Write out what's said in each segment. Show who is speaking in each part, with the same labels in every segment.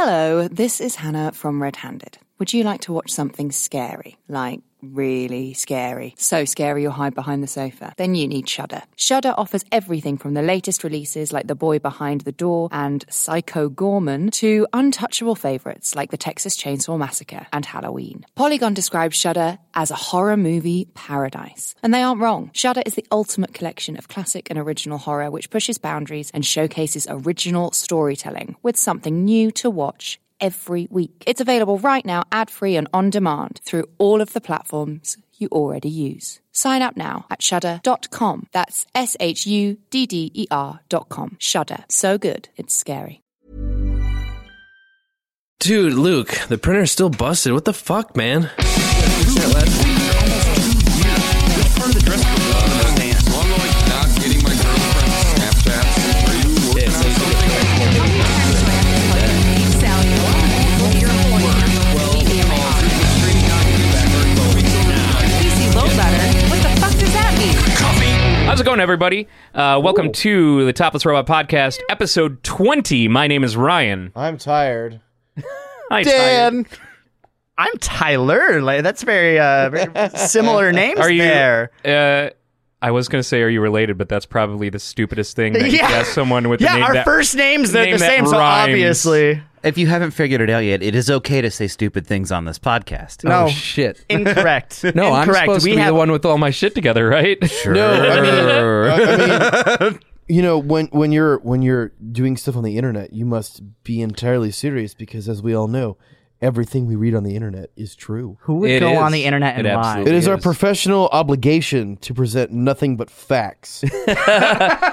Speaker 1: Hello, this is Hannah from Red Handed. Would you like to watch something scary? Like really scary. So scary you'll hide behind the sofa. Then you need Shudder. Shudder offers everything from the latest releases like The Boy Behind the Door and Psycho Gorman to untouchable favorites like The Texas Chainsaw Massacre and Halloween. Polygon describes Shudder as a horror movie paradise. And they aren't wrong. Shudder is the ultimate collection of classic and original horror which pushes boundaries and showcases original storytelling with something new to watch every week. It's available right now ad free and on demand through all of the platforms you already use. Sign up now at shudder.com. That's S H U D D E R.com. Shudder. So good, it's scary.
Speaker 2: Dude, Luke, the printer's still busted. What the fuck,
Speaker 3: Well,
Speaker 2: man?
Speaker 3: I'm like not getting my girlfriend's Snapchats. Are you working on something?
Speaker 4: How's it going, everybody? Uh, welcome to the Topless Robot Podcast, episode 20. My name is Ryan.
Speaker 5: I'm tired.
Speaker 4: Hi, Tyler.
Speaker 6: Dan. I'm Tyler. Like that's very, uh, very similar names
Speaker 4: Are you-
Speaker 6: there.
Speaker 4: Uh, I was going to say, are you related? But that's probably the stupidest thing that you could
Speaker 6: Yeah.
Speaker 4: ask someone with a
Speaker 6: Yeah,
Speaker 4: name
Speaker 6: our
Speaker 4: that-
Speaker 6: first names they're
Speaker 4: name
Speaker 6: the
Speaker 4: that
Speaker 6: same, so
Speaker 4: rhymes.
Speaker 6: obviously
Speaker 7: If you haven't figured it out yet, it is okay to say stupid things on this podcast.
Speaker 6: No.
Speaker 2: Oh, shit.
Speaker 6: incorrect.
Speaker 2: No, I'm
Speaker 6: incorrect.
Speaker 2: supposed
Speaker 6: we
Speaker 2: to be
Speaker 6: have
Speaker 2: the one with all my shit together, right?
Speaker 5: I, I mean, you know, when when you're when you're doing stuff on the internet, you must be entirely serious because, as we all know, everything we read on the internet is true.
Speaker 6: who would
Speaker 2: It
Speaker 6: go
Speaker 2: is.
Speaker 6: on the internet and
Speaker 2: It
Speaker 6: lie.
Speaker 2: absolutely-
Speaker 5: It is our
Speaker 2: Yes.
Speaker 5: professional obligation to present nothing but facts.
Speaker 4: Uh,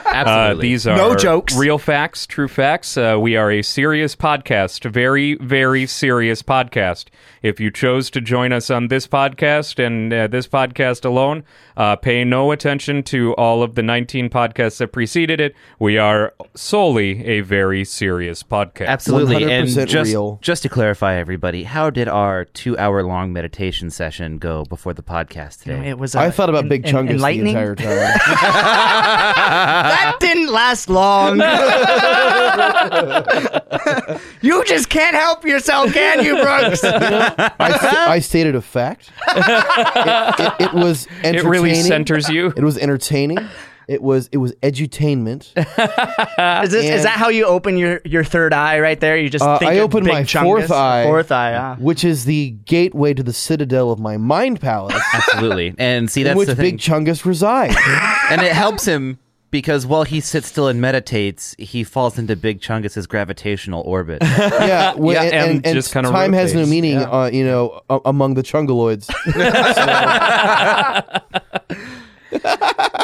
Speaker 7: Absolutely.
Speaker 4: these are
Speaker 6: No jokes.
Speaker 4: real facts, true facts. Uh, we are a serious podcast, very, very serious podcast. If you chose to join us on this podcast and uh, this podcast alone, uh, pay no attention to all of the 19 podcasts that preceded it. We are solely a very serious podcast.
Speaker 7: Absolutely. And
Speaker 5: 100%
Speaker 7: just,
Speaker 5: real.
Speaker 7: just to clarify, everybody, how did our two hour long meditation session go before the podcast today?
Speaker 6: It was.
Speaker 5: I
Speaker 6: uh,
Speaker 5: thought about
Speaker 6: en-
Speaker 5: Big
Speaker 6: en-
Speaker 5: Chungus the
Speaker 6: enlightening.
Speaker 5: entire time.
Speaker 6: That didn't last long. you just can't help yourself, can you, Brooks?
Speaker 5: I, st- I stated a fact. It, it- it was
Speaker 4: It
Speaker 5: entertaining.
Speaker 4: really centers you.
Speaker 5: It was entertaining. It was it was edutainment.
Speaker 6: Is, this, is
Speaker 5: And-
Speaker 6: that how you open your, your third eye right there? You just
Speaker 5: Uh,
Speaker 6: think
Speaker 5: I
Speaker 6: of
Speaker 5: opened
Speaker 6: Big
Speaker 5: my
Speaker 6: Chungus?
Speaker 5: fourth eye.
Speaker 6: Fourth eye, huh?
Speaker 5: which is the gateway to the citadel of my mind palace,
Speaker 7: Absolutely. And see,
Speaker 5: in
Speaker 7: that's
Speaker 5: which
Speaker 7: the thing.
Speaker 5: Big Chungus resides.
Speaker 7: and it helps him because while he sits still and meditates, he falls into Big Chungus's gravitational orbit.
Speaker 5: yeah, when,
Speaker 4: Yeah,
Speaker 5: and,
Speaker 4: and
Speaker 5: and, and
Speaker 4: just kinda
Speaker 5: time has no
Speaker 4: rotates.
Speaker 5: meaning, uh, you know, a- among the Chungaloids.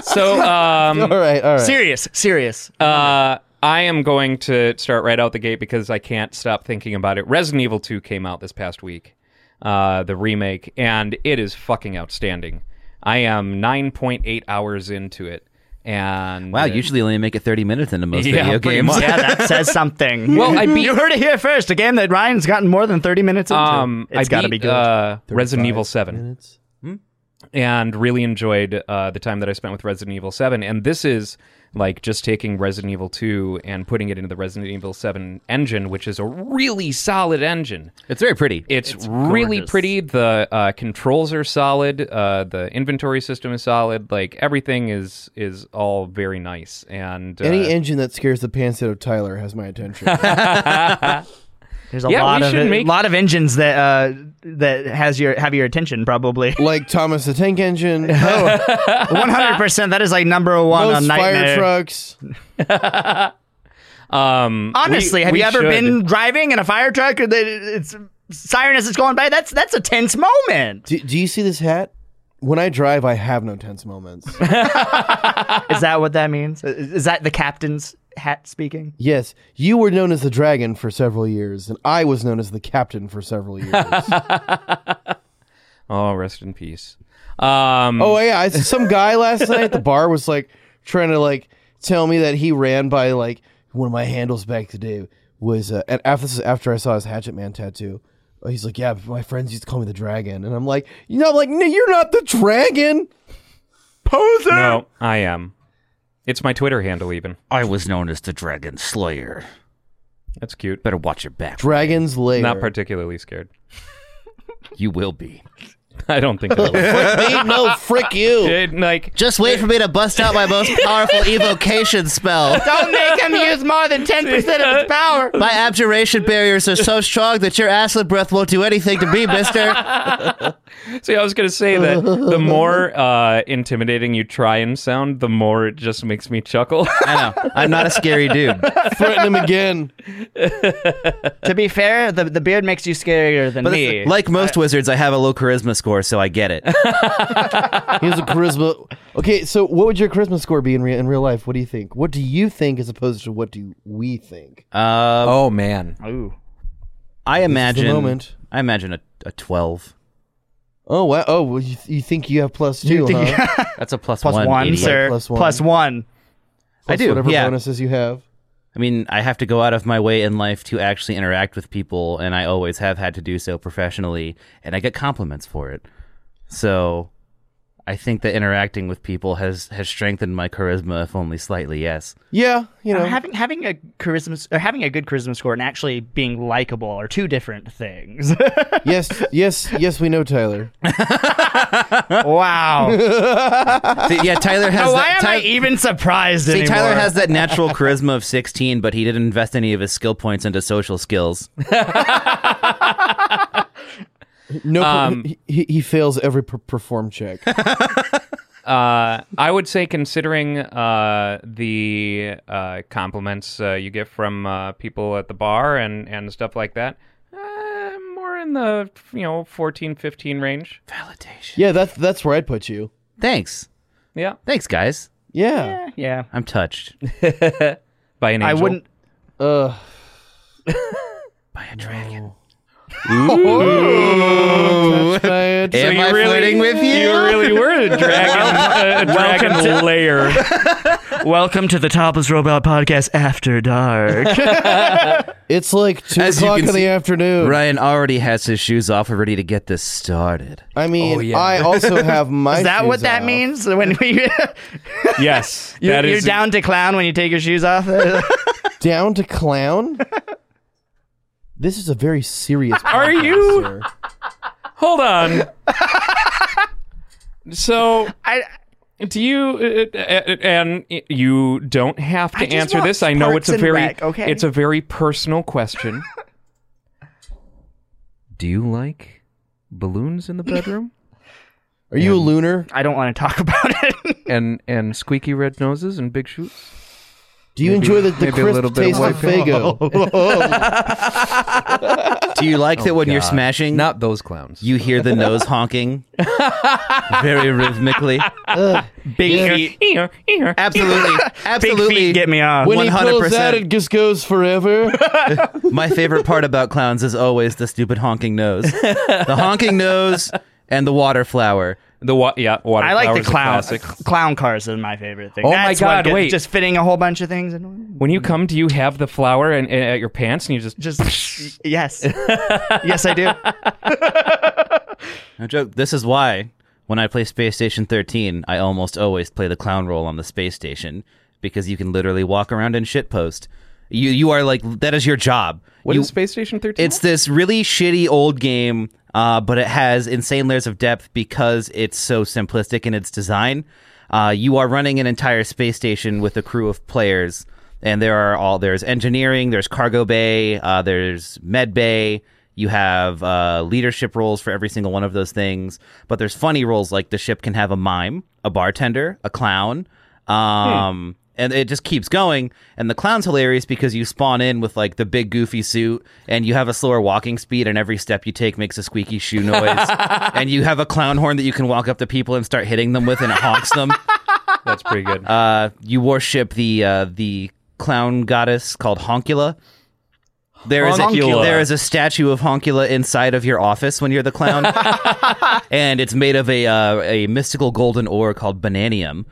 Speaker 4: So, um,
Speaker 5: all right, all right.
Speaker 6: Serious, serious.
Speaker 4: Uh, I am going to start right out the gate because I can't stop thinking about it. Resident Evil 2 came out this past week, uh, the remake, and it is fucking outstanding. I am 9.8 hours into it. And
Speaker 7: Wow, usually only make it 30 minutes into most
Speaker 4: Yeah,
Speaker 7: video
Speaker 4: pretty
Speaker 7: games.
Speaker 4: much.
Speaker 6: yeah, that says something.
Speaker 4: Well, I beat-
Speaker 6: you heard it here first. A game that Ryan's gotten more than thirty minutes into.
Speaker 4: um, I
Speaker 6: it's got to
Speaker 4: beat,
Speaker 6: be good.
Speaker 4: Uh, Resident Evil 7.
Speaker 5: Minutes.
Speaker 4: and really enjoyed uh, the time that I spent with Resident Evil 7. And this is like just taking Resident Evil 2 and putting it into the Resident Evil 7 engine, which is a really solid engine.
Speaker 7: It's very pretty.
Speaker 4: It's, really
Speaker 6: gorgeous.
Speaker 4: pretty. The uh, controls are solid. Uh, the inventory system is solid. Like everything is is all very nice. And uh,
Speaker 5: Any engine that scares the pants out of Tyler has my attention.
Speaker 6: There's a
Speaker 4: yeah, we
Speaker 6: lot of
Speaker 4: should
Speaker 6: a
Speaker 4: make-
Speaker 6: lot of engines that uh, that has your have your attention probably.
Speaker 5: like Thomas the Tank Engine,
Speaker 6: One hundred percent. That is like number one
Speaker 5: most
Speaker 6: on
Speaker 5: fire
Speaker 6: nightmare.
Speaker 5: trucks.
Speaker 4: um,
Speaker 6: Honestly,
Speaker 4: we-
Speaker 6: have
Speaker 4: we
Speaker 6: you ever
Speaker 4: should-
Speaker 6: been driving in a fire truck? and the- It's siren as it's going by. That's that's a tense moment.
Speaker 5: Do, do you see this hat? When I drive, I have no tense moments.
Speaker 6: Is that what that means? Is is that the captain's hat speaking?
Speaker 5: yes, you were known as the dragon for several years, and I was known as the captain for several years.
Speaker 4: Oh, rest in peace. Um,
Speaker 5: oh yeah, I, some guy last night at the bar was like trying to like tell me that he ran by like one of my handles back today was uh, and after this is after I saw his Hatchet Man tattoo. Uh, He's like, yeah, my friends used to call me the dragon, and I'm like, you know, I'm like, no, you're not the dragon.
Speaker 6: Poser.
Speaker 4: no, I am. It's my Twitter handle, even.
Speaker 7: I was known as the Dragon Slayer.
Speaker 4: That's cute.
Speaker 7: Better watch your back.
Speaker 5: Dragon's Lair.
Speaker 4: Not particularly scared.
Speaker 7: You will be.
Speaker 4: I don't think I will.
Speaker 5: Hey, no, frick you.
Speaker 4: It- like
Speaker 7: Just wait for me to bust out my most powerful evocation spell.
Speaker 5: Don't make him use more than 10% of his power.
Speaker 7: My abjuration barriers are so strong that your acid breath won't do anything to me, mister.
Speaker 4: See, I was gonna say that the more uh, intimidating you try and sound, the more it just makes me chuckle.
Speaker 7: I know. I'm not a scary dude.
Speaker 5: Threaten him again.
Speaker 6: to be fair, the, the beard makes you scarier than
Speaker 7: But
Speaker 6: me.
Speaker 7: like most wizards, I have a low charisma score, so I get it. Um,
Speaker 5: He has a charisma. Okay, so what would your charisma score be in, re- in real life? What do you think? What do you think as opposed to what do we think?
Speaker 7: Uh,
Speaker 2: Oh man,
Speaker 6: Ooh.
Speaker 7: I imagine.
Speaker 5: moment.
Speaker 7: I imagine a, a 12.
Speaker 5: Oh, wow. Oh, well, you, you think you have plus two,
Speaker 6: think-
Speaker 5: huh?
Speaker 7: That's a plus,
Speaker 6: Plus one,
Speaker 7: idiot.
Speaker 6: sir.
Speaker 5: Plus one.
Speaker 6: Plus one.
Speaker 5: Plus
Speaker 7: I do,
Speaker 5: Whatever
Speaker 7: yeah.
Speaker 5: bonuses you have.
Speaker 7: I mean, I have to go out of my way in life to actually interact with people, and I always have had to do so professionally, and I get compliments for it. So, I think that interacting with people has has strengthened my charisma, if only slightly. Yes,
Speaker 5: Yeah, you know.
Speaker 6: Having having a charisma s- or having a good charisma score and actually being likable are two different things.
Speaker 5: yes, yes, yes, we know, Tyler.
Speaker 6: wow.
Speaker 7: See, yeah. Tyler has.
Speaker 6: Why
Speaker 7: that,
Speaker 6: am I
Speaker 7: Ty-
Speaker 6: even surprised
Speaker 7: See,
Speaker 6: anymore?
Speaker 7: Tyler has that natural charisma of 16, but he didn't invest any of his skill points into social skills.
Speaker 5: No, he, he, he fails every per- perform check.
Speaker 4: Uh, I would say, considering uh, the uh, compliments uh, you get from uh, people at the bar and, and stuff like that, uh, more in the you know 14, 15 range.
Speaker 7: Validation.
Speaker 5: yeah, that's that's where I'd put you.
Speaker 7: Thanks.
Speaker 4: Yeah,
Speaker 7: Thanks, guys.
Speaker 5: Yeah.
Speaker 6: Yeah.
Speaker 7: I'm touched
Speaker 4: by an
Speaker 6: I
Speaker 4: angel.
Speaker 6: wouldn't.
Speaker 5: Ugh.
Speaker 7: by a dragon.
Speaker 5: Touched by a dra-
Speaker 7: Am
Speaker 4: you
Speaker 7: I
Speaker 4: really-
Speaker 7: flirting with you?
Speaker 4: You really were a dragon, a dragon layer.
Speaker 6: Welcome to the Topless Robot Podcast After Dark.
Speaker 5: it's like two
Speaker 7: As you
Speaker 5: o'clock in
Speaker 7: can
Speaker 5: the
Speaker 7: see-
Speaker 5: afternoon.
Speaker 7: Ryan already has his shoes off. We're ready to get this started.
Speaker 5: I mean, I also have my.
Speaker 6: Is that what that means? When we
Speaker 4: Yes,
Speaker 6: you're,
Speaker 4: that
Speaker 6: you're
Speaker 4: is-
Speaker 6: down to clown when you take your shoes off.
Speaker 5: Down to clown. this is a very serious.
Speaker 4: Are
Speaker 5: podcast,
Speaker 4: you-
Speaker 5: sir.
Speaker 4: Hold on. so
Speaker 6: I
Speaker 4: Do you uh, uh, uh, and you don't have to
Speaker 6: just
Speaker 4: answer
Speaker 6: want
Speaker 4: this. I know
Speaker 6: parts
Speaker 4: it's a
Speaker 6: and
Speaker 4: very
Speaker 6: rec, okay?
Speaker 4: it's a very personal question. Do you like balloons in the bedroom
Speaker 5: Are you a lunar?
Speaker 6: I don't want to talk about it.
Speaker 4: and and squeaky red noses and big shoes?
Speaker 5: Do you enjoy the, the
Speaker 2: maybe a
Speaker 5: crisp
Speaker 2: little bit of
Speaker 5: taste of,
Speaker 2: white
Speaker 5: Fago?
Speaker 7: Do you like that when you're
Speaker 2: God.
Speaker 7: smashing,
Speaker 2: not those clowns.
Speaker 7: you hear the nose honking very rhythmically?
Speaker 6: Big feet,
Speaker 4: Here, here.
Speaker 7: Absolutely.
Speaker 6: big
Speaker 7: Absolutely.
Speaker 6: feet get me off.
Speaker 5: when he pulls that,
Speaker 7: 100%.
Speaker 5: it just goes forever.
Speaker 7: My favorite part about clowns is always the stupid honking nose. The honking nose and the water flower.
Speaker 4: The wa- yeah, water
Speaker 6: I like the clown.
Speaker 4: classic.
Speaker 6: Clown cars is my favorite thing.
Speaker 4: Oh my
Speaker 6: That's what
Speaker 4: God,
Speaker 6: gets-
Speaker 4: wait.
Speaker 6: Just fitting a whole bunch of things and
Speaker 4: When you come, do you have the flower and, and at your pants and you just
Speaker 6: just yes, yes I do.
Speaker 7: No joke. This is why when I play Space Station 13, I almost always play the clown role on the space station because you can literally walk around and shitpost. You you are like that is your job.
Speaker 4: what
Speaker 7: you,
Speaker 4: is Space Station Thirteen?
Speaker 7: It's this really shitty old game, uh, but it has insane layers of depth because it's so simplistic in its design. Uh, you are running an entire space station with a crew of players, and there are all there's engineering, there's cargo bay, uh, there's med bay. You have uh, leadership roles for every single one of those things, but there's funny roles like the ship can have a mime, a bartender, a clown, um, and it just keeps going. And the clown's hilarious because you spawn in with like the big goofy suit, and you have a slower walking speed, and every step you take makes a squeaky shoe noise. and you have a clown horn that you can walk up to people and start hitting them with, and it honks them.
Speaker 4: That's pretty good.
Speaker 7: Uh, you worship the uh, the clown goddess called Honkula. There is,
Speaker 4: Honkula.
Speaker 7: A, there is a statue of Honkula inside of your office when you're the clown, and it's made of a uh, a mystical golden ore called bananium.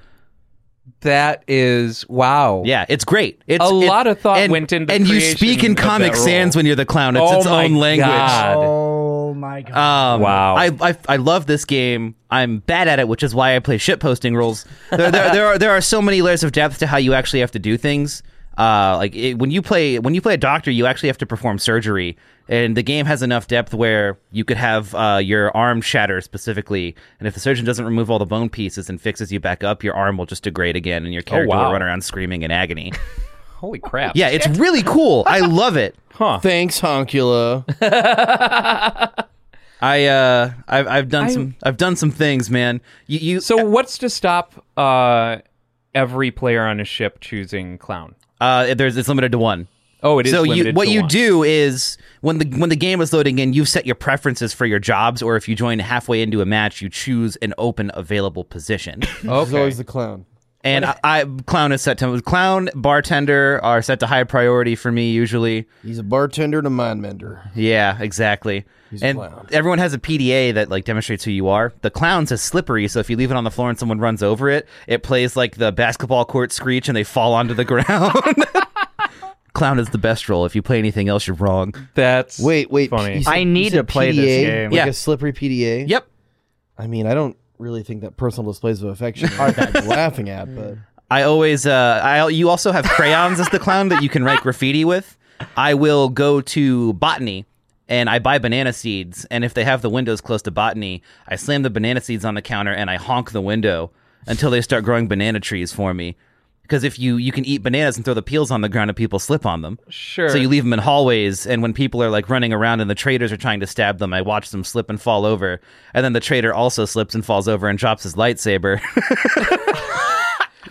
Speaker 2: that is wow.
Speaker 7: Yeah, it's great. It's
Speaker 4: A
Speaker 7: it-
Speaker 4: lot of thought
Speaker 7: and,
Speaker 4: went into
Speaker 7: and you
Speaker 4: creation
Speaker 7: speak
Speaker 4: of
Speaker 7: in
Speaker 4: that
Speaker 7: Comic
Speaker 4: role.
Speaker 7: Sans when you're the clown. It's
Speaker 4: oh
Speaker 7: its
Speaker 4: my
Speaker 7: own language.
Speaker 4: God.
Speaker 6: Oh my god.
Speaker 7: Um,
Speaker 4: Wow.
Speaker 7: I, I I love this game. I'm bad at it, which is why I play shitposting roles. There, there, there are there are so many layers of depth to how you actually have to do things. Uh, like it, when you play when you play a doctor, you actually have to perform surgery, and the game has enough depth where you could have uh, your arm shatter specifically, and if the surgeon doesn't remove all the bone pieces and fixes you back up, your arm will just degrade again, and your character
Speaker 4: Oh, wow.
Speaker 7: will run around screaming in agony.
Speaker 4: Holy crap!
Speaker 7: Yeah, it's really cool. I love it.
Speaker 5: Thanks, Honkula.
Speaker 7: I uh, I've, I've done some I've done some things, man. You, you
Speaker 4: So what's to stop uh, every player on a ship choosing clown?
Speaker 7: uh, there's it's limited to one.
Speaker 4: Oh, it is.
Speaker 7: so you
Speaker 4: limited
Speaker 7: what
Speaker 4: to
Speaker 7: you
Speaker 4: one.
Speaker 7: do is when the when the game is loading in, you set your preferences for your jobs, or if you join halfway into a match, you choose an open available position.
Speaker 5: He's always the clown.
Speaker 7: and I, I clown is set to clown bartender are set to high priority for me usually.
Speaker 5: He's a bartender and a mind mender.
Speaker 7: Yeah, exactly. and
Speaker 5: clown.
Speaker 7: everyone has a PDA that like demonstrates who you are. The clown's is slippery, so if you leave it on the floor and someone runs over it, it plays like the basketball court screech and they fall onto the ground. clown is the best role. If you play anything else, you're wrong.
Speaker 4: That's
Speaker 5: Wait, wait.
Speaker 4: Funny.
Speaker 5: you said-
Speaker 6: I
Speaker 5: you
Speaker 6: need
Speaker 5: said
Speaker 6: to play this
Speaker 5: PDA,
Speaker 6: game.
Speaker 5: Like
Speaker 7: Yeah.
Speaker 5: a slippery PDA.
Speaker 7: Yep.
Speaker 5: I mean, I don't really think that personal displays of affection are that laughing at, but
Speaker 7: I always uh I you also have crayons as the clown that you can write graffiti with. I will go to botany and I buy banana seeds and if they have the windows close to botany, I slam the banana seeds on the counter and I honk the window until they start growing banana trees for me. Because if you you can eat bananas and throw the peels on the ground and people slip on them.
Speaker 4: Sure.
Speaker 7: So you leave them in hallways, and when people are like running around and the traders are trying to stab them, I watch them slip and fall over, and then the trader also slips and falls over and drops his lightsaber.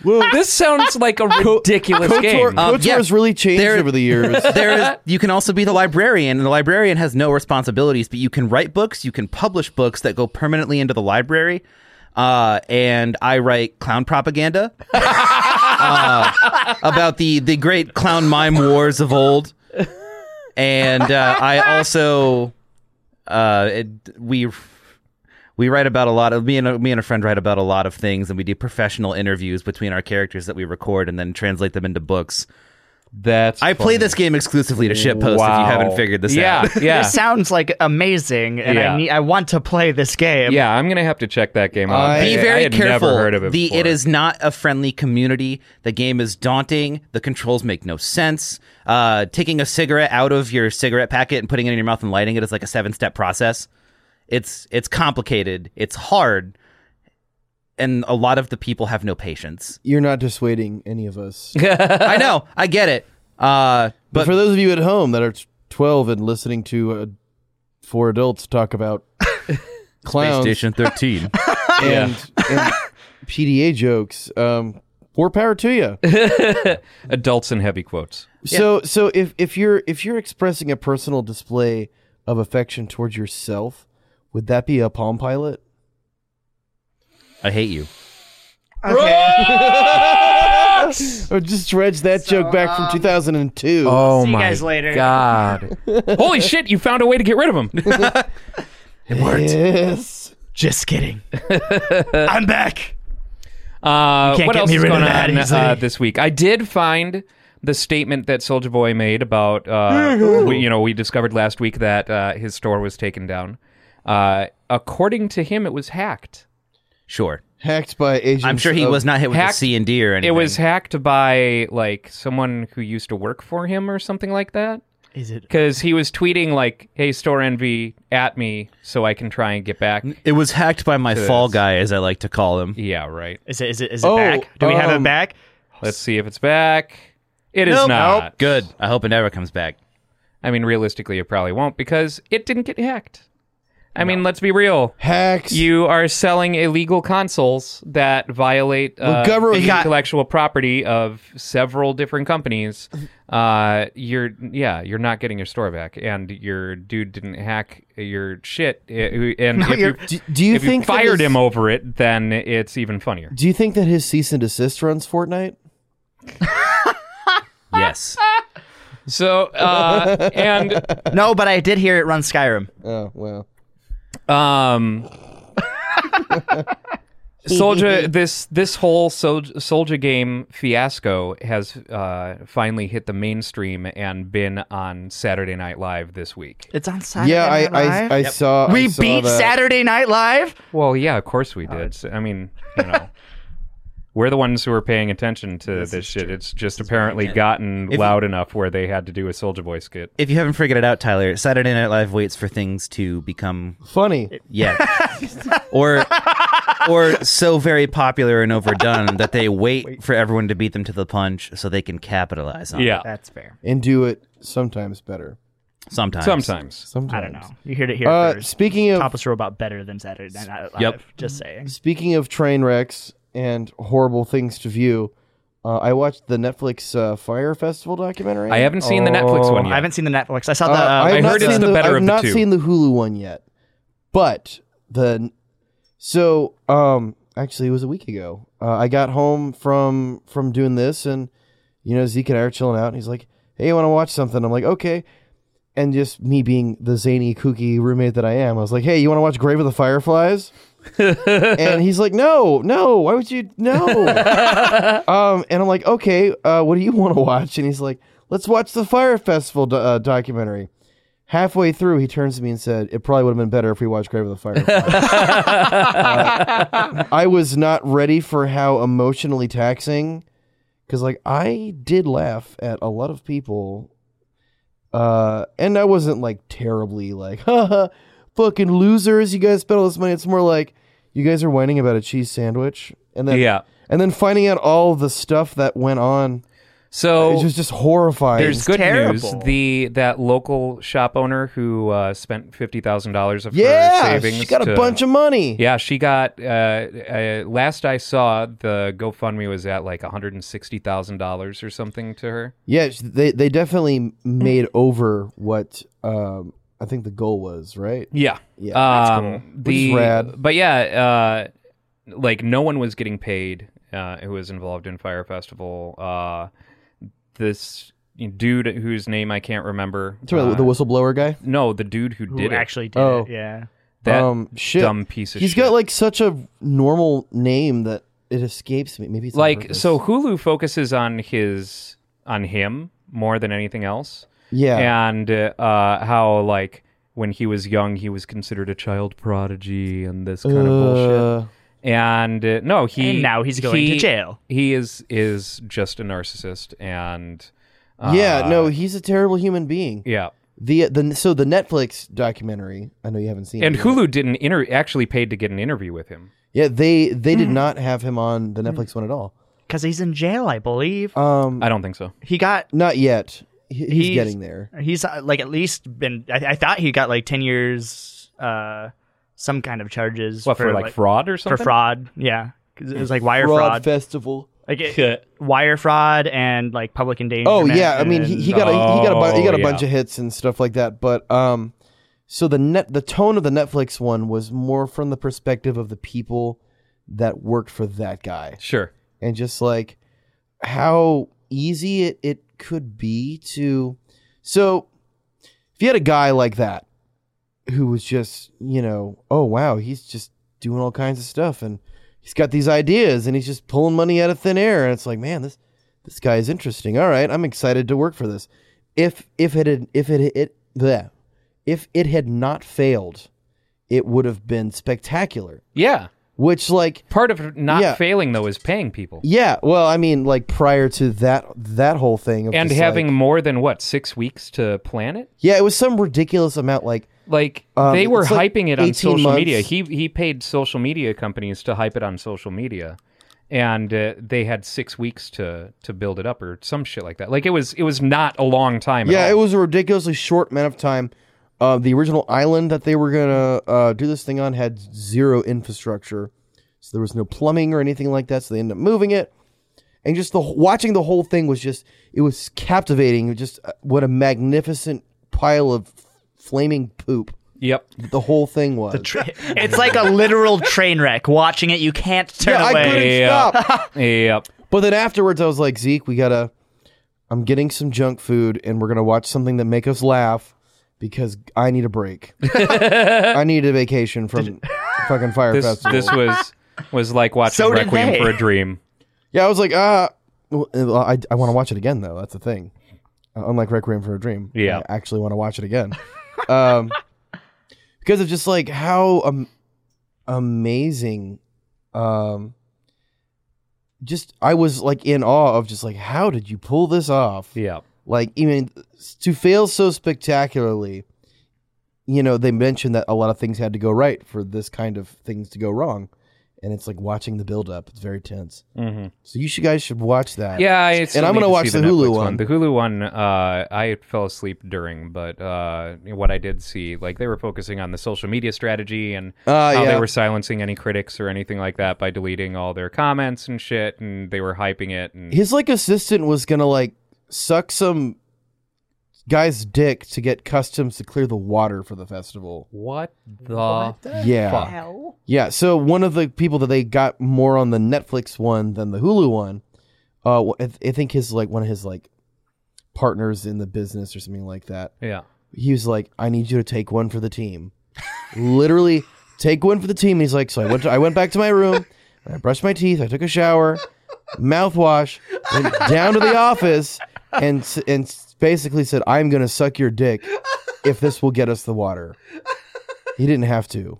Speaker 4: this sounds like a ridiculous game.
Speaker 7: Um,
Speaker 5: KOTOR
Speaker 7: yeah.
Speaker 5: has really changed
Speaker 7: There-
Speaker 5: over the years.
Speaker 7: there is you can also be the librarian and the librarian has no responsibilities but you can write books you can publish books that go permanently into the library uh, and i write clown propaganda uh, about the the great clown mime wars of old and uh, i also uh, it, we we write about a lot of me and a, me and a friend write about a lot of things and we do professional interviews between our characters that we record and then translate them into books
Speaker 4: That's
Speaker 7: I play this game exclusively to shitpost
Speaker 4: Wow.
Speaker 7: if you haven't figured this
Speaker 4: yeah,
Speaker 7: out.
Speaker 4: yeah,
Speaker 6: This sounds like amazing, and
Speaker 4: Yeah.
Speaker 6: I need, I want to play this game.
Speaker 4: yeah. I'm gonna have to check that game out.
Speaker 5: I-
Speaker 7: Be
Speaker 4: I- I
Speaker 7: very
Speaker 4: had
Speaker 7: careful.
Speaker 4: Never heard of it.
Speaker 7: the,
Speaker 4: before.
Speaker 7: it is not a friendly community. The game is daunting. The controls make no sense. Uh, taking a cigarette out of your cigarette packet and putting it in your mouth and lighting it is like a seven step process. It's it's complicated. It's hard, and a lot of the people have no patience.
Speaker 5: You're not dissuading any of us.
Speaker 7: I know. I get it. Uh,
Speaker 5: But for those of you at home that are t- 12 and listening to uh, four adults talk about clowns
Speaker 7: Thirteen.
Speaker 5: and, and PDA jokes, um, more power to you.
Speaker 4: adults in heavy quotes.
Speaker 5: So so if if you're if you're expressing a personal display of affection towards yourself, would that be a Palm Pilot?
Speaker 7: I hate you.
Speaker 5: Or Oh, just dredge that joke back from 2002.
Speaker 4: Oh
Speaker 6: See you guys later.
Speaker 4: god! Holy shit! You found a way to get rid of him.
Speaker 5: yes.
Speaker 6: Just kidding. I'm back.
Speaker 4: Uh,
Speaker 6: can't
Speaker 4: what
Speaker 6: get
Speaker 4: else
Speaker 6: me
Speaker 4: is
Speaker 6: rid of
Speaker 4: going
Speaker 6: that
Speaker 4: on
Speaker 6: easily.
Speaker 4: uh, this week? I did find the statement that Soldier Boy made about uh, we, you know we discovered last week that uh, his store was taken down. Uh, according to him, it was hacked.
Speaker 7: Sure.
Speaker 5: Hacked by agents.
Speaker 7: I'm sure he
Speaker 5: of-
Speaker 7: was not hit with a
Speaker 4: hacked-
Speaker 7: C and D or anything.
Speaker 4: It was hacked by like someone who used to work for him or something like that.
Speaker 6: Is it?
Speaker 4: Because he was tweeting like, "Hey, store envy at me, so I can try and get back."
Speaker 7: It was hacked by my fall guy, as I like to call him.
Speaker 4: Yeah, right.
Speaker 6: Is it? Is it? Is it
Speaker 5: Oh,
Speaker 6: back? Do we have it
Speaker 5: um,
Speaker 6: back?
Speaker 4: Let's see if it's back. It is not.
Speaker 7: Good. I hope it never comes back.
Speaker 4: I mean, realistically, it probably won't because it didn't get hacked. I mean, let's be real.
Speaker 5: Hacks.
Speaker 4: You are selling illegal consoles that violate uh,
Speaker 5: Governor,
Speaker 4: the
Speaker 5: he got-
Speaker 4: intellectual property of several different companies. Uh, you're yeah, you're not getting your store back, and your dude didn't hack your shit. Uh, And if you,
Speaker 5: do, do you
Speaker 4: if
Speaker 5: think
Speaker 4: you
Speaker 5: that
Speaker 4: fired
Speaker 5: his-
Speaker 4: him over it, then it's even funnier.
Speaker 5: Do you think that his cease and desist runs Fortnite?
Speaker 7: Yes.
Speaker 4: So uh, and
Speaker 6: No, but I did hear it run Skyrim.
Speaker 5: Oh well.
Speaker 4: Um, Soldier, this this whole Soldier game fiasco has uh, finally hit the mainstream and been on Saturday Night Live this week.
Speaker 6: It's on Saturday
Speaker 5: yeah, I
Speaker 6: Night Live.
Speaker 5: I, I saw.
Speaker 6: we
Speaker 5: I saw
Speaker 6: beat
Speaker 5: that.
Speaker 6: Saturday Night Live.
Speaker 4: Uh, Well, yeah, of course we did. So, I mean, you know, We're the ones who are paying attention to this, shit. It's just apparently gotten
Speaker 7: If-
Speaker 4: loud enough where they had to do a Soldier Boy skit.
Speaker 7: If you haven't figured it out, Tyler, Saturday Night Live waits for things to become
Speaker 5: Funny.
Speaker 7: yeah, or or so very popular and overdone that they wait for everyone to beat them to the punch so they can capitalize on. it.
Speaker 4: Yeah,
Speaker 6: That's fair.
Speaker 5: and do it sometimes better.
Speaker 7: sometimes.
Speaker 4: sometimes.
Speaker 5: Sometimes.
Speaker 6: I don't know. You heard it here
Speaker 5: Uh,
Speaker 6: first.
Speaker 5: speaking of
Speaker 6: Tapas robot better than Saturday Night Live.
Speaker 7: Yep.
Speaker 6: Just saying.
Speaker 5: speaking of train wrecks and horrible things to view, uh, I watched the Netflix uh, Fire Festival documentary.
Speaker 4: I haven't seen the Netflix one yet.
Speaker 6: I haven't seen the Netflix. I saw
Speaker 5: Uh,
Speaker 6: the. Uh,
Speaker 5: have
Speaker 4: I
Speaker 5: not
Speaker 4: heard it's
Speaker 5: seen
Speaker 4: the better
Speaker 5: I've
Speaker 4: of the
Speaker 5: not
Speaker 4: two.
Speaker 5: seen the Hulu one yet, but the so um actually it was a week ago. Uh, I got home from from doing this, and you know Zeke and I are chilling out, and he's like, "Hey, you want to watch something?" I'm like, "Okay." And just me being the zany, kooky roommate that I am, I was like, "Hey, you want to watch Grave of the Fireflies?" and he's like, "No, no, why would you no?" Um, and I'm like, okay, uh, what do you want to watch? And he's like, let's watch the Fire Festival do- uh, documentary. Halfway through, he turns to me and said, "It probably would have been better if we watched Grave of the Fire." I was not ready for how emotionally taxing, because like I did laugh at a lot of people, uh, and I wasn't like terribly like, haha, fucking losers, you guys spent all this money. It's more like you guys are whining about a cheese sandwich, and then
Speaker 4: Yeah.
Speaker 5: and then finding out all the stuff that went on,
Speaker 4: So
Speaker 5: it was just horrifying.
Speaker 4: Oh. There's good news.
Speaker 6: terrible.
Speaker 4: The that local shop owner who uh, spent fifty thousand dollars of
Speaker 5: yeah,
Speaker 4: her savings.
Speaker 5: she got a
Speaker 4: to-
Speaker 5: bunch of money.
Speaker 4: Yeah, she got. Uh, uh, last I saw, the GoFundMe was at like one hundred and sixty thousand dollars or something to her.
Speaker 5: Yeah, sh- they they definitely made over what um, I think the goal was, right?
Speaker 4: Yeah,
Speaker 5: Yeah,
Speaker 4: Um, The
Speaker 5: Which is rad.
Speaker 4: but yeah, uh, like no one was getting paid uh, who was involved in Fire Festival. Uh, this dude whose name I can't remember.
Speaker 5: That's right,
Speaker 4: uh,
Speaker 5: the whistleblower guy.
Speaker 4: no, the dude who
Speaker 6: who
Speaker 4: did it.
Speaker 6: actually did
Speaker 5: Oh.
Speaker 6: it. Yeah.
Speaker 4: That
Speaker 5: um, shit.
Speaker 4: dumb piece of
Speaker 5: He's
Speaker 4: shit.
Speaker 5: got like such a normal name that it escapes me. Maybe it's on
Speaker 4: like
Speaker 5: purpose.
Speaker 4: so hulu focuses on his on him more than anything else
Speaker 5: Yeah,
Speaker 4: and uh, uh how like when he was young he was considered a child prodigy and this kind of bullshit
Speaker 5: Uh,
Speaker 4: and uh, no he
Speaker 6: and now he's going
Speaker 4: he-
Speaker 6: to jail.
Speaker 4: he is is just a narcissist and uh,
Speaker 5: yeah, no, he's a terrible human being.
Speaker 4: yeah
Speaker 5: The the so the Netflix documentary. I know you haven't seen
Speaker 4: and
Speaker 5: it. yet.
Speaker 4: hulu didn't inter- actually paid to get an interview with him
Speaker 5: Yeah, they they did not have him on the Netflix one at all.
Speaker 6: Because he's in jail, I believe.
Speaker 5: Um,
Speaker 4: i don't think so
Speaker 6: he got.
Speaker 5: not yet. He- He's,
Speaker 6: He's-
Speaker 5: getting there.
Speaker 6: He's uh, like at least been. I, I thought he got like ten years. Uh, some kind of charges.
Speaker 4: what for, like, fraud or
Speaker 6: For
Speaker 4: something
Speaker 6: fraud. Yeah. 'Cause it was like wire
Speaker 5: Broad
Speaker 6: fraud.
Speaker 5: festival.
Speaker 6: like it, wire fraud and like public
Speaker 5: Oh
Speaker 6: endangerment.
Speaker 5: yeah, I mean he,
Speaker 6: and-
Speaker 5: he got a, he got a bu- he got a
Speaker 4: Oh,
Speaker 5: bunch
Speaker 4: yeah.
Speaker 5: of hits and stuff like that. But um, so the net the tone of the Netflix one was more from the perspective of the people that worked for that guy
Speaker 4: sure
Speaker 5: and just like how easy it it could be to. So if you had a guy like that who was just you know oh wow he's just doing all kinds of stuff and he's got these ideas and he's just pulling money out of thin air and it's like man this this guy is interesting all right i'm excited to work for this if if it had if it it bleh. if it had not failed it would have been spectacular
Speaker 4: yeah
Speaker 5: which like
Speaker 4: part of not
Speaker 5: Yeah.
Speaker 4: failing though is paying people
Speaker 5: yeah well i mean like prior to that that whole thing of
Speaker 4: and
Speaker 5: just,
Speaker 4: having
Speaker 5: like-
Speaker 4: more than what six weeks to plan it
Speaker 5: yeah it was some ridiculous amount like
Speaker 4: like
Speaker 5: Um,
Speaker 4: they were
Speaker 5: it's like
Speaker 4: hyping it on
Speaker 5: 18
Speaker 4: social
Speaker 5: months.
Speaker 4: media he he paid social media companies to hype it on social media and uh, they had six weeks to to build it up or some shit like that like it was it was not a long time at
Speaker 5: Yeah,
Speaker 4: all.
Speaker 5: it was a ridiculously short amount of time. Uh, the original island that they were gonna uh, do this thing on had zero infrastructure, so there was no plumbing or anything like that. So they ended up moving it, and just the wh- watching the whole thing was just it was captivating. It Just uh, what a magnificent pile of flaming poop
Speaker 4: yep
Speaker 5: the whole thing was.
Speaker 6: It's like a literal train wreck. Watching it, you can't turn
Speaker 5: yeah, I
Speaker 6: away.
Speaker 5: couldn't
Speaker 4: Yeah.
Speaker 5: stop.
Speaker 4: yep
Speaker 5: But then afterwards, I was like, Zeke, we gotta. I'm getting some junk food, and we're gonna watch something that make us laugh because I need a break. I need a vacation from fucking Fire
Speaker 4: this
Speaker 5: Festival.
Speaker 4: this was was like watching
Speaker 6: So did
Speaker 4: requiem
Speaker 6: they.
Speaker 4: for a dream
Speaker 5: yeah, I was like, ah, well, uh, I, I want to watch it again though. That's the thing. Uh, unlike Requiem for a Dream,
Speaker 4: Yeah.
Speaker 5: I actually want to watch it again. um, because of just like how um, amazing um, just I was like in awe of just like how did you pull this off?
Speaker 4: Yeah.
Speaker 5: Like even to fail so spectacularly, you know, they mentioned that a lot of things had to go right for this kind of things to go wrong. And it's like watching the build up. It's very tense. Mm-hmm. So you should, guys should watch that.
Speaker 4: Yeah, I
Speaker 5: and
Speaker 4: still
Speaker 5: I'm
Speaker 4: need
Speaker 5: gonna
Speaker 4: to
Speaker 5: watch
Speaker 4: see
Speaker 5: the, Hulu
Speaker 4: Netflix
Speaker 5: one.
Speaker 4: The Hulu one, uh, I fell asleep during, but uh, what I did see, like they were focusing on the social media strategy and
Speaker 5: Uh,
Speaker 4: how
Speaker 5: yeah.
Speaker 4: they were silencing any critics or anything like that by deleting all their comments and shit, and they were hyping it. And
Speaker 5: His like assistant was gonna like suck some guy's dick to get customs to clear the water for the festival.
Speaker 4: what the?
Speaker 5: Yeah. Yeah, so one of the people that they got more on the Netflix one than the Hulu one, uh, wh- I, th- I think his like one of his like partners in the business or something like that.
Speaker 4: Yeah.
Speaker 5: He was like, "I need you to take one for the team." Literally, take one for the team. And he's like, "So I went. To, I went back to my room. and I brushed my teeth. I took a shower, mouthwash, went down to the office, and s- and s- basically said, "I'm gonna suck your dick if this will get us the water." He didn't have to.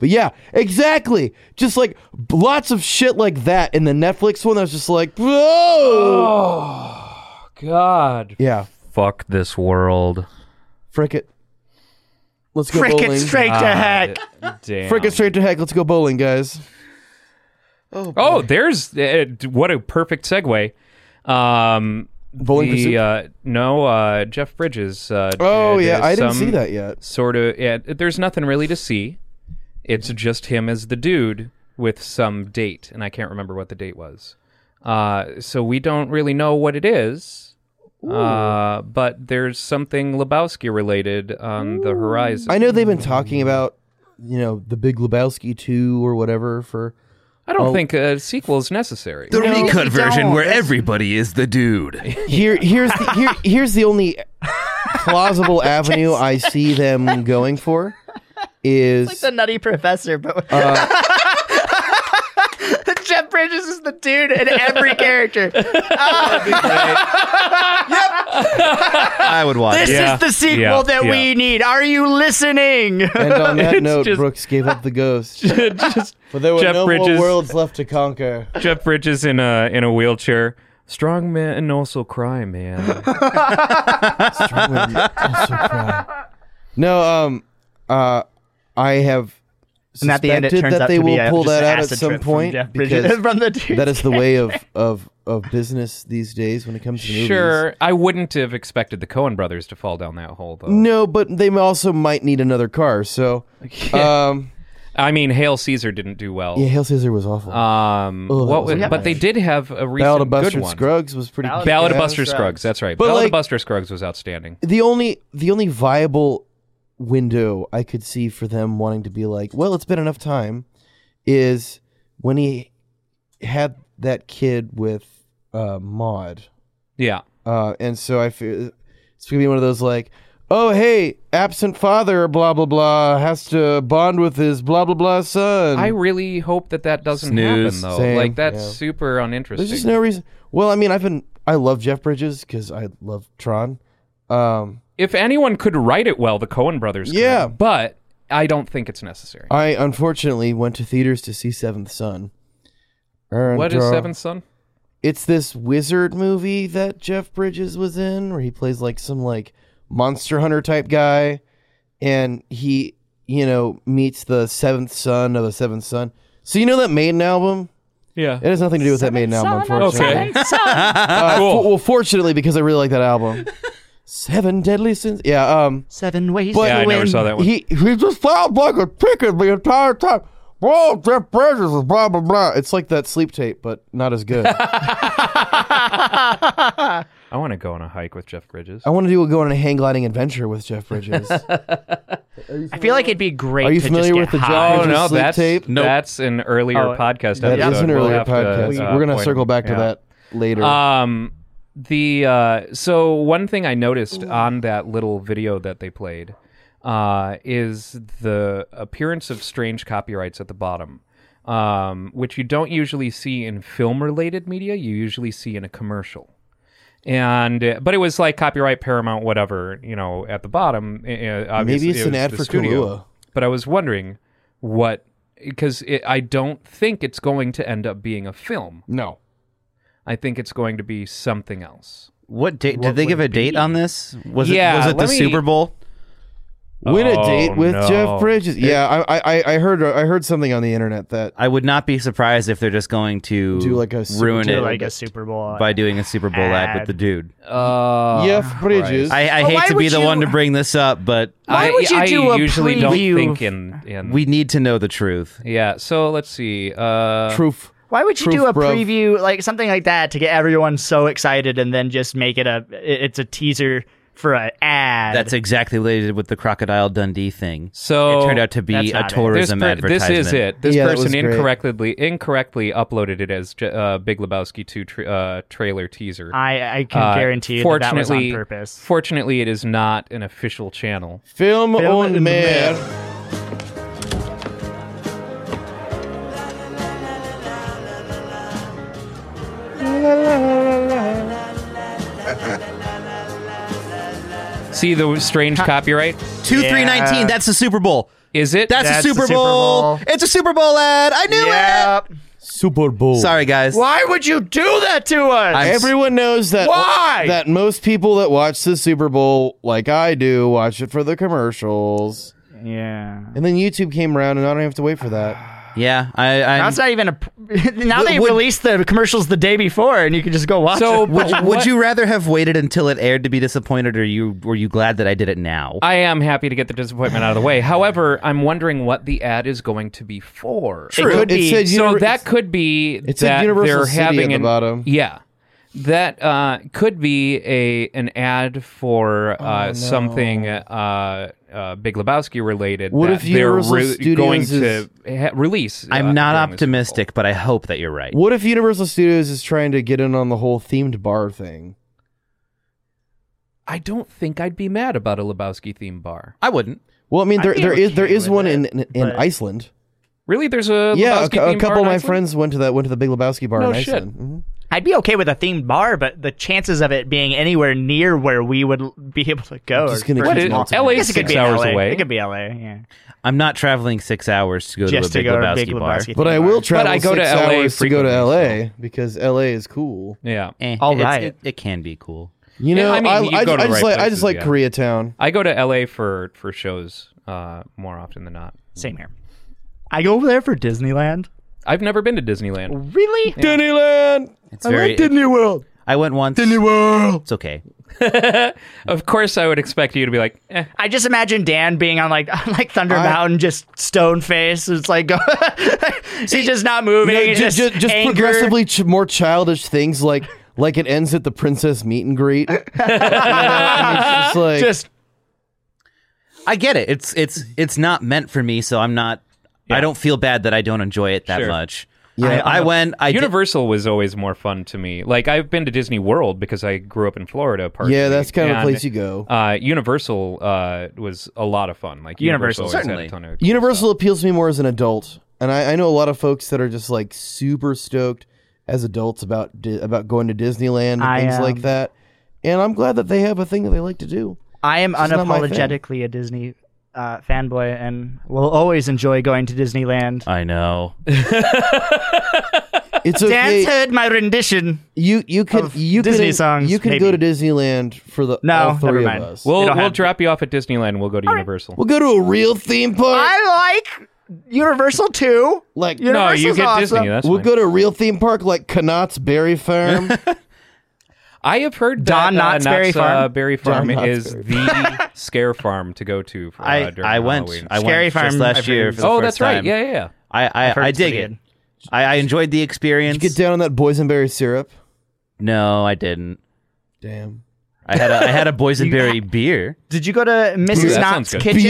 Speaker 5: But yeah, exactly. Just like b- lots of shit like that in the Netflix one. That was just like, whoa.
Speaker 4: Oh, God.
Speaker 5: Yeah,
Speaker 4: Fuck this world.
Speaker 5: frick it. Let's go
Speaker 6: Frick
Speaker 5: bowling.
Speaker 6: it straight to heck.
Speaker 4: Ah, Damn.
Speaker 5: Frick it straight to heck. Let's go bowling, guys.
Speaker 4: Oh, there's uh, d- what a perfect segue. Um,
Speaker 5: Bowling
Speaker 4: the,
Speaker 5: pursuit.
Speaker 4: Uh, no, uh, Jeff Bridges. Uh,
Speaker 5: oh
Speaker 4: did,
Speaker 5: yeah,
Speaker 4: uh,
Speaker 5: I didn't see
Speaker 4: some
Speaker 5: that yet.
Speaker 4: Sort of. Yeah, there's nothing really to see. It's just him as the dude with some date, and I can't remember what the date was. Uh, so we don't really know what it is. Uh, but there's something Lebowski related on the horizon.
Speaker 5: I know they've been talking about, you know, the Big Lebowski two or whatever for.
Speaker 4: I
Speaker 5: Oh.
Speaker 4: don't think a sequel is necessary.
Speaker 7: The
Speaker 6: No,
Speaker 7: recut
Speaker 6: you
Speaker 7: version
Speaker 6: don't.
Speaker 7: where
Speaker 6: That's-
Speaker 7: everybody is the dude.
Speaker 5: Here, here's the, here, here's the only plausible avenue I see them going for is
Speaker 6: Like the nutty professor, but
Speaker 5: Uh,
Speaker 6: Jeff Bridges is the dude in every character.
Speaker 7: I would watch.
Speaker 6: This
Speaker 7: it.
Speaker 4: Yeah,
Speaker 6: is the sequel
Speaker 4: yeah,
Speaker 6: that
Speaker 4: yeah.
Speaker 6: we need. Are you listening?
Speaker 5: And on that note,
Speaker 4: just-
Speaker 5: Brooks gave up the ghost. but there were
Speaker 4: Jeff
Speaker 5: no
Speaker 4: Bridges-
Speaker 5: more worlds left to conquer.
Speaker 4: Jeff Bridges in a in a wheelchair. Strong men also cry, man.
Speaker 5: No, um, uh, I have
Speaker 6: and at the end, it
Speaker 5: suspected
Speaker 6: turns
Speaker 5: that
Speaker 6: out
Speaker 5: they
Speaker 6: to
Speaker 5: will
Speaker 6: be a,
Speaker 5: pull
Speaker 6: just
Speaker 5: that
Speaker 6: an
Speaker 5: out at
Speaker 6: acid
Speaker 5: some
Speaker 6: trip
Speaker 5: point
Speaker 6: From Jeff Bridges
Speaker 5: because
Speaker 6: from the dude.
Speaker 5: that is the way of of of business these days when it comes to movies.
Speaker 4: sure, I wouldn't have expected the Cohen brothers to fall down that hole, though.
Speaker 5: No, but they also might need another car. So, um,
Speaker 4: I mean, Hail Caesar didn't do well.
Speaker 5: yeah, Hail Caesar was awful.
Speaker 4: Um,
Speaker 5: Oh, that
Speaker 4: what
Speaker 5: was
Speaker 4: was-
Speaker 5: a
Speaker 4: but they
Speaker 5: bad-
Speaker 4: did have a recent
Speaker 5: Ballad of Buster
Speaker 4: good one.
Speaker 5: Scruggs was pretty.
Speaker 6: Ballad of
Speaker 4: Ballad of
Speaker 5: kick-ass.
Speaker 4: Buster Scruggs. That's right.
Speaker 5: But,
Speaker 4: Ballad
Speaker 5: like-
Speaker 4: of Buster Scruggs was outstanding.
Speaker 5: the only the only viable window I could see for them wanting to be like, well, it's been enough time, is when he had that kid with uh, Maud,
Speaker 4: Yeah.
Speaker 5: uh, and so I feel it's gonna be one of those like, oh hey, absent father, blah blah blah, has to bond with his blah blah blah son.
Speaker 4: I really hope that that doesn't
Speaker 7: Snooze.
Speaker 4: happen, though.
Speaker 5: Um, Same,
Speaker 4: Like, that's
Speaker 5: yeah.
Speaker 4: super uninteresting.
Speaker 5: There's just no reason. Well, I mean, I've been I love Jeff Bridges because I love Tron. Um,
Speaker 4: if anyone could write it well, the Cohen brothers could.
Speaker 5: Yeah.
Speaker 4: But I don't think it's necessary.
Speaker 5: I unfortunately went to theaters to see Seventh Son. And,
Speaker 4: what is
Speaker 5: uh,
Speaker 4: Seventh Son?
Speaker 5: It's this wizard movie that Jeff Bridges was in, where he plays like some like monster hunter type guy, and he you know meets the seventh son of the seventh son. So you know that Maiden album?
Speaker 4: Yeah.
Speaker 5: It has nothing to do with that Maiden album, unfortunately.
Speaker 4: Okay.
Speaker 5: Uh,
Speaker 4: Cool.
Speaker 5: f- well, fortunately, because I really like that album. Seven Deadly Sins. Yeah. Um.
Speaker 6: Seven ways
Speaker 5: But-
Speaker 6: to
Speaker 4: Yeah, I never
Speaker 6: win.
Speaker 4: saw that one.
Speaker 5: He he just sounds like a chicken the entire time. Bro, Jeff Bridges is blah blah blah. It's like that sleep tape, but not as good. I
Speaker 4: I want to go on a hike with Jeff Bridges.
Speaker 5: want to do a go on a hang gliding adventure with Jeff Bridges.
Speaker 6: I feel like it'd be great.
Speaker 5: Are you
Speaker 6: to
Speaker 5: familiar
Speaker 6: just
Speaker 5: with
Speaker 6: get
Speaker 5: the
Speaker 6: high.
Speaker 4: Oh
Speaker 5: Just
Speaker 4: no,
Speaker 5: sleep
Speaker 4: that's
Speaker 5: tape?
Speaker 7: Nope.
Speaker 4: that's an earlier
Speaker 6: Oh,
Speaker 4: podcast.
Speaker 5: That
Speaker 4: episode.
Speaker 5: is an
Speaker 4: We'll
Speaker 5: earlier
Speaker 4: have to,
Speaker 5: podcast.
Speaker 4: uh,
Speaker 5: We're gonna
Speaker 4: point
Speaker 5: circle
Speaker 4: him.
Speaker 5: back to
Speaker 4: Yeah.
Speaker 5: that later.
Speaker 4: Um, the uh, so one thing I noticed on that little video that they played uh, is the appearance of strange copyrights at the bottom, um, which you don't usually see in film-related media. You usually see in a commercial. And uh, but it was like copyright Paramount whatever you know at the bottom. uh, Uh, obviously
Speaker 5: Maybe it's
Speaker 4: it
Speaker 5: an
Speaker 4: was
Speaker 5: ad
Speaker 4: the
Speaker 5: for
Speaker 4: studio.
Speaker 5: Kahlua.
Speaker 4: But I was wondering what because it, I don't think it's going to end up being a film.
Speaker 5: No.
Speaker 4: I think it's going to be something else.
Speaker 7: What date? Did they give a date on this? Was
Speaker 4: Yeah,
Speaker 7: it was it the
Speaker 4: let me-
Speaker 7: Super Bowl?
Speaker 5: Win a
Speaker 4: Oh,
Speaker 5: date with
Speaker 4: no.
Speaker 5: Jeff Bridges. Yeah, I, I I heard I heard something on the internet that
Speaker 7: I would not be surprised if they're just going to
Speaker 5: Do like a Super
Speaker 7: ruin
Speaker 6: Do
Speaker 7: it
Speaker 6: like a Super Bowl.
Speaker 7: by doing a Super Bowl ad with the dude.
Speaker 4: Uh,
Speaker 5: Jeff Bridges.
Speaker 7: I, I
Speaker 6: But why
Speaker 7: hate to be
Speaker 6: would
Speaker 7: the one
Speaker 6: you-
Speaker 7: to bring this up, but
Speaker 4: I,
Speaker 6: Why would you
Speaker 4: I
Speaker 6: do a
Speaker 4: usually
Speaker 6: preview?
Speaker 4: don't think in, in
Speaker 7: we need to know the truth.
Speaker 4: yeah. So let's see. Uh,
Speaker 5: Proof.
Speaker 6: Why would you
Speaker 5: Proof,
Speaker 6: do a
Speaker 5: bruv.
Speaker 6: preview like something like that to get everyone so excited and then just make it a it- it's a teaser for an ad?
Speaker 7: That's exactly what they did with the Crocodile Dundee thing.
Speaker 4: so
Speaker 7: it turned out to be
Speaker 6: that's
Speaker 7: a
Speaker 6: not it.
Speaker 4: this,
Speaker 7: tourism
Speaker 4: per- this
Speaker 7: advertisement.
Speaker 4: is it. This
Speaker 5: Yeah, that
Speaker 4: person
Speaker 5: was great.
Speaker 4: incorrectly incorrectly uploaded it as uh, Big Lebowski two tra- uh, trailer teaser.
Speaker 6: I I can
Speaker 4: Uh,
Speaker 6: guarantee you that, that was on purpose.
Speaker 4: Fortunately, it is not an official channel.
Speaker 5: Film,
Speaker 6: in
Speaker 5: on
Speaker 6: the
Speaker 5: Mare.
Speaker 4: See the strange copyright?
Speaker 7: Two three nineteen. That's the Super Bowl.
Speaker 4: Is it?
Speaker 7: That's,
Speaker 6: That's
Speaker 7: a
Speaker 6: the
Speaker 7: Super,
Speaker 6: Super
Speaker 7: Bowl.
Speaker 6: Bowl.
Speaker 7: It's a Super Bowl ad. I knew
Speaker 6: Yeah.
Speaker 5: Super Bowl.
Speaker 7: it. Sorry, guys.
Speaker 6: Why would you do that to us?
Speaker 7: I'm s-
Speaker 5: Everyone knows that
Speaker 6: Why?
Speaker 5: that most people that watch the Super Bowl, like I do, watch it for the commercials.
Speaker 6: yeah.
Speaker 5: And then YouTube came around, and I don't have to wait for that.
Speaker 7: yeah, I.
Speaker 6: Now
Speaker 7: i
Speaker 6: it's not even a. pr- Now they
Speaker 7: would-
Speaker 6: released the commercials the day before, and you can just go watch.
Speaker 4: So
Speaker 6: it.
Speaker 4: but
Speaker 7: would,
Speaker 4: what-
Speaker 7: would you rather have waited until it aired to be disappointed, or you were you glad that I did it now?
Speaker 4: I am happy to get the disappointment out of the way. However, I'm wondering what the ad is going to be for.
Speaker 6: it could
Speaker 5: it
Speaker 6: be.
Speaker 5: said
Speaker 4: so
Speaker 5: univer-
Speaker 4: that could be
Speaker 5: It said
Speaker 4: that
Speaker 5: Universal
Speaker 4: they're
Speaker 5: City
Speaker 4: having
Speaker 5: at the
Speaker 4: an,
Speaker 5: bottom.
Speaker 4: Yeah, that uh, could be a an ad for
Speaker 5: Oh,
Speaker 4: uh, something uh, uh, Big Lebowski related.
Speaker 5: What
Speaker 4: that
Speaker 5: if
Speaker 4: they're
Speaker 5: Universal Studios
Speaker 4: going
Speaker 5: is-
Speaker 4: to ha- release? uh, during the Super
Speaker 7: I'm not
Speaker 4: Bowl.
Speaker 7: optimistic, but I hope that you're right.
Speaker 5: What if Universal Studios is trying to get in on the whole themed bar thing?
Speaker 4: I don't think I'd be mad about a Lebowski theme bar.
Speaker 7: I wouldn't.
Speaker 5: Well, I mean,
Speaker 6: I'd
Speaker 5: there
Speaker 6: be
Speaker 5: there is there
Speaker 6: okay
Speaker 5: is
Speaker 6: with
Speaker 5: one
Speaker 6: it,
Speaker 5: in in, in
Speaker 6: but-
Speaker 5: Iceland.
Speaker 4: Really, there's a
Speaker 5: Yeah, a,
Speaker 4: Lebowski
Speaker 5: cou- a
Speaker 4: theme bar
Speaker 5: couple
Speaker 4: in
Speaker 5: of my
Speaker 4: Iceland?
Speaker 5: friends went to that went to the Big Lebowski bar
Speaker 4: No
Speaker 5: in
Speaker 4: shit.
Speaker 5: Iceland. Mhm.
Speaker 6: I'd be okay with a themed bar, but the chances of it being anywhere near where we would l- be able to go.
Speaker 5: I'm just gonna
Speaker 6: are
Speaker 5: keep
Speaker 4: What
Speaker 5: It's
Speaker 4: is
Speaker 5: not to
Speaker 4: LA?
Speaker 6: I
Speaker 4: Is
Speaker 6: guess it could
Speaker 4: six
Speaker 6: be
Speaker 4: hours
Speaker 6: LA.
Speaker 4: away.
Speaker 6: It could be LA. Yeah.
Speaker 7: I'm not traveling six hours to go
Speaker 6: Just
Speaker 7: to a
Speaker 6: to go
Speaker 7: Big
Speaker 6: to a
Speaker 7: Lebowski
Speaker 6: Big
Speaker 7: bar.
Speaker 6: Lebowski.
Speaker 5: But I will travel
Speaker 4: I go to
Speaker 5: six
Speaker 4: LA
Speaker 5: hours to go to
Speaker 4: frequently,
Speaker 5: LA because LA is cool.
Speaker 4: yeah.
Speaker 7: Eh,
Speaker 6: All
Speaker 7: it's-
Speaker 6: right.
Speaker 7: It, it can be cool.
Speaker 5: You
Speaker 4: Yeah,
Speaker 5: know,
Speaker 4: I mean,
Speaker 5: I,
Speaker 4: you
Speaker 5: I,
Speaker 4: go to
Speaker 5: I
Speaker 4: the
Speaker 5: just
Speaker 4: right
Speaker 5: like I
Speaker 4: places,
Speaker 5: just like
Speaker 4: yeah.
Speaker 5: Koreatown.
Speaker 4: I go to LA for for shows uh, more often than not.
Speaker 6: Same here. I go over there for Disneyland.
Speaker 4: I've never been to Disneyland.
Speaker 6: Really?
Speaker 5: Disneyland.
Speaker 7: It's very.
Speaker 5: Disney World.
Speaker 7: I went once. Disney World. It's okay.
Speaker 4: Of course, I would expect you to be like, eh,
Speaker 6: I just imagine Dan being on like on like Thunder
Speaker 5: I-
Speaker 6: Mountain, just stone face. It's like he's just not moving.
Speaker 5: No, ju-
Speaker 6: he's
Speaker 5: ju-
Speaker 6: just,
Speaker 5: just
Speaker 6: anger.
Speaker 5: progressively ch- more childish things like like it ends at the princess meet and greet. You know, and it's just like
Speaker 6: just
Speaker 7: I get it. It's it's it's not meant for me, so I'm not. I don't feel bad that I don't enjoy it that
Speaker 4: Sure.
Speaker 7: much. Yeah, I, I went. I did-
Speaker 4: Universal was always more fun to me. Like I've been to Disney World because I grew up in Florida. Partially,
Speaker 5: yeah, that's kind of a
Speaker 4: and,
Speaker 5: place you go.
Speaker 4: Uh, Universal uh, was a lot of fun. Like Universal,
Speaker 6: Universal,
Speaker 4: always had
Speaker 7: certainly.
Speaker 4: a ton of cool
Speaker 5: Universal appeals to me more as an adult, and I, I know a lot of folks that are just like super stoked as adults about di- about going to Disneyland and
Speaker 6: I,
Speaker 5: things like
Speaker 6: um,
Speaker 5: that. And I'm glad that they have a thing that they like to do.
Speaker 6: I am
Speaker 5: just not my thing.
Speaker 6: unapologetically a Disney uh, fanboy and will always enjoy going to Disneyland.
Speaker 7: I know.
Speaker 5: It's
Speaker 6: Dan's
Speaker 5: okay.
Speaker 6: heard my rendition.
Speaker 5: you you can
Speaker 6: of
Speaker 5: you
Speaker 6: Disney
Speaker 5: can
Speaker 6: songs,
Speaker 5: you can go to
Speaker 6: maybe.
Speaker 5: Disneyland for the
Speaker 6: No,
Speaker 5: all three
Speaker 6: never
Speaker 5: of
Speaker 6: mind.
Speaker 5: us.
Speaker 4: We'll
Speaker 6: They don't
Speaker 4: we'll
Speaker 6: have-
Speaker 4: drop you off at Disneyland. We'll go to Universal.
Speaker 5: we'll go to a real theme park.
Speaker 6: I like Universal too.
Speaker 5: like
Speaker 6: You're-
Speaker 4: no, you
Speaker 6: Universal's
Speaker 4: get
Speaker 6: awesome.
Speaker 4: Disney. That's
Speaker 5: we'll
Speaker 4: fine.
Speaker 5: go to a real theme park like Knott's Berry Farm.
Speaker 4: I have heard
Speaker 6: Don
Speaker 4: that
Speaker 6: Knotts
Speaker 4: uh,
Speaker 6: Berry
Speaker 4: Knott's, uh,
Speaker 6: Farm?
Speaker 4: Berry Farm
Speaker 5: Knott's
Speaker 4: is the scare farm to go to. For, uh,
Speaker 7: I
Speaker 4: during
Speaker 7: I went.
Speaker 4: Halloween.
Speaker 7: I
Speaker 6: Scary
Speaker 7: went
Speaker 6: Farm,
Speaker 7: just last
Speaker 6: I've
Speaker 7: year.
Speaker 6: heard.
Speaker 7: For the
Speaker 4: oh,
Speaker 7: first
Speaker 4: that's right.
Speaker 7: time.
Speaker 4: Yeah, yeah, yeah.
Speaker 7: I
Speaker 6: heard
Speaker 7: I, I
Speaker 6: it's
Speaker 7: dig
Speaker 6: pretty
Speaker 7: it.
Speaker 6: good.
Speaker 7: I, I enjoyed the experience.
Speaker 5: Get down on that boysenberry syrup.
Speaker 7: no, I didn't.
Speaker 5: Damn.
Speaker 7: I had a, I had a boysenberry beer.
Speaker 6: Did you go to Mrs.
Speaker 4: that sounds
Speaker 6: Knott's
Speaker 4: good.
Speaker 6: kitchen?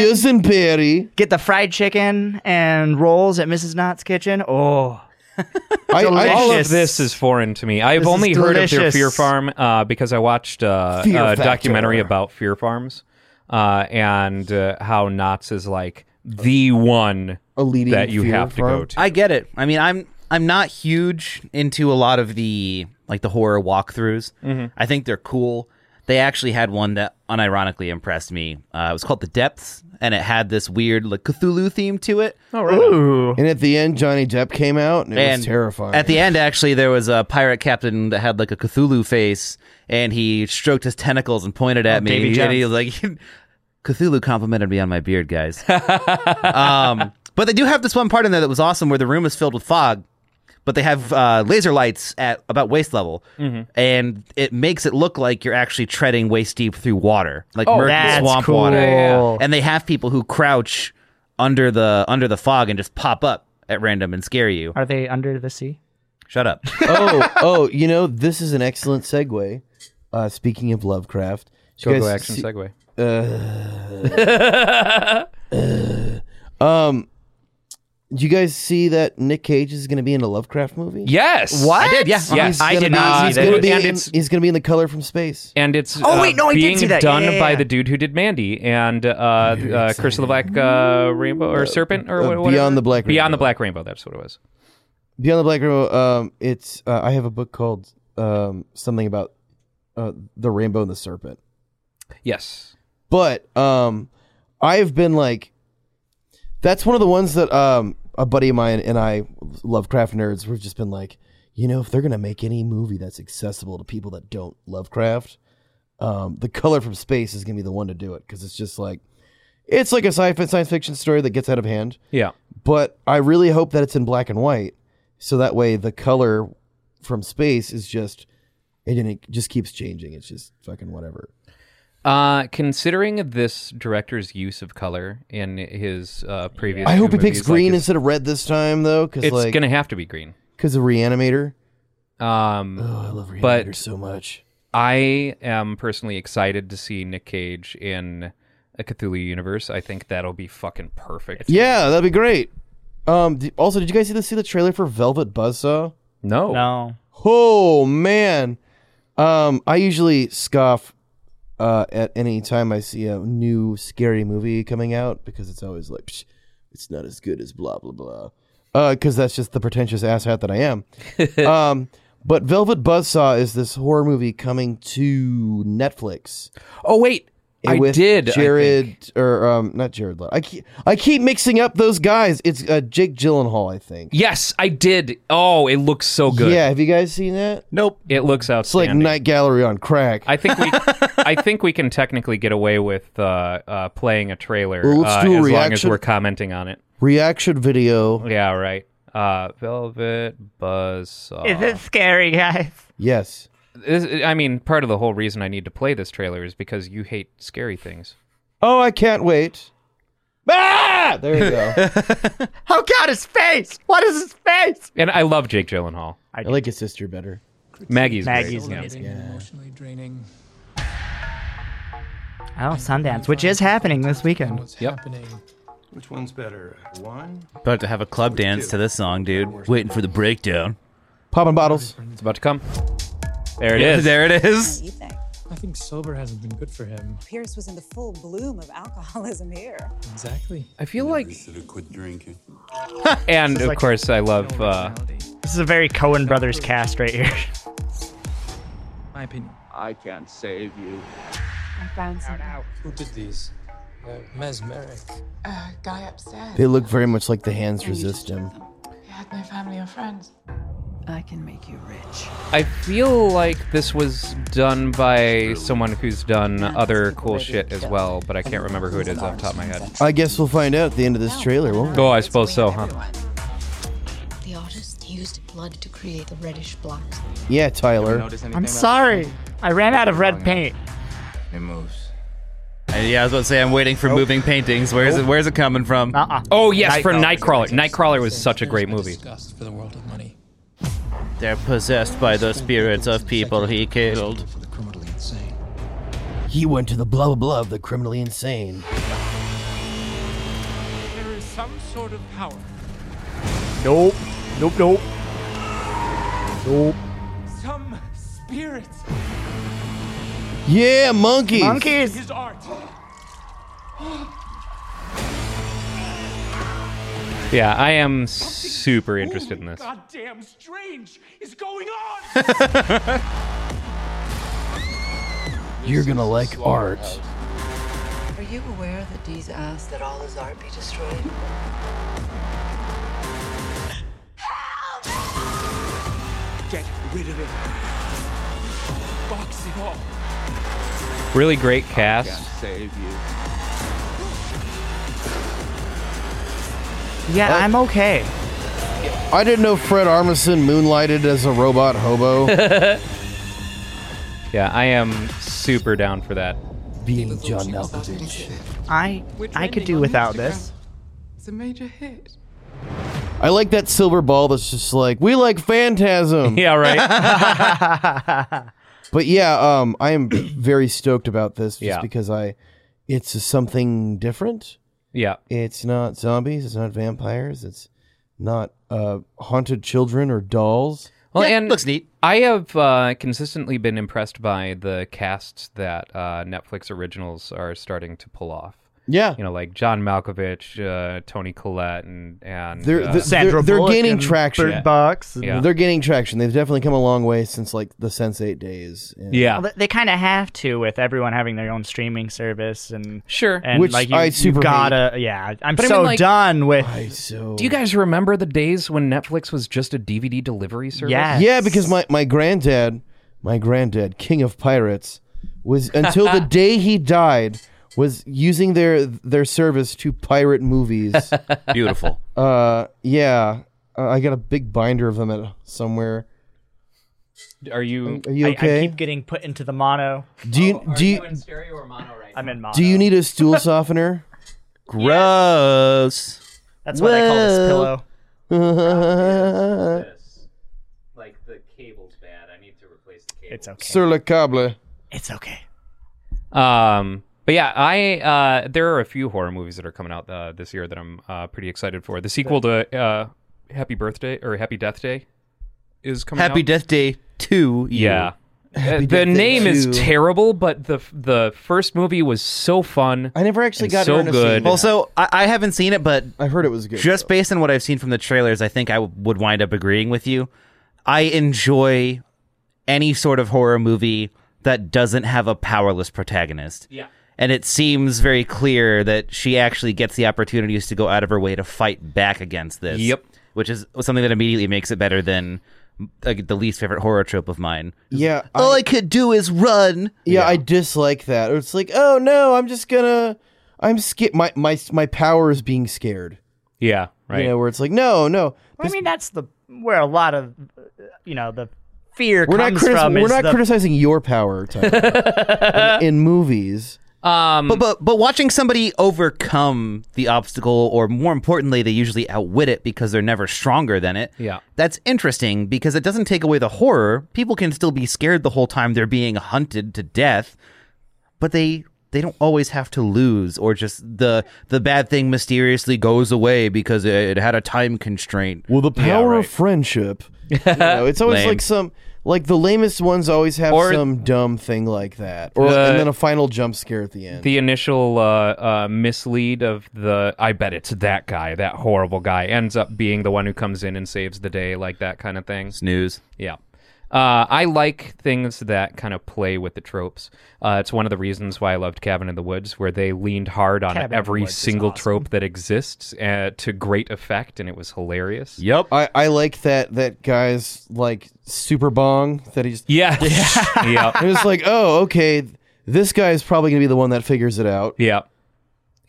Speaker 5: Boysenberry.
Speaker 6: Get the fried chicken and rolls at Mrs. Knott's kitchen. Oh,
Speaker 5: I, I,
Speaker 4: All
Speaker 5: all
Speaker 4: of this is foreign to me. I've
Speaker 6: This is
Speaker 4: only heard of their
Speaker 6: delicious.
Speaker 4: Fear Farm uh, because I watched uh,
Speaker 5: Fear
Speaker 4: a
Speaker 5: Factor.
Speaker 4: documentary about Fear Farms uh, and uh, how Knott's is like the one
Speaker 5: A leading
Speaker 4: that you
Speaker 5: Fear
Speaker 4: have to
Speaker 5: Farm?
Speaker 4: go to.
Speaker 7: I get it. I mean, I'm I'm not huge into a lot of the like the horror walkthroughs. I think they're cool. They actually had one that unironically impressed me. Uh, it was called The Depths, and it had this weird like Cthulhu theme to it.
Speaker 6: Ooh.
Speaker 5: And at the end, Johnny Depp came out, and it
Speaker 7: and
Speaker 5: was terrifying.
Speaker 7: At the end, actually, there was a pirate captain that had like a Cthulhu face, and he stroked his tentacles and pointed at me.
Speaker 6: Oh, Davy
Speaker 7: and he
Speaker 6: Jones.
Speaker 7: was like, "Cthulhu complimented me on my beard, guys." um, but they do have this one part in there that was awesome, where the room is filled with fog, but they have uh, laser lights at about waist level,
Speaker 6: Mm-hmm.
Speaker 7: and it makes it look like you're actually treading waist deep through water, like murky
Speaker 6: Oh, that's
Speaker 7: swamp
Speaker 6: cool.
Speaker 7: water.
Speaker 6: Yeah.
Speaker 7: And they have people who crouch under the under the fog and just pop up at random and scare you.
Speaker 6: Are they under the sea?
Speaker 7: Shut up.
Speaker 5: oh, oh, you know, this is an excellent segue. Uh, speaking of Lovecraft, you
Speaker 4: Go
Speaker 5: guys
Speaker 4: go action
Speaker 5: see-
Speaker 4: segue.
Speaker 5: um, do you guys see that Nick Cage is going to be in a Lovecraft movie?
Speaker 4: Yes.
Speaker 7: I did, yeah.
Speaker 4: Yeah.
Speaker 5: He's
Speaker 6: I
Speaker 5: gonna
Speaker 6: did
Speaker 5: be-
Speaker 6: not
Speaker 5: He's
Speaker 6: see
Speaker 5: going to
Speaker 6: that.
Speaker 5: be,
Speaker 4: And
Speaker 5: in-
Speaker 4: it's-
Speaker 5: he's gonna be in the Color from Space.
Speaker 4: and it's
Speaker 6: Oh,
Speaker 4: uh,
Speaker 6: wait, no, I did
Speaker 4: being
Speaker 6: see that.
Speaker 4: done
Speaker 6: Yeah, yeah,
Speaker 4: by
Speaker 6: yeah.
Speaker 4: the dude who did Mandy and uh, uh, Curse of the Black uh, Rainbow or Serpent or
Speaker 5: uh,
Speaker 4: what,
Speaker 5: Beyond
Speaker 4: whatever?
Speaker 5: the Black
Speaker 4: Beyond the
Speaker 5: Rainbow.
Speaker 4: Black Rainbow. That's what it was.
Speaker 5: Beyond the Black Rainbow. Um, it's uh, I have a book called um something about uh the rainbow and the serpent.
Speaker 4: Yes.
Speaker 5: But um, I've been like, that's one of the ones that um, a buddy of mine and I, Lovecraft nerds, we've just been like, you know, if they're gonna make any movie that's accessible to people that don't Lovecraft, um, the color from space is gonna be the one to do it because it's just like, it's like a sci-fi science fiction story that gets out of hand.
Speaker 4: Yeah.
Speaker 5: But I really hope that it's in black and white, so that way the color from space is just, and then it just keeps changing. It's just fucking whatever.
Speaker 4: Uh, considering this director's use of color in his uh, previous,
Speaker 5: I hope
Speaker 4: two
Speaker 5: he picks
Speaker 4: movies,
Speaker 5: green
Speaker 4: like, it's-
Speaker 5: instead of red this time, though, because
Speaker 4: It's
Speaker 5: like
Speaker 4: gonna have to be green.
Speaker 5: because of Reanimator.
Speaker 4: Um,
Speaker 5: Oh, I love Reanimator
Speaker 4: But-
Speaker 5: so much.
Speaker 4: I am personally excited to see Nick Cage in a Cthulhu universe. I think that'll be fucking perfect.
Speaker 5: Yeah, that'd be great. Um, d- also, did you guys see the see the trailer for Velvet Buzzsaw?
Speaker 4: No.
Speaker 6: No.
Speaker 5: Oh man, um, I usually scoff uh, at any time I see a new scary movie coming out because it's always like, Psh, it's not as good as blah blah blah, because that's just the pretentious asshat that I am. um, but Velvet Buzzsaw is this horror movie coming to Netflix.
Speaker 4: Oh wait, I
Speaker 5: with
Speaker 4: did. I
Speaker 5: Jared
Speaker 4: think.
Speaker 5: or um, not Jared. Leto. I keep I keep mixing up those guys. It's uh, Jake Gyllenhaal, I think.
Speaker 4: Yes, I did. Oh, it looks so good.
Speaker 5: Yeah, have you guys seen that?
Speaker 7: nope.
Speaker 4: It looks
Speaker 5: It's like
Speaker 4: outstanding.
Speaker 5: Night Gallery on crack.
Speaker 4: I think we, I think we can technically get away with uh, uh, playing a trailer
Speaker 5: Well, let's
Speaker 4: uh,
Speaker 5: do a
Speaker 4: as long as
Speaker 5: reaction.
Speaker 4: we're commenting on it.
Speaker 5: Reaction video.
Speaker 4: Yeah, right. Uh, Velvet Buzzsaw.
Speaker 6: scary, guys?
Speaker 5: Yes.
Speaker 4: This, I mean, part of the whole reason I need to play this trailer is because you hate scary things.
Speaker 5: Oh, I can't wait. Ah! There you go.
Speaker 6: Oh God, his face! What is his face?
Speaker 4: And I love Jake Gyllenhaal.
Speaker 5: I like his sister better.
Speaker 4: Maggie's great.
Speaker 6: Maggie's
Speaker 4: Yeah.
Speaker 6: amazing.
Speaker 8: emotionally draining.
Speaker 6: Oh, Sundance, which is happening this weekend.
Speaker 8: What's happening?
Speaker 9: Which one's better? One?
Speaker 7: About to have a club dance to this song, dude. Waiting for the breakdown.
Speaker 5: Popping bottles.
Speaker 4: It's about to come. There it is.
Speaker 7: There it is.
Speaker 10: you think?
Speaker 8: I think sober hasn't been good for him.
Speaker 10: Pierce was in the full bloom of alcoholism here.
Speaker 8: Exactly.
Speaker 4: I feel like,
Speaker 9: Should have quit drinking.
Speaker 4: and of
Speaker 6: like-
Speaker 4: course, I love. Uh,
Speaker 6: This is a very Cohen Brothers cast right here.
Speaker 8: My opinion.
Speaker 9: I can't save you.
Speaker 10: I found some
Speaker 8: Who did these? They're mesmeric.
Speaker 11: A guy upstairs.
Speaker 5: They look very much like the hands resist him.
Speaker 11: He had no family or friends. I can make you rich.
Speaker 4: I feel like this was done by someone who's done other cool shit as well, but I can't remember who it is off the top of my head.
Speaker 5: I guess we'll find out at the end of this trailer, won't we?
Speaker 4: Oh, I suppose so, huh?
Speaker 11: The artist used blood to create the reddish black.
Speaker 5: Yeah, Tyler.
Speaker 6: I'm sorry, I ran out of red paint.
Speaker 9: It moves.
Speaker 7: And Uh, yeah, I was about to say I'm waiting for moving paintings. Where's it? Where's it coming from?
Speaker 6: Uh-uh.
Speaker 4: Oh yes, from Nightcrawler. Nightcrawler was such a great movie.
Speaker 8: Disgust for the world of money.
Speaker 7: They're possessed by the spirits of people he killed.
Speaker 8: For the criminally insane.
Speaker 5: He went to the blah blah blah of the criminally insane.
Speaker 8: There is some sort of power.
Speaker 6: Nope, nope, nope.
Speaker 8: Some spirit.
Speaker 5: Yeah, monkeys.
Speaker 6: Monkeys.
Speaker 8: His art.
Speaker 4: Yeah, I am super interested in this.
Speaker 8: Goddamn strange is going on.
Speaker 5: You're gonna like art.
Speaker 12: Are you aware that Dee's asked that all his art be destroyed?
Speaker 8: Get rid of it. Box it off.
Speaker 4: Really great cast.
Speaker 9: Can't save you.
Speaker 6: Yeah, I'm okay.
Speaker 5: I didn't know Fred Armisen moonlighted as a robot hobo.
Speaker 4: Yeah, I am super down for that.
Speaker 5: Being John Malkovich.
Speaker 6: I I could do without this.
Speaker 8: It's a major hit.
Speaker 5: I like that silver ball that's just like, we like Phantasm.
Speaker 4: Yeah,
Speaker 6: right.
Speaker 5: But yeah, um, I am very stoked about this just
Speaker 4: Yeah.
Speaker 5: because I, it's something different.
Speaker 4: Yeah.
Speaker 5: It's not zombies. It's not vampires. It's not uh, haunted children or dolls.
Speaker 4: Well, and looks neat. I have uh, consistently been impressed by the casts that uh, Netflix originals are starting to pull off.
Speaker 5: Yeah,
Speaker 4: you know, like John Malkovich, uh, Tony Collette, and and
Speaker 5: They're
Speaker 4: uh,
Speaker 5: they're, they're, they're gaining traction.
Speaker 4: Yeah.
Speaker 5: They're gaining traction. They've definitely come a long way since like the Sense Eight days. And-
Speaker 6: Well, they- they kind of have to with everyone having their own streaming service and
Speaker 4: sure,
Speaker 6: and
Speaker 5: Which
Speaker 6: like you,
Speaker 5: I
Speaker 6: you
Speaker 5: super
Speaker 6: gotta yeah. I'm
Speaker 4: But I
Speaker 6: so
Speaker 4: mean, like-
Speaker 6: done with.
Speaker 5: Oh.
Speaker 4: Do you guys remember the days when Netflix was just a DVD delivery service?
Speaker 6: Yes.
Speaker 5: Yeah, because my, my granddad, my granddad, king of pirates, was until the day he died was using their their service to pirate movies.
Speaker 7: Beautiful.
Speaker 5: uh, yeah, uh, I got a big binder of them at somewhere.
Speaker 4: Are you
Speaker 5: Are you
Speaker 6: I- I,
Speaker 5: okay?
Speaker 6: keep getting put into the mono.
Speaker 5: Do you
Speaker 4: Oh,
Speaker 5: do you,
Speaker 6: I'm in mono.
Speaker 5: do you need a stool softener?
Speaker 7: Gross.
Speaker 6: That's why they call this pillow.
Speaker 4: Like the cable's bad. I need to replace the cable.
Speaker 6: It's okay.
Speaker 5: Sur le câble.
Speaker 6: It's okay.
Speaker 4: Um, but yeah, I uh, there are a few horror movies that are coming out uh, this year that I'm uh, pretty excited for. The sequel to uh, Happy Birthday or Happy Death Day is coming.
Speaker 7: Happy
Speaker 4: out.
Speaker 7: Death Day to you.
Speaker 4: Yeah. Uh, the
Speaker 5: Death Day
Speaker 4: name is
Speaker 5: 2.
Speaker 4: terrible, but the the first movie was so fun.
Speaker 5: I never actually
Speaker 4: and
Speaker 5: got
Speaker 4: so
Speaker 5: around to seeing
Speaker 4: good.
Speaker 5: that.
Speaker 7: Also, I, I haven't seen it, but
Speaker 5: I heard it was good.
Speaker 7: just based on what I've seen from the trailers, I think I w- would wind up agreeing with you. I enjoy any sort of horror movie that doesn't have a powerless protagonist. Yeah. And it seems very clear that she actually gets the opportunities to go out of her way to fight back against this.
Speaker 4: Yep.
Speaker 7: Which is something that immediately makes it better than like, the least favorite horror trope of mine.
Speaker 5: yeah, I-
Speaker 7: All I could do is run.
Speaker 5: Yeah, I dislike that. It's like, oh no, I'm just gonna, I'm scared. My my my power is being scared.
Speaker 4: yeah, right.
Speaker 5: You know, where it's like, no, no,
Speaker 6: I mean, that's the where a lot of uh, you know the fear
Speaker 5: we're not
Speaker 6: comes
Speaker 5: criti-
Speaker 6: from.
Speaker 5: we're
Speaker 6: is
Speaker 5: not
Speaker 6: the-
Speaker 5: criticizing your power Tyler, in, in movies.
Speaker 4: um,
Speaker 7: But, but but watching somebody overcome the obstacle, or more importantly, they usually outwit it because they're never stronger than it.
Speaker 4: Yeah.
Speaker 7: that's interesting because it doesn't take away the horror. People can still be scared the whole time they're being hunted to death, but they they don't always have to lose, or just the the bad thing mysteriously goes away because it, it had a time constraint.
Speaker 5: Well, the
Speaker 4: Yeah,
Speaker 5: power
Speaker 4: right.
Speaker 5: of friendship. You know, it's always
Speaker 7: Lame.
Speaker 5: like some like the lamest ones always have
Speaker 4: Or-
Speaker 5: some dumb thing like that, or
Speaker 4: The-
Speaker 5: and then a final jump scare at the end.
Speaker 4: the initial uh, uh, mislead of the I bet it's that guy, that horrible guy, ends up being the one who comes in and saves the day, like that kind of thing.
Speaker 7: Snooze.
Speaker 4: Yeah. Uh, I like things that kind of play with the tropes. Uh, it's one of the reasons why I loved Cabin in the Woods, where they leaned hard on
Speaker 6: Cabin in the
Speaker 4: every
Speaker 6: Woods is
Speaker 4: single
Speaker 6: awesome.
Speaker 4: trope that exists uh, to great effect, and it was hilarious.
Speaker 7: Yep.
Speaker 5: I, I like that that guy's like super bong that he just
Speaker 4: Yeah. yeah.
Speaker 5: it was like oh okay this guy is probably gonna be the one that figures it out
Speaker 4: Yeah.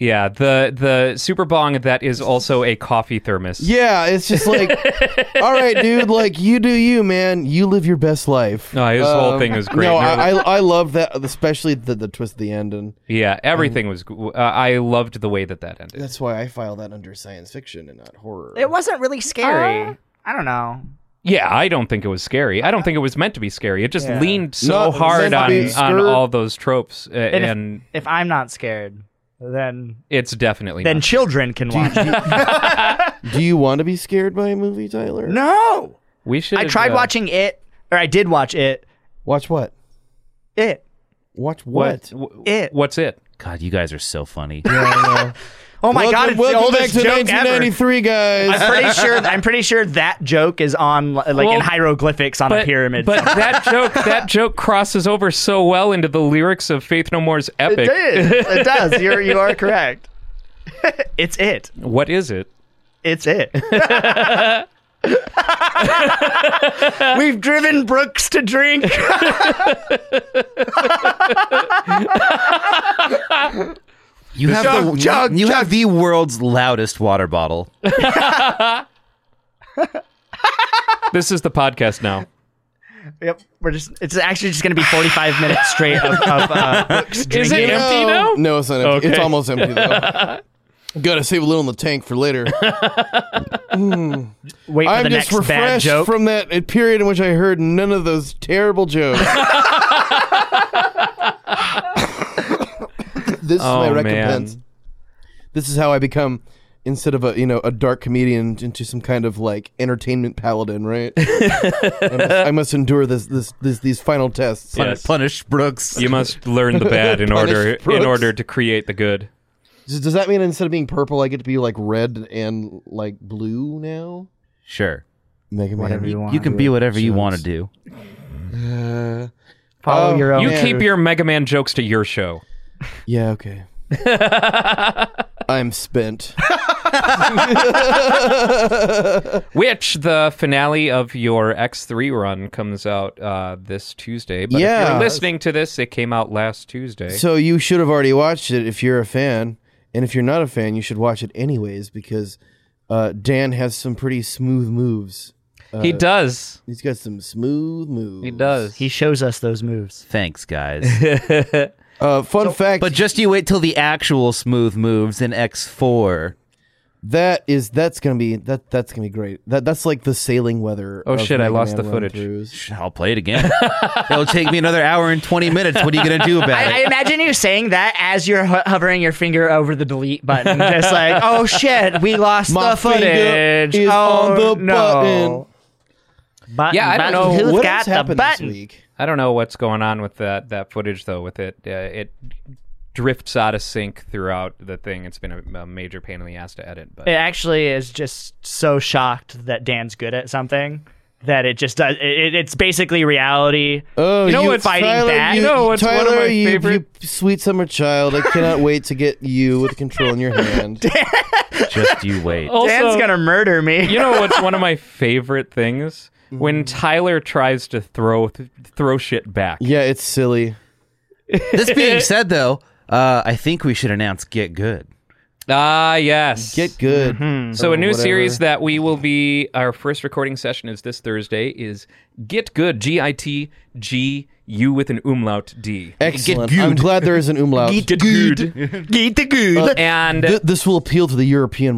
Speaker 4: Yeah. The the super bong that is also a coffee thermos.
Speaker 5: Yeah, it's just like, all right, dude, like you do you, man. You live your best life. Um,
Speaker 4: No, his whole thing was great.
Speaker 5: No, I, I,
Speaker 4: No,
Speaker 5: I love that, especially the, the twist at the end, and
Speaker 4: Yeah. Everything was. g- Uh, I loved the way that that ended.
Speaker 5: that's why I file that under science fiction and not horror.
Speaker 6: It wasn't really scary.
Speaker 5: Uh?
Speaker 6: I don't know.
Speaker 4: Yeah, I don't think it was scary. I don't think it was meant to be scary. It just
Speaker 6: Yeah.
Speaker 4: leaned so
Speaker 5: Not
Speaker 4: hard
Speaker 5: meant
Speaker 4: on,
Speaker 5: to be
Speaker 4: on
Speaker 5: scary.
Speaker 4: all those tropes, uh, and,
Speaker 6: And if- If I'm not scared, then
Speaker 4: it's definitely
Speaker 6: then
Speaker 4: not.
Speaker 6: children can watch. it.
Speaker 5: do you want to be scared by a movie, Tyler?
Speaker 6: No,
Speaker 4: we should. uh,
Speaker 6: I tried watching it, or I did watch it.
Speaker 5: Watch what?
Speaker 6: It
Speaker 5: Watch
Speaker 4: what?
Speaker 5: what?
Speaker 4: wh-
Speaker 6: It.
Speaker 4: What's it?
Speaker 7: God, you guys are so funny.
Speaker 5: Yeah, I know.
Speaker 6: Oh my
Speaker 5: Welcome-
Speaker 6: god! It's
Speaker 5: welcome
Speaker 6: the oldest
Speaker 5: back to
Speaker 6: joke
Speaker 5: 1993,
Speaker 6: ever.
Speaker 5: guys.
Speaker 6: I'm pretty sure. I'm pretty sure that joke is on like
Speaker 4: Well,
Speaker 6: in hieroglyphics on a pyramid.
Speaker 4: But
Speaker 6: somewhere.
Speaker 4: that joke that joke crosses over so well into the lyrics of Faith No More's epic.
Speaker 6: It did. It does. You're you are correct. it's it.
Speaker 4: What is it?
Speaker 6: It's it. We've driven Brooks to drink.
Speaker 7: You have
Speaker 6: Chug,
Speaker 7: the
Speaker 6: chug,
Speaker 7: you have the world's loudest water bottle.
Speaker 4: This is the podcast now.
Speaker 6: yep. We're just. It's actually just going to be 45 minutes straight of, of uh, Brooks
Speaker 5: Is it
Speaker 6: drinking.
Speaker 5: empty now? No, it's not empty. It's
Speaker 6: Okay.
Speaker 5: almost empty though. Gotta save a little in the tank for later. Mm.
Speaker 6: Wait for
Speaker 5: I'm
Speaker 6: the
Speaker 5: just
Speaker 6: next bad
Speaker 5: refreshed
Speaker 6: joke.
Speaker 5: from that uh, period in which I heard none of those terrible jokes. this
Speaker 4: Oh,
Speaker 5: is my
Speaker 4: man.
Speaker 5: recompense. This is how I become instead of a you know a dark comedian into some kind of like entertainment paladin, right? I, must, I must endure this this, this these final tests.
Speaker 7: Punish Brooks.
Speaker 4: You must learn the bad in
Speaker 5: Punish
Speaker 4: order in
Speaker 5: Brooks.
Speaker 4: order to create the good.
Speaker 5: Does does that mean instead of being purple, I get to be like red and like blue now?
Speaker 7: Sure.
Speaker 5: Mega Man. Whatever you want.
Speaker 7: You can be whatever you want to do.
Speaker 5: Uh,
Speaker 6: Follow your
Speaker 5: Oh,
Speaker 6: own.
Speaker 4: You keep your Mega Man jokes to your show.
Speaker 5: Yeah, okay. I'm spent.
Speaker 4: Which the finale of your X3 run comes out uh, this Tuesday. But if
Speaker 5: Yeah.
Speaker 4: you're listening to this, it came out last Tuesday.
Speaker 5: So you should have already watched it if you're a fan, and if you're not a fan, you should watch it anyways because uh, Dan has some pretty smooth moves. Uh,
Speaker 4: he does.
Speaker 5: He's got some smooth moves.
Speaker 4: He does.
Speaker 6: He shows us those moves.
Speaker 7: Thanks, guys.
Speaker 5: uh, fun fact.
Speaker 7: But just you wait till the actual smooth moves in X4.
Speaker 5: That is that's gonna be that that's gonna be great. That that's like the sailing weather.
Speaker 4: Oh
Speaker 5: of
Speaker 4: shit! I
Speaker 5: Mega
Speaker 4: lost
Speaker 5: Man
Speaker 4: the
Speaker 5: run
Speaker 4: footage.
Speaker 5: through.
Speaker 7: Sh- I'll play it again. It'll take me another hour and 20 minutes. What are you going to do about
Speaker 6: I, I
Speaker 7: it?
Speaker 6: imagine you saying that as you're ho- hovering your finger over the delete button, just like, "Oh shit, we lost
Speaker 5: My
Speaker 6: the
Speaker 5: finger
Speaker 6: footage."
Speaker 5: is
Speaker 6: oh
Speaker 5: on the
Speaker 6: no. button.
Speaker 4: Yeah, I don't
Speaker 6: button.
Speaker 4: know
Speaker 6: Who's
Speaker 4: what
Speaker 6: got
Speaker 4: has
Speaker 6: the
Speaker 4: happened this
Speaker 6: button?
Speaker 5: week.
Speaker 4: I don't know what's going on with that that footage though. With it, uh, it drifts out of sync throughout the thing. It's been a, a major pain in the ass to edit. But
Speaker 6: It actually is just so shocked that Dan's good at something that it just does. It, it's basically reality.
Speaker 5: Oh,
Speaker 6: you know
Speaker 5: you,
Speaker 6: what? Fighting
Speaker 5: Tyler,
Speaker 6: back.
Speaker 5: You,
Speaker 4: No, it's one
Speaker 5: Tyler,
Speaker 4: of my
Speaker 5: you,
Speaker 4: favorite-
Speaker 5: you sweet summer child. I cannot wait to get you with the control in your hand.
Speaker 7: just you wait.
Speaker 4: also,
Speaker 6: Dan's gonna murder me.
Speaker 4: you know what's one of my favorite things
Speaker 5: Mm.
Speaker 4: when Tyler tries to throw th- throw shit back.
Speaker 5: Yeah, it's silly.
Speaker 7: This being said, though, uh, I think we should announce Get Good.
Speaker 4: Ah, yes.
Speaker 5: Get good.
Speaker 4: So
Speaker 5: Or
Speaker 4: a new
Speaker 5: whatever.
Speaker 4: series that we will be our first recording session is this Thursday is Get Good G I T G U with an umlaut D.
Speaker 5: Excellent. I'm glad there is an umlaut.
Speaker 6: Get the
Speaker 5: Uh,
Speaker 6: good.
Speaker 4: And
Speaker 5: Th- this will appeal to the European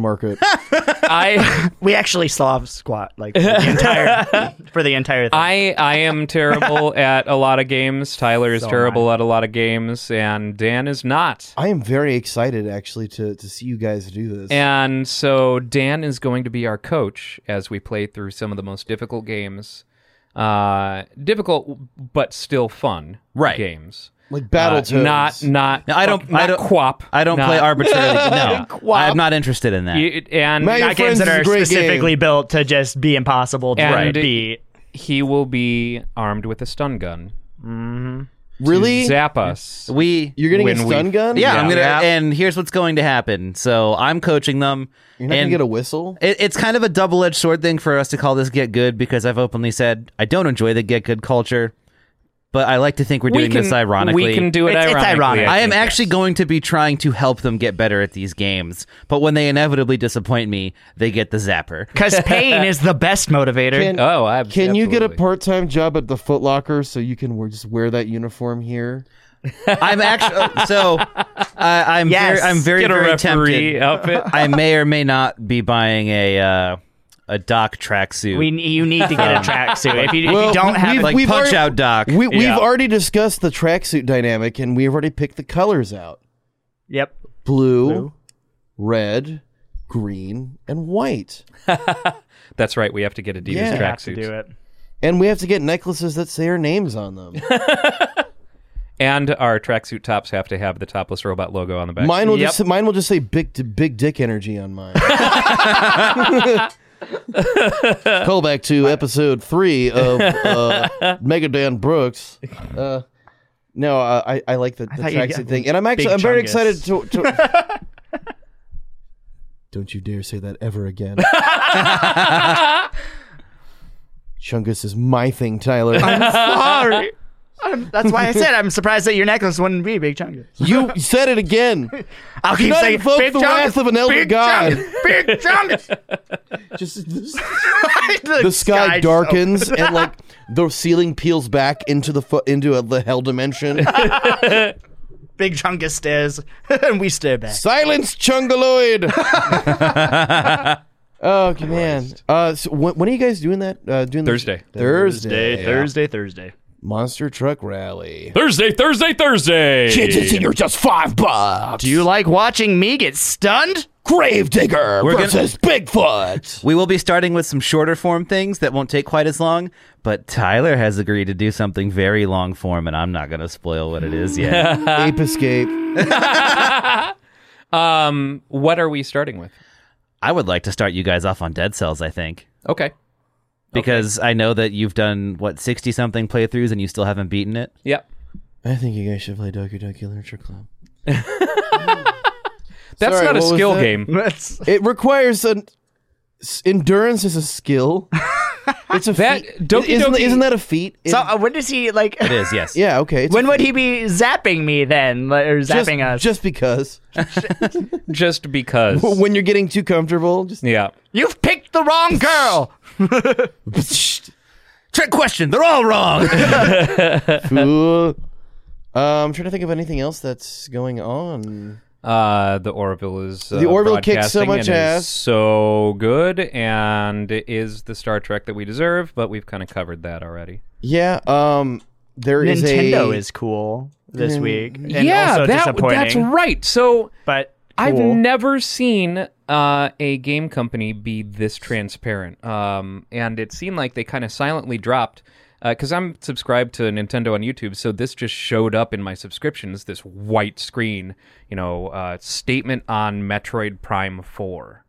Speaker 5: market.
Speaker 4: I
Speaker 6: we actually still have squat like for the entire for the entire thing.
Speaker 4: I I am terrible at a lot of games. Tyler is
Speaker 6: So am
Speaker 4: terrible at a lot of games and Dan is not.
Speaker 5: I am very excited actually to to see you guys do this.
Speaker 4: And so Dan is going to be our coach as we play through some of the most difficult games. Uh difficult but still fun
Speaker 7: Right.
Speaker 4: games.
Speaker 5: like Battletoads.
Speaker 4: Uh, not not
Speaker 7: No, I don't-
Speaker 4: not
Speaker 7: I don't-
Speaker 4: quap.
Speaker 7: I don't
Speaker 4: not-
Speaker 7: play arbitrarily. No, I'm not interested in that.
Speaker 4: You- and
Speaker 5: Matt,
Speaker 6: Not
Speaker 5: Your
Speaker 6: games
Speaker 5: Friends
Speaker 6: that
Speaker 5: is a
Speaker 6: are
Speaker 5: great
Speaker 6: specifically built to just be impossible to
Speaker 4: And-
Speaker 6: be.
Speaker 4: he will be armed with a stun gun.
Speaker 5: really.
Speaker 4: Zap us.
Speaker 7: we
Speaker 5: You're getting a
Speaker 4: when we-
Speaker 5: stun gun.
Speaker 7: yeah, I'm gonna
Speaker 4: Yeah.
Speaker 7: and here's what's going to happen. So I'm coaching them.
Speaker 5: You're not gonna
Speaker 7: and
Speaker 5: get a whistle.
Speaker 7: it, it's kind of a double edged sword thing for us to call this get good because I've openly said I don't enjoy the get good culture, but I like to think we're
Speaker 4: We
Speaker 7: doing
Speaker 4: can-
Speaker 7: this ironically.
Speaker 4: We can do it
Speaker 6: It's- it's
Speaker 4: ironically.
Speaker 6: ironic.
Speaker 7: I, am
Speaker 4: think,
Speaker 7: actually
Speaker 4: yes.
Speaker 7: going to be trying to help them get better at these games, but when they inevitably disappoint me, they get the zapper.
Speaker 6: Because pain is the best motivator.
Speaker 5: Can,
Speaker 4: Oh, I
Speaker 5: can you get a
Speaker 4: absolutely.
Speaker 5: part-time job at the Foot Locker so you can wear, just wear that uniform here?
Speaker 7: I'm actually so I I'm
Speaker 6: Yes.
Speaker 7: very I'm very
Speaker 4: Get a
Speaker 7: very
Speaker 4: referee Oh.
Speaker 7: tempted.
Speaker 4: outfit.
Speaker 7: I may or may not be buying a uh, a doc tracksuit.
Speaker 6: We you need to get a tracksuit. If you, if
Speaker 5: Well,
Speaker 6: you don't have
Speaker 5: we've-
Speaker 6: it,
Speaker 7: like
Speaker 5: we've
Speaker 7: punch
Speaker 5: already-
Speaker 7: out doc.
Speaker 5: We, We've
Speaker 4: Yeah.
Speaker 5: already discussed the tracksuit dynamic, and we've already picked the colors out:
Speaker 6: yep.
Speaker 5: blue,
Speaker 6: Blue.
Speaker 5: red, green, and white.
Speaker 4: That's right. We have to get Adidas
Speaker 5: Yeah.
Speaker 6: Have to
Speaker 4: tracksuits.
Speaker 6: do it.
Speaker 5: And we have to get necklaces that say our names on them.
Speaker 4: And our tracksuit tops have to have the topless robot logo on the back.
Speaker 5: Mine will just mine will just say big d- big dick energy on mine. Call back to episode three of uh, Mega Dan Brooks. Uh, no, I I- I like the, the
Speaker 3: thought you
Speaker 5: tracksuit
Speaker 3: got
Speaker 5: thing, and I'm actually
Speaker 3: big
Speaker 5: I'm very
Speaker 3: chungus.
Speaker 5: excited to. to Don't you dare say that ever again. Chungus is my thing, Tyler.
Speaker 6: I'm sorry. I'm, that's why I said I'm surprised that your necklace wouldn't be big chungus.
Speaker 5: You said it again.
Speaker 6: I'll
Speaker 5: Do
Speaker 6: keep
Speaker 5: not
Speaker 6: saying
Speaker 5: invoke
Speaker 6: big
Speaker 5: the
Speaker 6: chungus,
Speaker 5: wrath of an elder
Speaker 6: big
Speaker 5: god.
Speaker 6: Chungus, big chungus.
Speaker 5: Just
Speaker 6: the,
Speaker 5: the sky, darkens and like the ceiling peels back into the fo- into a, the hell dimension.
Speaker 6: big chungus stares, and we stare back.
Speaker 5: Silence, Chungaloid. oh man! Uh, so when, when are you guys doing that? Uh, doing the-
Speaker 4: Thursday.
Speaker 5: Thursday.
Speaker 6: Thursday,
Speaker 5: yeah.
Speaker 6: Thursday, Thursday.
Speaker 5: Monster truck rally.
Speaker 4: Thursday, Thursday, Thursday.
Speaker 6: Kids, it's in your
Speaker 5: just five bucks.
Speaker 6: Do you like watching me get stunned?
Speaker 5: Gravedigger
Speaker 7: We're gonna-
Speaker 5: versus Bigfoot.
Speaker 7: We will be starting with some shorter form things that won't take quite as long, but Tyler has agreed to do something very long form, and I'm not going to spoil what it is yet.
Speaker 5: Ape escape.
Speaker 4: Um, what are we starting with?
Speaker 7: I would like to start you guys off on Dead Cells, I think.
Speaker 4: Okay.
Speaker 7: Because I know that you've done, what, 60 something playthroughs and you still haven't beaten it?
Speaker 4: Yep.
Speaker 5: I think you guys should play Doki Doki Literature Club.
Speaker 4: That's
Speaker 5: Sorry,
Speaker 4: not a
Speaker 5: what was
Speaker 4: skill
Speaker 5: that?
Speaker 4: game.
Speaker 5: It requires an s- endurance is a skill. It's a
Speaker 4: That-
Speaker 5: feat.
Speaker 4: Doki
Speaker 5: isn't,
Speaker 4: Doki-
Speaker 5: isn't that a feat?
Speaker 6: So uh, when does he like?
Speaker 7: It is, yes.
Speaker 5: yeah, okay. it's
Speaker 6: when
Speaker 5: a
Speaker 6: would
Speaker 5: feat.
Speaker 6: he be zapping me then, like, or
Speaker 5: Just-
Speaker 6: zapping us?
Speaker 5: Just because.
Speaker 4: Just because.
Speaker 5: When you're getting too comfortable, just
Speaker 4: yeah.
Speaker 6: You've picked the wrong girl.
Speaker 7: Trick question. They're all wrong.
Speaker 5: Ooh. Uh, I'm trying to think of anything else that's going on.
Speaker 4: Uh, the Orville is uh,
Speaker 5: The Orville kicks so
Speaker 4: broadcasting
Speaker 5: much
Speaker 4: and is
Speaker 5: ass.
Speaker 4: so good, and it is the Star Trek that we deserve. But we've kind of covered that already.
Speaker 5: Yeah, um, there is
Speaker 6: Nintendo
Speaker 4: Mm.
Speaker 5: a,
Speaker 6: is cool this
Speaker 5: Mm,
Speaker 6: week. And
Speaker 4: yeah,
Speaker 6: also
Speaker 4: that-
Speaker 6: disappointing.
Speaker 4: that's right. So
Speaker 6: But
Speaker 4: I've
Speaker 6: cool.
Speaker 4: never seen uh, a game company be this transparent, um, and it seemed like they kind of silently dropped. Because I'm subscribed to Nintendo on YouTube, so this just showed up in my subscriptions. This white screen, you know, uh, statement on Metroid Prime Four,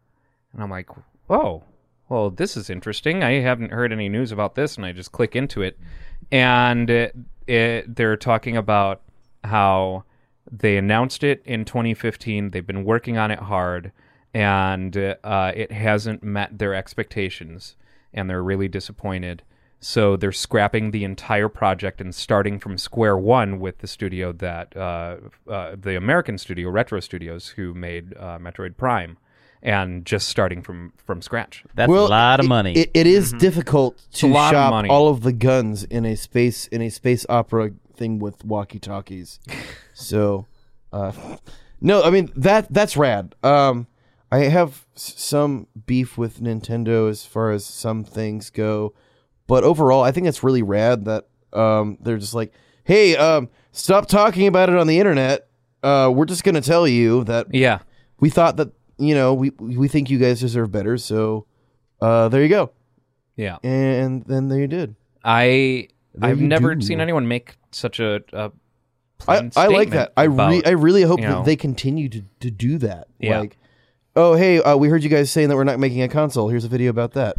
Speaker 4: and I'm like, oh, well, this is interesting. I haven't heard any news about this, and I just click into it, and it, it, they're talking about how they announced it in 2015. They've been working on it hard, and uh, it hasn't met their expectations, and they're really disappointed. So they're scrapping the entire project and starting from square one with the studio that uh, uh, the American studio Retro Studios, who made uh, Metroid Prime, and just starting from from scratch.
Speaker 7: That's a lot of money.
Speaker 5: It, it is difficult
Speaker 4: Mm-hmm. a
Speaker 5: to
Speaker 4: lot of
Speaker 5: shop
Speaker 4: money.
Speaker 5: all of the guns in a space in a space opera thing with walkie talkies. so, uh, no, I mean that that's rad. Um, I have s- some beef with Nintendo as far as some things go, but overall, I think it's really rad that um, they're just like, hey, um, stop talking about it on the internet. Uh, we're just gonna tell you that
Speaker 4: Yeah.
Speaker 5: we thought that you know we we think you guys deserve better so uh there you go
Speaker 4: Yeah.
Speaker 5: and then they did
Speaker 4: I
Speaker 5: There
Speaker 4: I've
Speaker 5: you
Speaker 4: never
Speaker 5: do.
Speaker 4: seen anyone make such a. a
Speaker 5: i,
Speaker 4: plain
Speaker 5: I like
Speaker 4: statement
Speaker 5: that i re-
Speaker 4: about,
Speaker 5: i really hope
Speaker 4: you know,
Speaker 5: that they continue to, to do that
Speaker 4: Yeah.
Speaker 5: like oh hey uh, we heard you guys saying that we're not making a console here's a video about that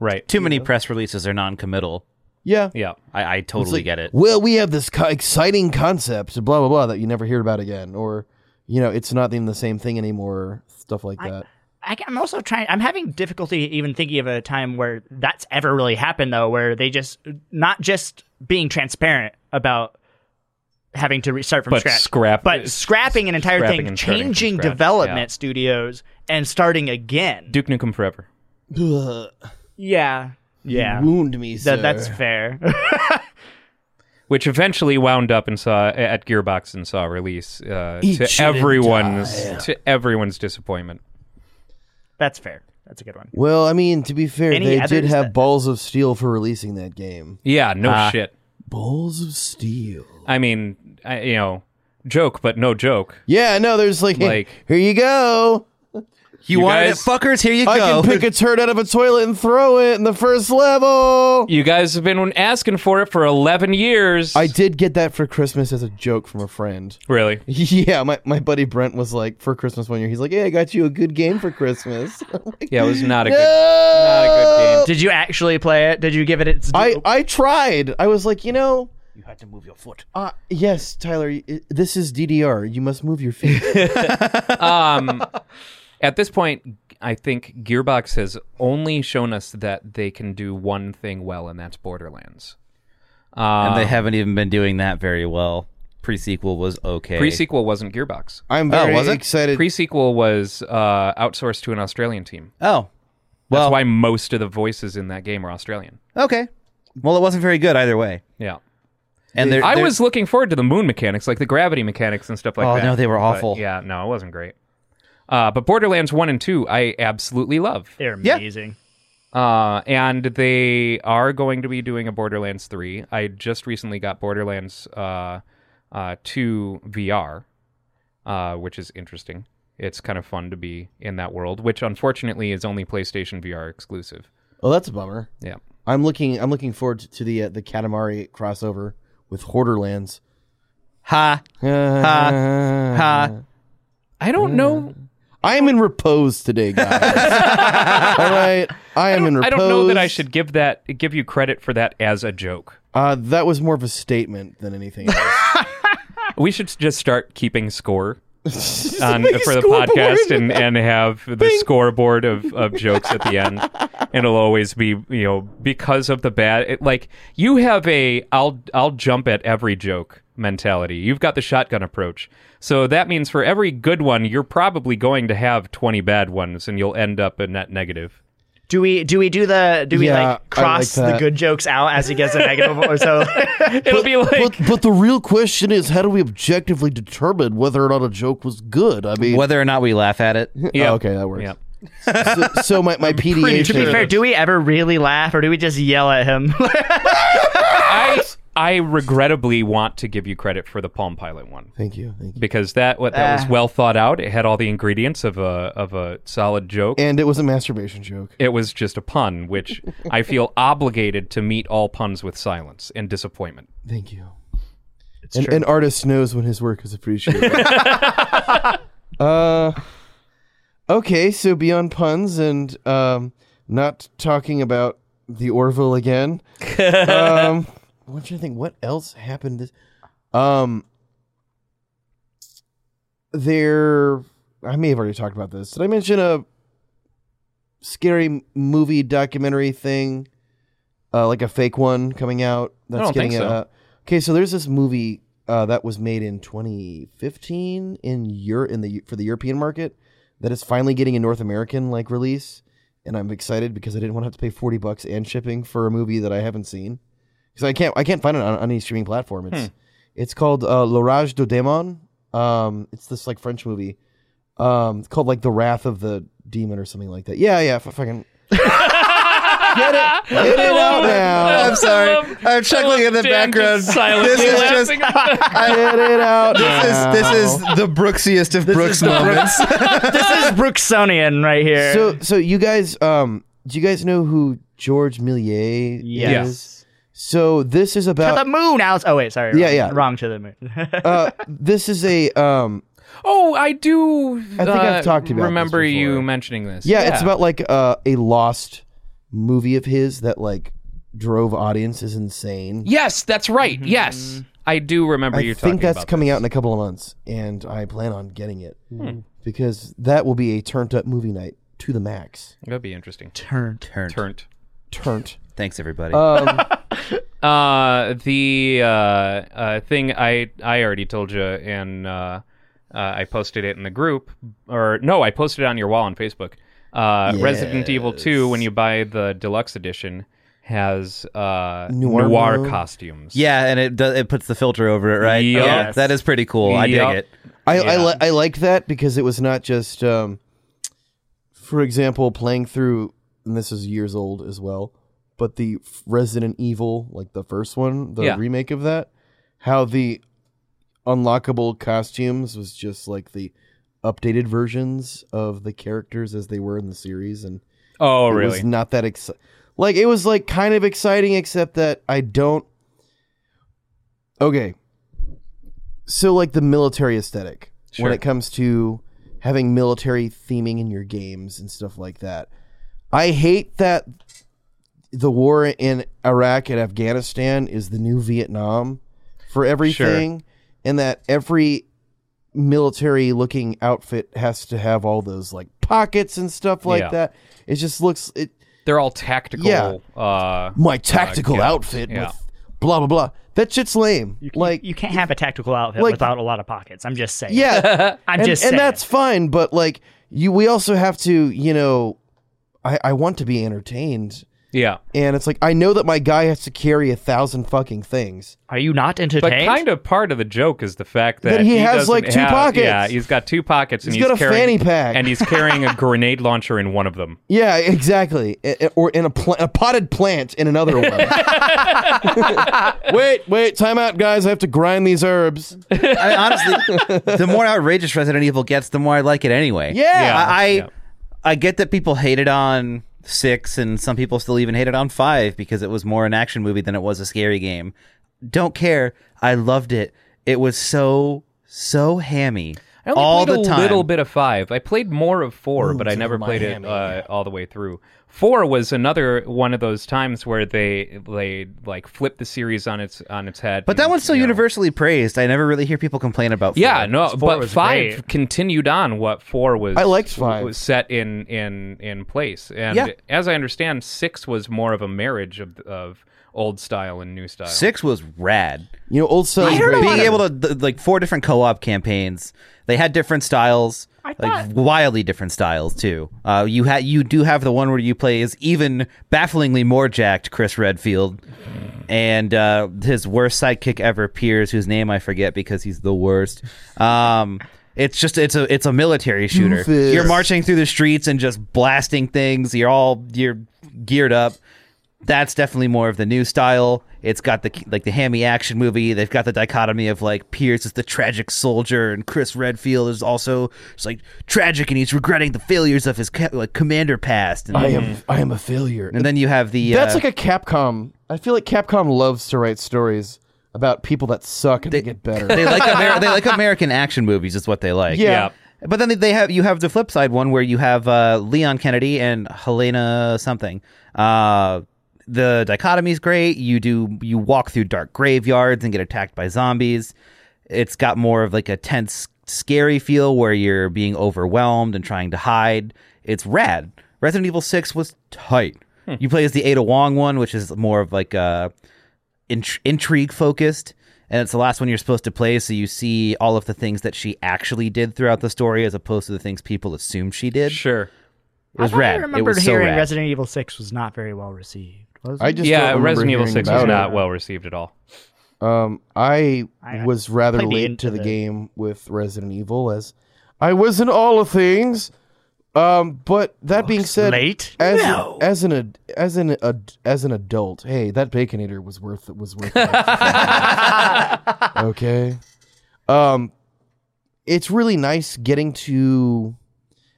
Speaker 4: right.
Speaker 7: Too many press releases are non committal.
Speaker 5: yeah
Speaker 4: Yeah.
Speaker 7: I, I
Speaker 5: It's
Speaker 7: totally
Speaker 5: like,
Speaker 7: get it.
Speaker 5: well we have this co- exciting concept blah blah blah that you never hear about again or you know it's not even the same thing anymore stuff like that
Speaker 6: I, am also trying. I'm having difficulty even thinking of a time where that's ever really happened, though, where they just not just being transparent about having to restart from
Speaker 4: But
Speaker 6: scratch,
Speaker 4: scrap-
Speaker 6: but scrapping an entire
Speaker 4: scrapping
Speaker 6: thing,
Speaker 4: and starting from
Speaker 6: changing
Speaker 4: scratch,
Speaker 6: development
Speaker 4: yeah.
Speaker 6: studios, and starting again.
Speaker 4: Duke Nukem Forever.
Speaker 5: Ugh,
Speaker 6: Yeah, yeah,
Speaker 5: you wound me
Speaker 6: Th- that's
Speaker 5: sir.
Speaker 6: fair.
Speaker 4: which eventually wound up and saw at Gearbox and saw a release uh,
Speaker 5: Eat
Speaker 4: to
Speaker 5: shit and
Speaker 4: everyone's
Speaker 5: die.
Speaker 4: to everyone's disappointment.
Speaker 6: that's fair. That's a good one.
Speaker 5: Well, I mean, to be fair,
Speaker 6: Any
Speaker 5: they did
Speaker 6: others
Speaker 5: have
Speaker 6: that-
Speaker 5: balls of steel for releasing that game.
Speaker 4: Yeah, no
Speaker 7: Ah.
Speaker 4: shit.
Speaker 5: Balls of steel.
Speaker 4: I mean, I, you know, joke but no joke.
Speaker 5: Yeah, no, there's like,
Speaker 4: Like-
Speaker 5: here you go.
Speaker 7: You, wanted it, fuckers. Here you
Speaker 5: I
Speaker 7: go.
Speaker 5: can pick a turd out of a toilet and throw it in the first level.
Speaker 4: You guys have been asking for it for 11 years.
Speaker 5: I did get that for Christmas as a joke from a friend.
Speaker 4: Really?
Speaker 5: Yeah, my, my buddy Brent was like, for Christmas one year, he's like, yeah, I got you a good game for Christmas.
Speaker 4: Yeah, it was not a
Speaker 5: No!
Speaker 4: good, not a good game.
Speaker 6: Did you actually play it? Did you give it its?
Speaker 5: I, I tried. I was like, you know,
Speaker 6: you had to move your foot.
Speaker 5: uh, yes, Tyler, y- this is DDR. You must move your feet.
Speaker 4: um, at this point, I think Gearbox has only shown us that they can do one thing well, and that's Borderlands. Um,
Speaker 7: and they haven't even been doing that very well. Pre sequel was okay.
Speaker 4: Pre-sequel wasn't Gearbox.
Speaker 5: I'm
Speaker 7: Oh,
Speaker 5: very
Speaker 7: was it?
Speaker 5: excited.
Speaker 4: Pre-sequel was uh, outsourced to an Australian team.
Speaker 7: oh,
Speaker 4: That's
Speaker 7: well,
Speaker 4: why most of the voices in that game are Australian.
Speaker 7: okay. Well, it wasn't very good either way.
Speaker 4: Yeah.
Speaker 7: And they're,
Speaker 4: I
Speaker 7: they're-
Speaker 4: was looking forward to the moon mechanics, like the gravity mechanics and stuff like
Speaker 7: Oh,
Speaker 4: that.
Speaker 7: no, they were
Speaker 4: But,
Speaker 7: awful.
Speaker 4: yeah, no, it wasn't great. Uh, but Borderlands 1 and 2, I absolutely love.
Speaker 6: They're amazing.
Speaker 4: Uh, and they are going to be doing a Borderlands 3. I just recently got Borderlands uh, uh, 2 VR, uh, which is interesting. It's kind of fun to be in that world, which unfortunately is only PlayStation VR exclusive.
Speaker 5: oh, that's a bummer.
Speaker 4: Yeah.
Speaker 5: I'm looking. I'm looking forward to the uh, the Katamari crossover with Uh, Hoarderlands.
Speaker 7: ha
Speaker 5: Ha
Speaker 7: ha.
Speaker 4: I don't know.
Speaker 5: I am in repose today, guys. All right, I am in repose.
Speaker 4: I don't know that I should give that give you credit for that as a joke.
Speaker 5: Uh, that was more of a statement than anything. else.
Speaker 4: We should just start keeping score on,
Speaker 5: Make a
Speaker 4: for the
Speaker 5: scoreboard.
Speaker 4: podcast and, and have the scoreboard of, of jokes at the end. And it'll always be, you know, because of the bad. It, like, you have a I'll, I'll jump at every joke mentality. You've got the shotgun approach. So that means for every good one, you're probably going to have 20 bad ones and you'll end up a net negative.
Speaker 6: Do we do we do the do we
Speaker 5: Yeah, I like
Speaker 6: like cross
Speaker 5: that.
Speaker 6: the good jokes out as he gets a negative or so?
Speaker 4: It'll be like.
Speaker 5: but but the real question is, how do we objectively determine whether or not a joke was good? I mean,
Speaker 7: whether or not we laugh at it.
Speaker 4: Yeah.
Speaker 5: Oh, okay, that works.
Speaker 4: Yeah.
Speaker 5: So, so my my PDA.
Speaker 4: pretty
Speaker 6: to be
Speaker 4: sure
Speaker 6: fair,
Speaker 4: it
Speaker 6: do we ever really laugh or do we just yell at him?
Speaker 4: I, I regrettably want to give you credit for the Palm Pilot one.
Speaker 5: Thank Ah. you. Thank you.
Speaker 4: because that what that was well thought out. It had all the ingredients of a of a solid joke.
Speaker 5: And it was a masturbation joke.
Speaker 4: it was just a pun, which I feel obligated to meet all puns with silence and disappointment.
Speaker 5: Thank you. An, an artist knows when his work is appreciated. uh, okay, so beyond puns and um, not talking about the Orville again. um, what do you think? What else happened? This, um, there. I may have already talked about this. Did I mention a scary m- movie documentary thing, uh, like a fake one coming out? That's
Speaker 4: don't think
Speaker 5: getting a-
Speaker 4: so.
Speaker 5: okay, so there's this movie uh, that was made in 2015 in Europe in the for the European market that is finally getting a North American like release, and I'm excited because I didn't want to have to pay 40 bucks and shipping for a movie that I haven't seen because I can't I can't find it on, on any streaming platform.
Speaker 4: Hmm.
Speaker 5: It's it's called uh, L'orage de Demon. Um, it's this like French movie. Um, it's called like The Wrath of the Demon or something like that. Yeah, yeah, f- fucking. Get it, get it out now.
Speaker 7: I'm sorry. I'm chuckling
Speaker 4: Oh,
Speaker 7: in the background. This is just
Speaker 5: Get it out.
Speaker 7: this
Speaker 5: now.
Speaker 7: is this is the Brooksiest of Brooks moments.
Speaker 6: this is Brooksonian right here.
Speaker 5: So, so you guys, um, do you guys know who George Millier is?
Speaker 6: yes.
Speaker 5: So this is
Speaker 6: To
Speaker 5: about
Speaker 6: the moon, Alice. Oh wait, sorry.
Speaker 5: Yeah,
Speaker 6: wrong,
Speaker 5: yeah.
Speaker 6: Wrong to the moon.
Speaker 5: uh, this is a um,
Speaker 4: Oh, I do. I
Speaker 5: think I've talked about this
Speaker 4: Remember you
Speaker 5: before.
Speaker 4: mentioning this?
Speaker 5: yeah, it's about like uh, a lost movie of his that like drove audiences insane.
Speaker 4: Yes, that's right. Yes, I do remember
Speaker 5: Mm-hmm. I
Speaker 4: you talking.
Speaker 5: think that's
Speaker 4: about
Speaker 5: coming
Speaker 4: this. Hmm.
Speaker 5: out in a couple of months, and I plan on getting it because that will be a turned up movie night to the max.
Speaker 4: That'd be interesting.
Speaker 6: Turned.
Speaker 7: Turned.
Speaker 4: Turned.
Speaker 5: Turned.
Speaker 7: Thanks everybody.
Speaker 5: Um,
Speaker 4: Uh, the uh, uh, thing I I already told you, and uh, uh, I posted it in the group, or no, I posted it on your wall on Facebook. Uh, Resident Evil Two, when you buy the deluxe edition, has uh,
Speaker 5: Noir
Speaker 4: noir,
Speaker 5: mode?
Speaker 4: costumes.
Speaker 7: yeah, and it does, it puts the filter over it, right?
Speaker 4: Yup.
Speaker 7: Yeah, that is pretty cool. I dig
Speaker 4: Yup.
Speaker 7: it.
Speaker 5: I I,
Speaker 4: Yeah.
Speaker 5: li- I like that because it was not just, um, for example, playing through, and this is years old as well, but the Resident Evil, like the first one, the
Speaker 4: Yeah.
Speaker 5: remake of that, how the unlockable costumes was just like the updated versions of the characters as they were in the series, and
Speaker 4: Oh,
Speaker 5: it
Speaker 4: really?
Speaker 5: was not that exci- Like it was like kind of exciting, except that I don't. Okay, so like the military aesthetic
Speaker 13: Sure.
Speaker 5: when it comes to having military theming in your games and stuff like that. I hate that the war in Iraq and Afghanistan is the new Vietnam for everything, and that every military looking outfit has to have all those like pockets and stuff like
Speaker 4: Yeah.
Speaker 5: that. It just looks it
Speaker 4: They're all tactical.
Speaker 5: Yeah.
Speaker 4: Uh,
Speaker 5: my
Speaker 4: uh,
Speaker 5: tactical
Speaker 4: gadgets.
Speaker 5: outfit
Speaker 4: Yeah.
Speaker 5: with blah blah blah. That shit's lame. like
Speaker 6: you can't have a tactical outfit
Speaker 5: like-
Speaker 6: without a lot of pockets. I'm just saying.
Speaker 5: Yeah,
Speaker 6: I'm
Speaker 5: and,
Speaker 6: just saying.
Speaker 5: and that's fine. But like you, we also have to, you know, I, I want to be entertained,
Speaker 4: Yeah.
Speaker 5: and it's like I know that my guy has to carry a thousand fucking things.
Speaker 6: Are you not
Speaker 4: But
Speaker 6: entertained?
Speaker 4: kind of part of the joke is the fact that,
Speaker 5: That he has,
Speaker 4: doesn't
Speaker 5: like, two
Speaker 4: have-
Speaker 5: pockets.
Speaker 4: Yeah, he's got two pockets, and
Speaker 5: He's
Speaker 4: he's,
Speaker 5: got a
Speaker 4: carrying,
Speaker 5: fanny pack.
Speaker 4: and he's carrying a grenade launcher in one of them.
Speaker 5: Yeah, exactly. I- I- or in a, pla- a potted plant in another one. wait, wait, time out, guys. I have to grind these herbs.
Speaker 7: I honestly, the more outrageous Resident Evil gets, the more I like it anyway.
Speaker 5: Yeah. Yeah,
Speaker 7: I I, I get that people hated on six, and some people still even hated on five because it was more an action movie than it was a scary game. Don't care. I loved it. It was so so hammy
Speaker 4: I only
Speaker 7: all
Speaker 4: played
Speaker 7: the
Speaker 4: a
Speaker 7: time.
Speaker 4: little bit of five. I played more of four, but I never played it uh, all the way through. Four was another one of those times where they they like flipped the series on its on its head.
Speaker 7: but that one's so universally praised. I never really hear people complain about. Four.
Speaker 4: yeah, no, but
Speaker 7: was
Speaker 4: five
Speaker 7: great.
Speaker 4: continued on what four was.
Speaker 7: I liked five.
Speaker 4: Was set in in in place, and
Speaker 7: Yeah.
Speaker 4: as I understand, six was more of a marriage of of old style and new style.
Speaker 7: Six was rad.
Speaker 5: You know, old style.
Speaker 4: is great.
Speaker 7: Being able to Mm. th- like four different co-op campaigns. They had different styles, like wildly different styles too. Uh, you had you do have the one where you play as even bafflingly more jacked Chris Redfield, and uh, his worst sidekick ever, Piers, whose name I forget because he's the worst. Um, it's just it's a it's a military shooter.
Speaker 5: Doofus.
Speaker 7: You're marching through the streets and just blasting things. You're all you're geared up. That's definitely more of the new style. It's got the like the hammy action movie. They've got the dichotomy of like Pierce is the tragic soldier and Chris Redfield is also just like tragic and he's regretting the failures of his ca- like commander past. And,
Speaker 5: I am, I am a failure.
Speaker 7: And then you have the
Speaker 5: That's
Speaker 7: uh,
Speaker 5: like a Capcom. I feel like Capcom loves to write stories about people that suck and they, get better.
Speaker 7: they like Amer- they like American action movies is what they like.
Speaker 5: Yeah. Yeah.
Speaker 7: But then they have you have the flip side one where you have uh, Leon Kennedy and Helena something. Uh, the dichotomy is great. You do you walk through dark graveyards and get attacked by zombies. It's got more of like a tense, scary feel where you're being overwhelmed and trying to hide. It's rad. Resident Evil Six was tight.
Speaker 13: Hmm.
Speaker 7: You play as the Ada Wong one, which is more of like uh, a int- intrigue focused and it's the last one you're supposed to play so you see all of the things that she actually did throughout the story as opposed to the things people assume she did
Speaker 4: sure
Speaker 7: it
Speaker 6: I
Speaker 7: was
Speaker 6: thought I
Speaker 7: rad it
Speaker 6: remembered
Speaker 7: was so
Speaker 6: hearing
Speaker 7: rad
Speaker 6: Resident Evil Six was not very well received. Was it?
Speaker 4: yeah, Resident Evil Six was not well received at all.
Speaker 5: Um, I,
Speaker 4: I-
Speaker 5: was rather
Speaker 4: played the
Speaker 5: late
Speaker 4: end
Speaker 5: to
Speaker 4: of
Speaker 5: the,
Speaker 4: it.
Speaker 5: game with Resident Evil as I was in all of things. Um, but that being said,
Speaker 6: late?
Speaker 5: as
Speaker 6: No.
Speaker 5: as an ad- as an ad- as an adult, hey, that Bacon Eater was worth it was worth. it. okay, um, it's really nice getting to,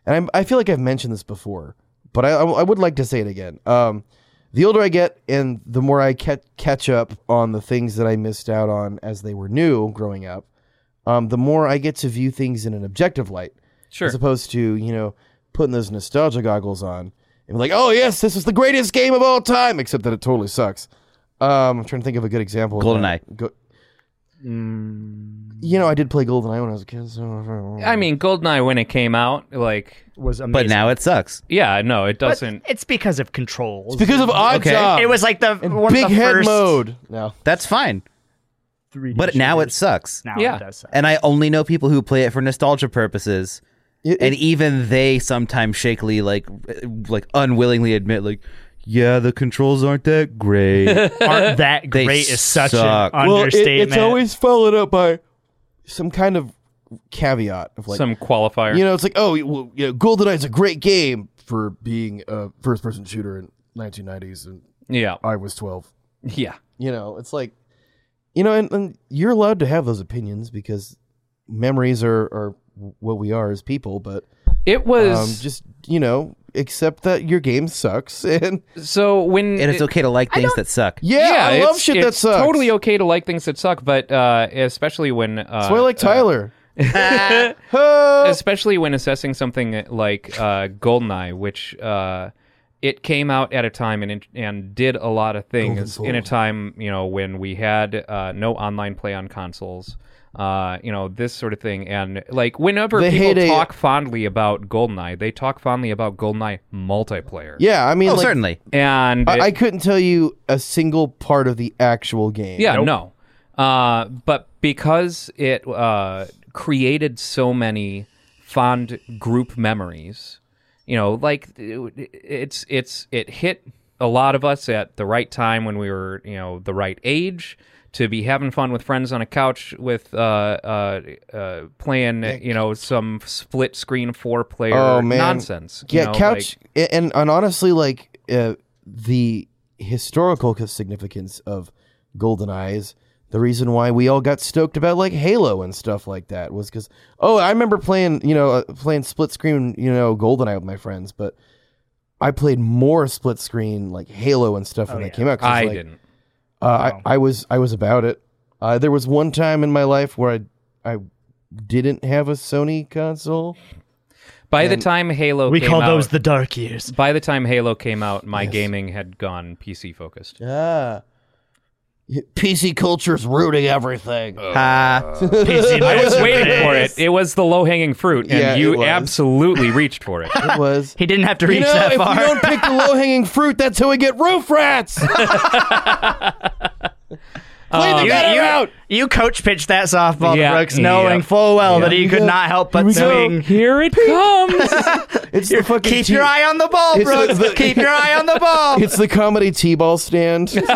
Speaker 5: and I'm, I feel like I've mentioned this before, but I, I, I would like to say it again. Um, the older I get, and the more I ca- catch up on the things that I missed out on as they were new growing up, um, the more I get to view things in an objective light,
Speaker 4: Sure.
Speaker 5: as opposed to you know putting those nostalgia goggles on and be like, oh yes, this was the greatest game of all time, except that it totally sucks. Um, I'm trying to think of a good example. of
Speaker 7: GoldenEye.
Speaker 5: that. Go-
Speaker 6: Mm.
Speaker 5: you know, I did play GoldenEye when I was a kid. So
Speaker 4: I mean, Goldeneye when it came out, like
Speaker 6: was amazing.
Speaker 7: but now it sucks
Speaker 4: Yeah, no, it
Speaker 6: But
Speaker 4: doesn't.
Speaker 6: it's because of controls.
Speaker 5: It's because of Odd Okay. Job.
Speaker 6: It was like the one of the first
Speaker 5: no
Speaker 7: that's fine
Speaker 6: 3D
Speaker 7: but now it sucks
Speaker 6: Now it Yeah. does suck.
Speaker 7: and i only know people who play it for nostalgia purposes and even they sometimes shakily like like unwillingly admit like yeah the controls aren't that great
Speaker 6: Aren't that
Speaker 7: They
Speaker 6: great is such an
Speaker 7: suck.
Speaker 6: un- Well, it-
Speaker 5: It, it's
Speaker 6: Understatement.
Speaker 5: always followed up by some kind of caveat of like
Speaker 4: Some qualifier.
Speaker 5: You know, it's like, oh, well, you know, GoldenEye's a great game for being a first-person shooter in 1990s, and
Speaker 4: Yeah.
Speaker 5: I was 12.
Speaker 4: Yeah.
Speaker 5: you know, it's like, you know, and, and you're allowed to have those opinions because memories are are what we are as people, but um,
Speaker 4: it was
Speaker 5: just you know accept that your game sucks and
Speaker 4: so when
Speaker 7: and it's okay to like things that suck.
Speaker 5: Yeah, I love
Speaker 4: it's-
Speaker 5: shit that
Speaker 4: it's
Speaker 5: sucks.
Speaker 4: Totally okay to like things that suck, but uh, especially when uh,
Speaker 5: So I like
Speaker 4: uh,
Speaker 5: Tyler.
Speaker 4: especially when assessing something like uh, Goldeneye, which uh, it came out at a time and and did a lot of things in a time you know when we had uh, no online play on consoles. Uh, you know this sort of thing, and like whenever
Speaker 5: The
Speaker 4: people
Speaker 5: heyday-
Speaker 4: talk fondly about Goldeneye, they talk fondly about Goldeneye multiplayer.
Speaker 5: Yeah, I mean,
Speaker 7: Oh,
Speaker 5: like,
Speaker 7: certainly.
Speaker 4: and
Speaker 5: I, I couldn't tell you a single part of the actual game.
Speaker 4: Yeah, no. Uh, but because it uh, created so many fond group memories, you know, like it- it's it's it hit a lot of us at the right time when we were you know the right age to be having fun with friends on a couch with uh, uh, uh, playing you know some split screen four player nonsense. you
Speaker 5: Oh, Yeah,
Speaker 4: know,
Speaker 5: couch
Speaker 4: like-
Speaker 5: a- and and honestly, like uh, the historical c- significance of Golden Eyes. The reason why we all got stoked about like Halo and stuff like that was because oh, I remember playing you know uh, playing split screen you know Goldeneye with my friends, but I played more split screen like Halo and stuff when they came out. 'cause,
Speaker 4: I
Speaker 5: like,
Speaker 4: didn't.
Speaker 5: Uh, I, I was I was about it. Uh, there was one time in my life where I I didn't have a Sony console.
Speaker 4: By the
Speaker 5: And-
Speaker 4: time Halo,
Speaker 5: We
Speaker 4: came
Speaker 5: call
Speaker 4: out-
Speaker 5: those the
Speaker 6: dark years.
Speaker 4: By the time Halo came out, my gaming had gone PC focused.
Speaker 5: Ah. PC culture's rooting everything.
Speaker 7: Uh.
Speaker 4: I was waiting for it. It was the low hanging fruit, and
Speaker 5: Yeah, it
Speaker 4: you
Speaker 5: was.
Speaker 4: absolutely reached for it.
Speaker 5: It was.
Speaker 6: He didn't have to
Speaker 5: You
Speaker 6: reach
Speaker 5: know,
Speaker 6: that
Speaker 5: if
Speaker 6: far.
Speaker 5: we don't pick the low hanging fruit, that's how we get roof rats. Play the
Speaker 6: you,
Speaker 5: better
Speaker 6: you-
Speaker 5: route.
Speaker 6: you coach pitched that softball
Speaker 4: Yeah,
Speaker 6: to Brooks,
Speaker 4: yeah.
Speaker 6: knowing full well
Speaker 4: Yeah.
Speaker 6: that he
Speaker 4: Here we
Speaker 6: could
Speaker 4: go.
Speaker 6: not help but
Speaker 4: we go.
Speaker 6: swing.
Speaker 4: Here it comes.
Speaker 5: It's the fucking
Speaker 6: Keep
Speaker 5: tea-
Speaker 6: your eye on the ball,
Speaker 5: It's
Speaker 6: Brooks.
Speaker 5: the-
Speaker 6: Keep your eye on the ball.
Speaker 5: It's the comedy T-ball stand.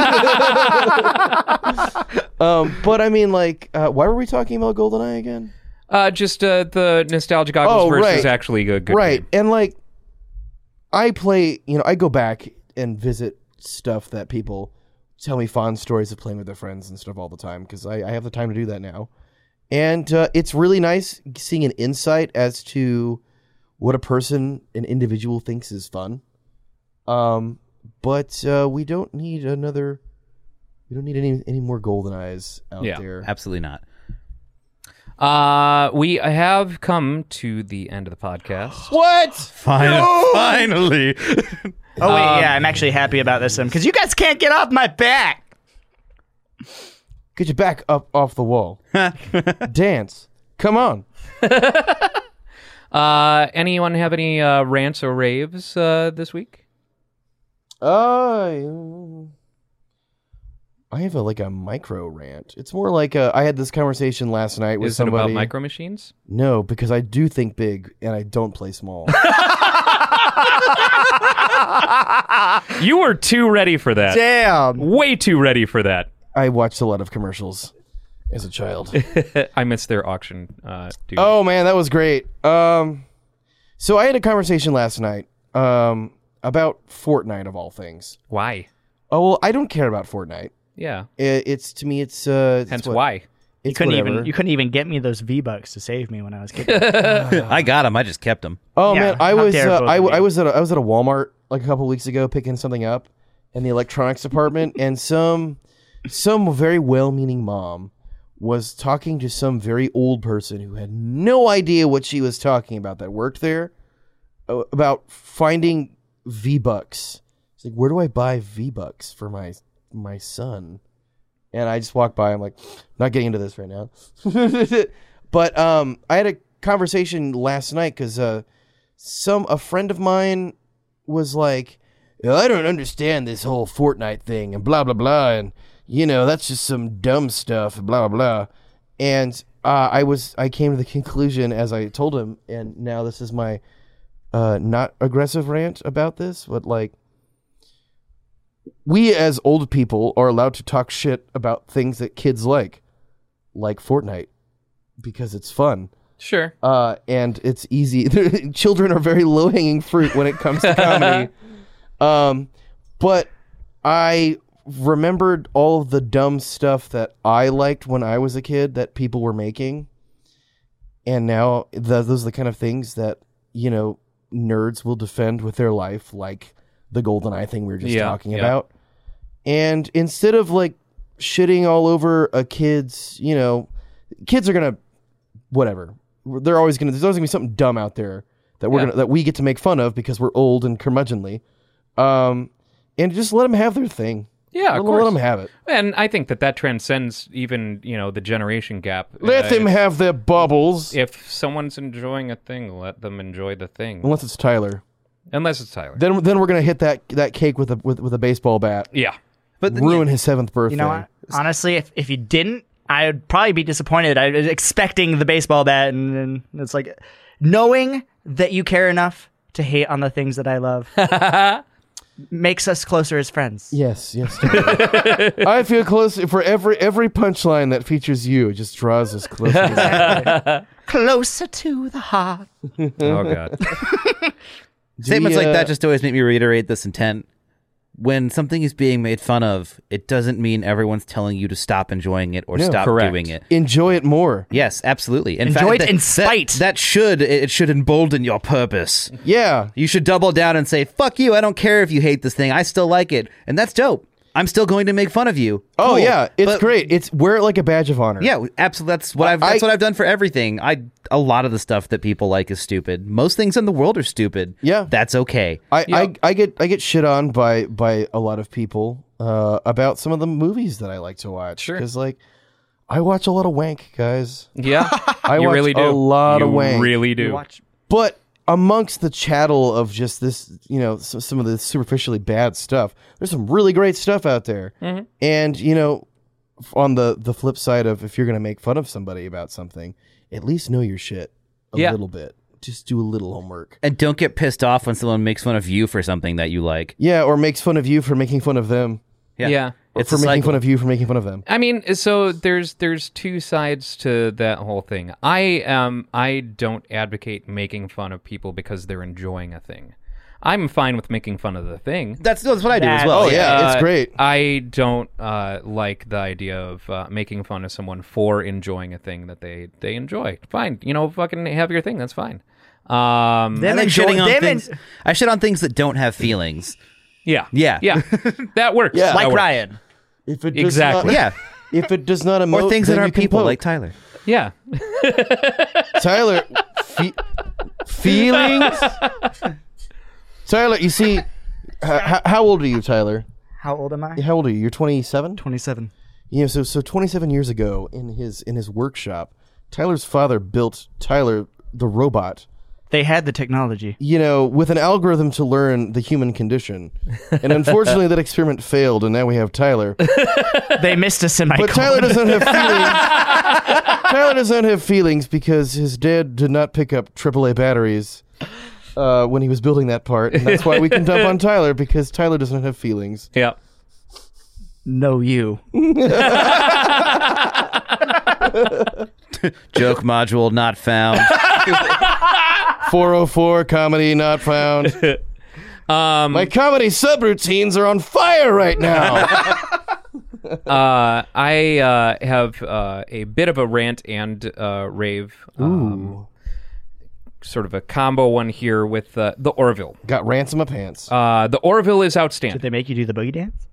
Speaker 5: um, but I mean, like, uh, why were we talking about Goldeneye again?
Speaker 4: Uh, just uh, the nostalgia goggles
Speaker 5: Oh,
Speaker 4: versus
Speaker 5: right.
Speaker 4: actually a good
Speaker 5: right,
Speaker 4: game.
Speaker 5: and like, I play. You know, I go back and visit stuff that people tell me fond stories of playing with their friends and stuff all the time because I, I have the time to do that now, and uh, it's really nice seeing an insight as to what a person, an individual, thinks is fun. Um, but uh, we don't need another. We don't need any any more golden eyes out
Speaker 4: Yeah.
Speaker 5: there.
Speaker 7: Absolutely not.
Speaker 4: Uh, we have come to the end of the podcast.
Speaker 5: What?
Speaker 7: Finally.
Speaker 6: Oh wait, yeah, I'm actually happy about this one because you guys can't get off my back.
Speaker 5: Get your back up off the wall. Dance. Come on.
Speaker 4: Uh, anyone have any uh, rants or raves uh, this week?
Speaker 5: Oh, I have a, like a micro rant. It's more like a, I had this conversation last night with
Speaker 4: Is it
Speaker 5: somebody.
Speaker 4: about micro machines?
Speaker 5: No, because I do think big and I don't play small.
Speaker 4: You were too ready for that.
Speaker 5: Damn.
Speaker 4: Way too ready for that.
Speaker 5: I watched a lot of commercials as a child.
Speaker 4: Uh, I missed their auction. Uh, dude.
Speaker 5: Oh man, that was great. Um, so I had a conversation last night um, about Fortnite of all things.
Speaker 4: Why?
Speaker 5: Oh well, I don't care about Fortnite.
Speaker 4: Yeah.
Speaker 5: I- it's to me, it's uh, it's
Speaker 4: Hence
Speaker 5: what-
Speaker 4: why.
Speaker 5: It's
Speaker 6: You couldn't
Speaker 5: whatever.
Speaker 6: even you couldn't even get me those V bucks to save me when I was kicking.
Speaker 7: I got him. I just kept him.
Speaker 5: Oh
Speaker 6: Yeah,
Speaker 5: man, I
Speaker 6: how
Speaker 5: was
Speaker 6: dare
Speaker 5: uh,
Speaker 6: both
Speaker 5: I,
Speaker 6: of
Speaker 5: w- I
Speaker 6: you.
Speaker 5: was at a, I was at a Walmart like a couple weeks ago picking something up in the electronics department, and some some very well-meaning mom was talking to some very old person who had no idea what she was talking about that worked there uh, about finding V bucks. It's like, where do I buy V bucks for my my son? And I just walked by. I'm like, not getting into this right now. but um, I had a conversation last night because uh, some a friend of mine was like, I don't understand this whole Fortnite thing and blah blah blah and you know that's just some dumb stuff and blah blah blah. And uh, I was I came to the conclusion as I told him, and now this is my uh, not aggressive rant about this, but like we as old people are allowed to talk shit about things that kids like, like Fortnite, because it's fun.
Speaker 4: Sure.
Speaker 5: Uh, and it's easy. Children are very low hanging fruit when it comes to comedy. um, but I remembered all of the dumb stuff that I liked when I was a kid that people were making. and now th those are the kind of things that you know nerds will defend with their life, like the golden eye thing we were just
Speaker 4: Yeah,
Speaker 5: talking
Speaker 4: yeah.
Speaker 5: about. And instead of like shitting all over a kid's, you know, kids are gonna whatever. They're always gonna. There's always gonna be something dumb out there that we're
Speaker 13: Yeah.
Speaker 5: gonna that we get to make fun of because we're old and curmudgeonly. Um, and just let them have their thing.
Speaker 4: Yeah, of
Speaker 5: let, let
Speaker 4: course.
Speaker 5: them have it.
Speaker 4: And I think that that transcends even you know the generation gap.
Speaker 5: Let
Speaker 4: Uh,
Speaker 5: them have their bubbles.
Speaker 4: If someone's enjoying a thing, let them enjoy the thing.
Speaker 5: Unless it's Tyler.
Speaker 4: Unless it's Tyler.
Speaker 5: Then then we're gonna hit that that cake with a with, with a baseball bat.
Speaker 4: Yeah.
Speaker 5: But ruin his seventh birthday.
Speaker 6: You know what? Honestly, if, if you didn't, I would probably be disappointed. I was expecting the baseball bat, and, and it's like knowing that you care enough to hate on the things that I love makes us closer as friends.
Speaker 5: Yes, yes. totally. I feel close for every every punchline that features you. It just draws us closer.
Speaker 6: Closer to the heart.
Speaker 5: oh
Speaker 4: God.
Speaker 7: Statements
Speaker 5: The,
Speaker 7: like
Speaker 5: uh,
Speaker 7: that just always make me reiterate this intent. When something is being made fun of, it doesn't mean everyone's telling you to stop enjoying it or
Speaker 5: No.
Speaker 7: stop
Speaker 5: Correct.
Speaker 7: doing it.
Speaker 5: Enjoy it more.
Speaker 7: Yes, absolutely. In
Speaker 5: Enjoy
Speaker 7: fact,
Speaker 5: it
Speaker 7: that,
Speaker 5: in
Speaker 7: that- That, should it should embolden your purpose.
Speaker 5: Yeah,
Speaker 7: you should double down and say, "Fuck you! I don't care if you hate this thing. I still like it, and that's dope. I'm still going to make fun of you."
Speaker 5: Oh
Speaker 7: Cool.
Speaker 5: yeah, it's
Speaker 7: But-
Speaker 5: great. It's wear it like a badge of honor.
Speaker 7: Yeah, absolutely. That's what I've that's
Speaker 5: I-
Speaker 7: what I've done for everything. I a lot of the stuff that people like is stupid. Most things in the world are stupid.
Speaker 5: Yeah,
Speaker 7: that's okay.
Speaker 5: I, I I get I get shit on by by a lot of people uh, about some of the movies that I like to watch. Sure, because like I watch a lot of wank, guys.
Speaker 4: Yeah,
Speaker 5: I
Speaker 4: you
Speaker 5: watch
Speaker 4: really do.
Speaker 5: a lot
Speaker 4: you
Speaker 5: of wank.
Speaker 4: Really do.
Speaker 5: But amongst the chattel of just this, you know, s- some of the superficially bad stuff, there's some really great stuff out there.
Speaker 4: Mm-hmm.
Speaker 13: Mhm.
Speaker 5: And you know, f- on the the flip side of if you're going to make fun of somebody about something, at least know your shit a
Speaker 7: Yeah.
Speaker 5: little bit. Just do a little homework.
Speaker 7: And don't get pissed off when someone makes fun of you for something that you like.
Speaker 5: Yeah, or makes fun of you for making fun of them.
Speaker 7: Yeah.
Speaker 4: Yeah.
Speaker 5: Or
Speaker 7: It's
Speaker 5: for
Speaker 7: a
Speaker 5: making
Speaker 7: cycle.
Speaker 5: fun of you for making fun of them.
Speaker 4: I mean, so there's there's two sides to that whole thing. I um I don't advocate making fun of people because they're enjoying a thing. I'm fine with making fun of the thing.
Speaker 7: That's, that's what I do as well.
Speaker 5: Oh,
Speaker 4: Uh, I don't uh, like the idea of uh, making fun of someone for enjoying a thing that they they enjoy. Fine, you know, fucking have your thing. That's fine. Um,
Speaker 7: I like shitting on things. I shit on things that don't have feelings.
Speaker 4: Yeah.
Speaker 7: Yeah.
Speaker 4: Yeah. that works.
Speaker 7: Yeah.
Speaker 4: That
Speaker 7: Like
Speaker 4: works.
Speaker 7: Ryan.
Speaker 5: If it
Speaker 7: does Exactly. not- Yeah.
Speaker 5: If it does not emote,
Speaker 7: Or things
Speaker 5: then
Speaker 7: that
Speaker 5: you
Speaker 7: aren't
Speaker 5: can
Speaker 7: people
Speaker 5: poke.
Speaker 7: like Tyler.
Speaker 4: Yeah.
Speaker 5: Tyler, fe- feelings. Tyler, you see, h- h- how old are you, Tyler?
Speaker 6: How old am I?
Speaker 5: How old are you? You're 27.
Speaker 6: 27.
Speaker 5: You know, so so 27 years ago, in his in his workshop, Tyler's father built Tyler the robot.
Speaker 6: They had the technology.
Speaker 5: You know, with an algorithm to learn the human condition, and unfortunately, that experiment failed, and now we have Tyler.
Speaker 6: they missed a semicolon.
Speaker 5: But Tyler doesn't have feelings. Tyler doesn't have feelings because his dad did not pick up AAA batteries uh, when he was building that part, and that's why we can dump on Tyler because Tyler doesn't have feelings.
Speaker 4: Yeah.
Speaker 6: No, you.
Speaker 7: Joke module not found.
Speaker 5: 404 comedy not found.
Speaker 4: um,
Speaker 5: My comedy subroutines are on fire right now.
Speaker 4: uh, I uh, have uh, a bit of a rant and uh, rave. Um, sort of a combo one here with uh, the Orville.
Speaker 5: Got rants in my pants.
Speaker 4: Uh, the Orville is outstanding. Did
Speaker 6: they make you do the boogie dance?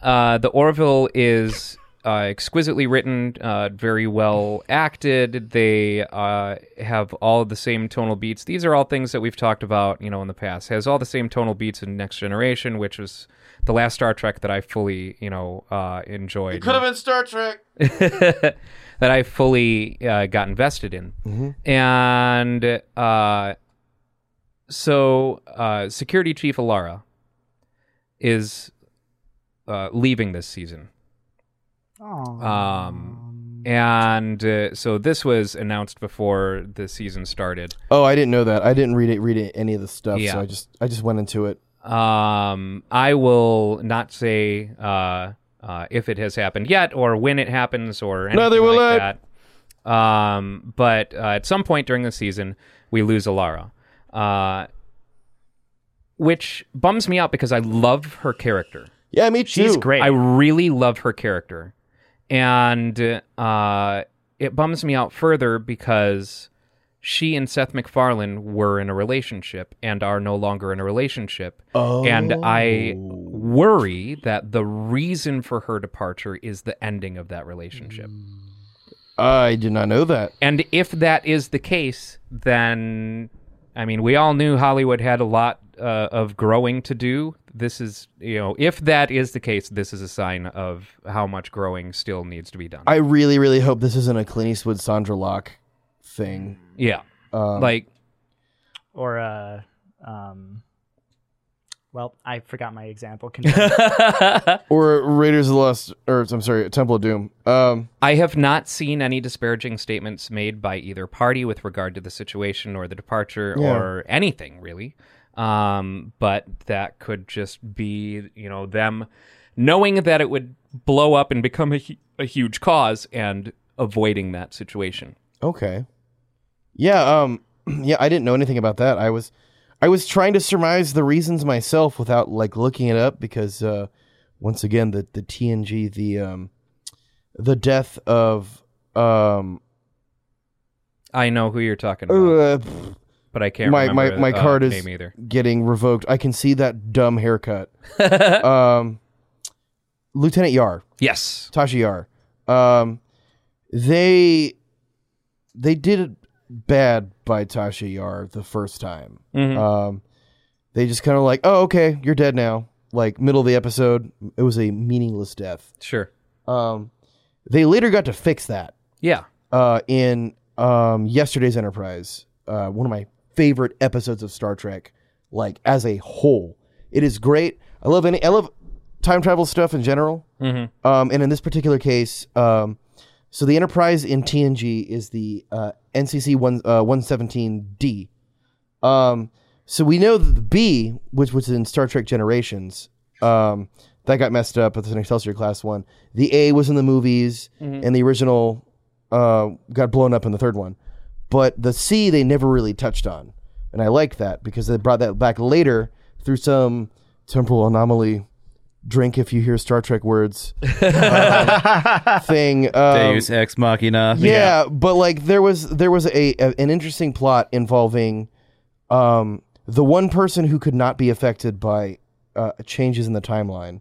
Speaker 4: Uh, the Orville is uh, exquisitely written, uh, very well acted. They uh, have all the same tonal beats. These are all things that we've talked about, you know, in the past. Has all the same tonal beats in Next Generation, which was the last Star Trek that I fully, you know, uh, enjoyed.
Speaker 5: Could have been Star Trek.
Speaker 4: that I fully uh, got invested in. And uh, so, uh, Security Chief Alara is uh, leaving this season. Um, and uh, so this was announced before the season started.
Speaker 5: Oh, I didn't know that. I didn't read it. Read it, any of the stuff.
Speaker 4: Yeah.
Speaker 5: So I just I just went into it.
Speaker 4: Um, I will not say uh, uh, if it has happened yet or when it happens or anything
Speaker 5: Neither will
Speaker 4: like
Speaker 5: I.
Speaker 4: that. Um, but uh, at some point during the season, we lose Alara, uh, which bums me out because I love her character.
Speaker 5: Yeah, me too.
Speaker 4: I really love her character, and uh, it bums me out further because she and Seth MacFarlane were in a relationship and are no longer in a relationship. And I worry that the reason for her departure is the ending of that relationship.
Speaker 5: I did not know that.
Speaker 4: And if that is the case, then I mean, we all knew Hollywood had a lot uh, of growing to do. This is, you know, if that is the case, this is a sign of how much growing still needs to be done.
Speaker 5: I really, really hope this isn't a Clint Eastwood Sandra Lock thing.
Speaker 4: Yeah.
Speaker 5: Um,
Speaker 4: like,
Speaker 6: or uh, um, well, I forgot my example.
Speaker 5: or Raiders of the Lost, or I'm sorry, Temple of Doom. Um,
Speaker 4: I have not seen any disparaging statements made by either party with regard to the situation or the departure
Speaker 5: Yeah.
Speaker 4: or anything really. Um, but that could just be, you know, them knowing that it would blow up and become a, hu- a huge cause and avoiding that situation.
Speaker 5: Okay. Yeah. Um. Yeah, I didn't know anything about that. I was, I was trying to surmise the reasons myself without like looking it up because, uh, once again, the the TNG the um, the death of um,
Speaker 4: I know who you're talking about,
Speaker 5: uh,
Speaker 4: but I can't
Speaker 5: my my
Speaker 4: remember
Speaker 5: my
Speaker 4: uh,
Speaker 5: card is
Speaker 4: name either.
Speaker 5: getting revoked. I can see that dumb haircut. um, Lieutenant Yar.
Speaker 4: Yes.
Speaker 5: Tasha Yar. Um, they they did bad by Tasha Yar the first time.
Speaker 4: Mhm.
Speaker 5: Um, they just kind of like, oh, okay, you're dead now. Like middle of the episode, it was a meaningless death.
Speaker 4: Sure.
Speaker 5: Um, they later got to fix that
Speaker 4: Yeah.
Speaker 5: uh, in um, yesterday's Enterprise, uh, one of my favorite episodes of Star Trek, like as a whole. It is great. I love any. I love time travel stuff in general.
Speaker 4: Mhm.
Speaker 5: Um, and in this particular case, um, so the Enterprise in TNG is the uh, NCC one uh, one seventeen D. Um, so we know that the B, which was in Star Trek Generations, um, that got messed up. But it's an Excelsior class one. The A was in the movies,
Speaker 13: Mhm.
Speaker 5: and the original uh, got blown up in the third one. But the C they never really touched on, and I like that because they brought that back later through some temporal anomaly. Drink if you hear Star Trek words um, thing. Um,
Speaker 7: Deus Ex Machina.
Speaker 5: yeah, but like there was there was a, a an interesting plot involving um the one person who could not be affected by uh, changes in the timeline,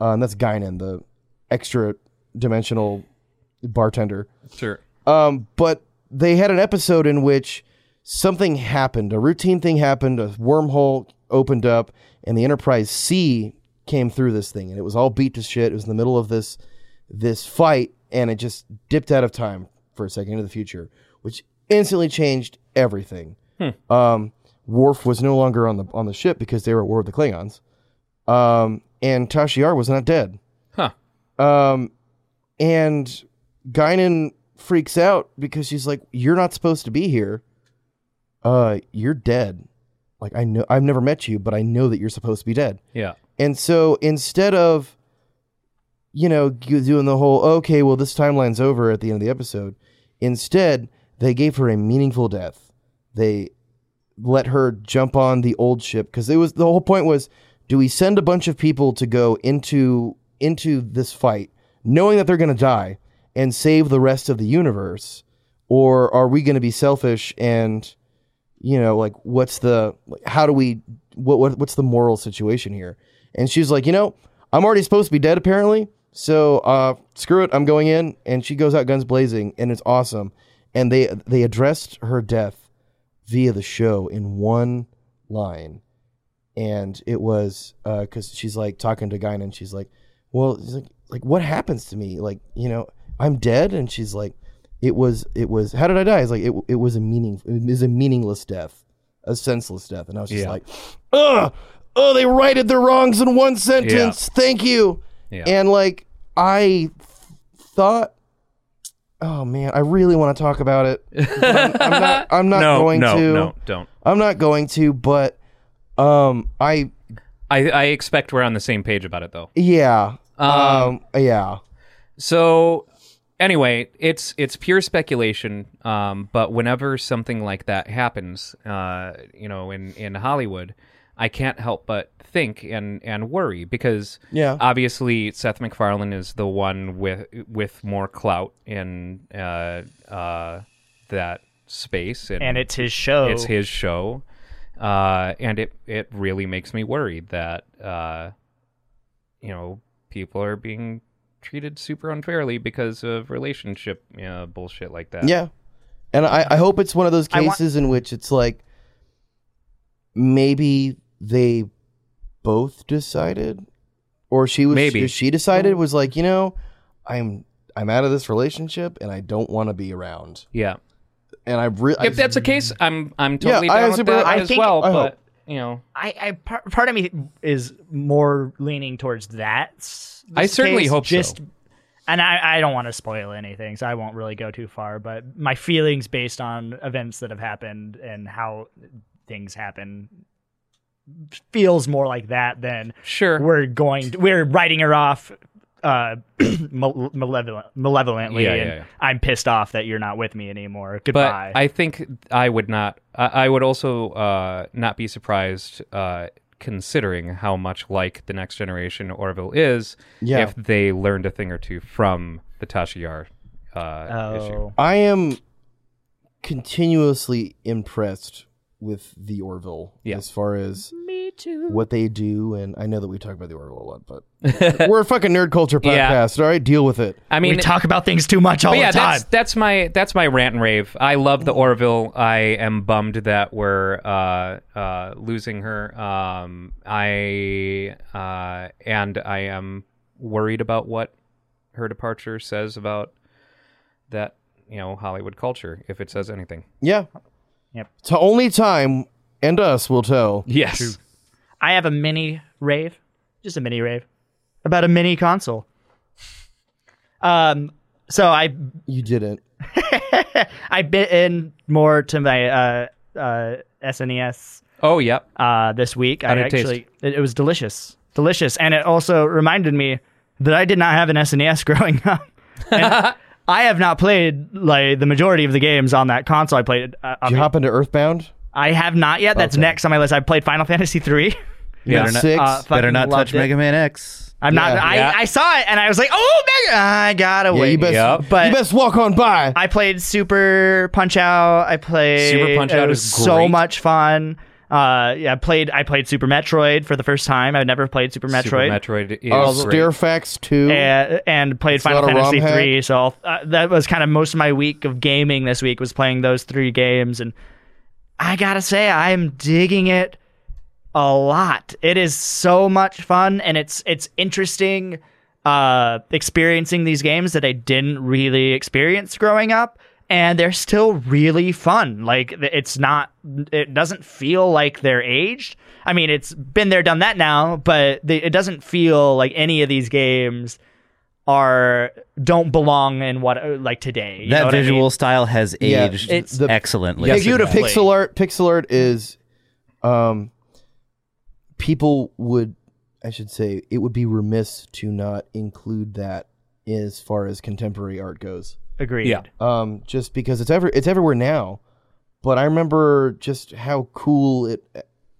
Speaker 5: uh, and that's Guinan, the extra dimensional bartender.
Speaker 4: Sure.
Speaker 5: Um, but they had an episode in which something happened, a routine thing happened, a wormhole opened up, and the Enterprise C came through this thing, and it was all beat to shit. It was in the middle of this this fight, and it just dipped out of time for a second into the future, which instantly changed everything. Um, Worf was no longer on the on the ship because they were at war with the Klingons, um, and Tashiar was not dead.
Speaker 4: Huh.
Speaker 5: Um, and Guinan freaks out because she's like, "You're not supposed to be here. Uh, you're dead. Like I know I've never met you, but I know that you're supposed to be dead."
Speaker 4: Yeah.
Speaker 5: And so instead of, you know, g- doing the whole okay, well this timeline's over at the end of the episode, instead they gave her a meaningful death. They let her jump on the old ship because it was the whole point was do we send a bunch of people to go into into this fight knowing that they're going to die and save the rest of the universe or are we going to be selfish and you know like what's the like, how do we what, what what's the moral situation here and she's like you know i'm already supposed to be dead apparently so uh screw it i'm going in and she goes out guns blazing and it's awesome and they they addressed her death via the show in one line. And it was because she's like talking to Guinan, and she's like, "Well, she's like, like what happens to me? Like, you know, I'm dead." And she's like, "It was, it was. How did I die?" It's like it, it was a meaning, it was a meaningless death, a senseless death. And I was just
Speaker 13: Yeah.
Speaker 5: like, "Ugh, oh, they righted their wrongs in one sentence. Thank you."
Speaker 13: Yeah.
Speaker 5: And like, I th- thought, "Oh man, I really want to talk about it." but I'm, I'm not. I'm not
Speaker 4: No,
Speaker 5: going
Speaker 4: no,
Speaker 5: to.
Speaker 4: no, don't.
Speaker 5: I'm not going to. But um, I
Speaker 4: I, I expect we're on the same page about it though.
Speaker 5: yeah.
Speaker 4: Um,
Speaker 5: Um, yeah.
Speaker 4: So anyway, it's it's pure speculation. Um, but whenever something like that happens, uh, you know, in in Hollywood, I can't help but think and and worry because
Speaker 5: Yeah.
Speaker 4: obviously Seth MacFarlane is the one with with more clout in uh, uh, that space,
Speaker 6: And it's his show.
Speaker 5: Oh.
Speaker 4: It's his show, uh, and it it really makes me worried that uh, you know people are being treated super unfairly because of relationship you know, bullshit like that.
Speaker 5: Yeah. And I, I hope it's one of those
Speaker 4: I want-
Speaker 5: cases in which it's like maybe they both decided or she was
Speaker 4: Maybe.
Speaker 5: she decided was like, you know, I'm I'm out of this relationship and I don't want to be around.
Speaker 4: Yeah.
Speaker 5: And I really
Speaker 4: If that's the case, I'm I'm
Speaker 5: Yeah,
Speaker 4: totally
Speaker 5: I
Speaker 4: down
Speaker 5: am
Speaker 4: with
Speaker 5: super-
Speaker 4: that
Speaker 5: I
Speaker 4: as
Speaker 5: think-
Speaker 4: well.
Speaker 5: I
Speaker 4: but
Speaker 5: hope.
Speaker 4: you know,
Speaker 6: I, I part, part of me is more leaning towards that. s-
Speaker 4: I
Speaker 6: this
Speaker 4: certainly
Speaker 6: case,
Speaker 4: hope so.
Speaker 6: just, And I, I don't want to spoil anything, so I won't really go too far. But my feelings based on events that have happened and how things happen feels more like that than
Speaker 4: sure
Speaker 6: we're going we're writing her off uh male- malevolent, malevolently
Speaker 4: Yeah, yeah,
Speaker 6: and
Speaker 4: yeah.
Speaker 6: i'm pissed off that you're not with me anymore
Speaker 4: but
Speaker 6: goodbye
Speaker 4: I think I would not. I, I would also uh, not be surprised, uh, considering how much like the next generation Orville is,
Speaker 5: Yeah.
Speaker 4: if they learned a thing or two from the Tasha Yar uh, issue.
Speaker 6: Oh.
Speaker 5: I am continuously impressed with the Orville as far as
Speaker 6: Me too.
Speaker 5: what they do. And I know that we talk about the Orville a lot, but we're a fucking nerd culture
Speaker 4: Yeah.
Speaker 5: podcast. All right, deal with it.
Speaker 4: I mean,
Speaker 6: we talk about things too much all
Speaker 4: But yeah,
Speaker 6: the time
Speaker 4: That's, that's my that's my rant and rave. I love the Orville. I am bummed that we're uh, uh, losing her. Um, I uh, and I am worried about what her departure says about that you know Hollywood culture, if it says anything.
Speaker 5: Yeah.
Speaker 6: Yep.
Speaker 5: To only time and us will tell.
Speaker 4: Yes.
Speaker 6: i have a mini rave just a mini rave about a mini console um so i
Speaker 5: You didn't.
Speaker 6: i bit in more to my uh uh snes
Speaker 4: Oh, yep.
Speaker 6: uh, this week.
Speaker 4: How'd
Speaker 6: I
Speaker 4: it taste?
Speaker 6: actually it, it was delicious, delicious, and it also reminded me that I did not have an SNES growing up. And I have not played like the majority of the games on that console. I played. Uh, I
Speaker 5: Did you
Speaker 6: mean,
Speaker 5: hop into Earthbound?
Speaker 6: I have not yet. That's
Speaker 5: Okay.
Speaker 6: next on my list. I played Final Fantasy three.
Speaker 5: Yeah.
Speaker 7: Better not-
Speaker 5: Six.
Speaker 6: Uh, fucking
Speaker 7: Better not
Speaker 6: loved
Speaker 7: touch
Speaker 6: it.
Speaker 7: Mega Man X.
Speaker 6: I'm not.
Speaker 5: Yeah.
Speaker 6: I,
Speaker 5: Yeah.
Speaker 6: I saw it and I was like, oh, Mega! I gotta
Speaker 5: yeah,
Speaker 6: wait.
Speaker 5: you best
Speaker 4: Yep.
Speaker 6: But-
Speaker 5: you best walk on by.
Speaker 6: I played Super Punch Out. I played
Speaker 4: Super Punch
Speaker 6: It
Speaker 4: Out
Speaker 6: was
Speaker 4: is
Speaker 6: so
Speaker 4: great.
Speaker 6: much fun. Uh, yeah, I played. I played Super Metroid for the first time. I've never played Super Metroid.
Speaker 4: Super Metroid is
Speaker 5: Uh,
Speaker 4: great.
Speaker 5: Stairfax two.
Speaker 6: and, and played
Speaker 5: It's
Speaker 6: Final
Speaker 5: not a ROM
Speaker 6: Fantasy
Speaker 5: hack.
Speaker 6: three. So uh, that was kind of most of my week of gaming this week was playing those three games, and I gotta say I'm digging it a lot. It is so much fun, and it's it's interesting uh, experiencing these games that I didn't really experience growing up. And they're still really fun. Like th- it's not, it doesn't feel like they're aged. I mean, it's been there, done that now, but they, it doesn't feel like any of these games are don't belong in what like today. You know
Speaker 7: That
Speaker 6: what I mean?
Speaker 7: visual style has
Speaker 5: Yeah,
Speaker 7: aged
Speaker 5: it's- the-
Speaker 7: excellently.
Speaker 5: If you to
Speaker 6: Beautifully.
Speaker 5: pixel art, pixel art is, um, people would, I should say, it would be remiss to not include that as far as contemporary art goes.
Speaker 6: agreed.
Speaker 4: Yeah.
Speaker 5: um, just because it's ever it's everywhere now. But I remember just how cool it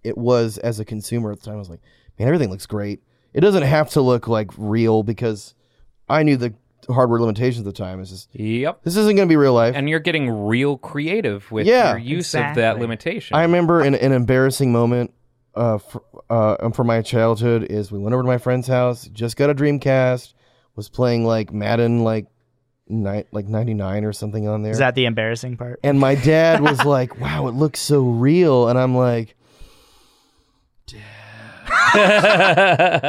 Speaker 5: it was as a consumer at the time. I was like, man, everything looks great. It doesn't have to look like real because I knew the hardware limitations at the time. It's just
Speaker 4: Yep.
Speaker 5: this isn't going to be real life.
Speaker 4: And you're getting real creative with
Speaker 5: Yeah.
Speaker 4: your use of that
Speaker 6: Exactly.
Speaker 4: limitation.
Speaker 5: I remember an, an embarrassing moment uh, for, uh, from my childhood is we went over to my friend's house, just got a Dreamcast, was playing like Madden like night like ninety nine or something on there.
Speaker 6: Is that the embarrassing part?
Speaker 5: And my dad was like, "Wow, it looks so real," and I'm like, "Dad,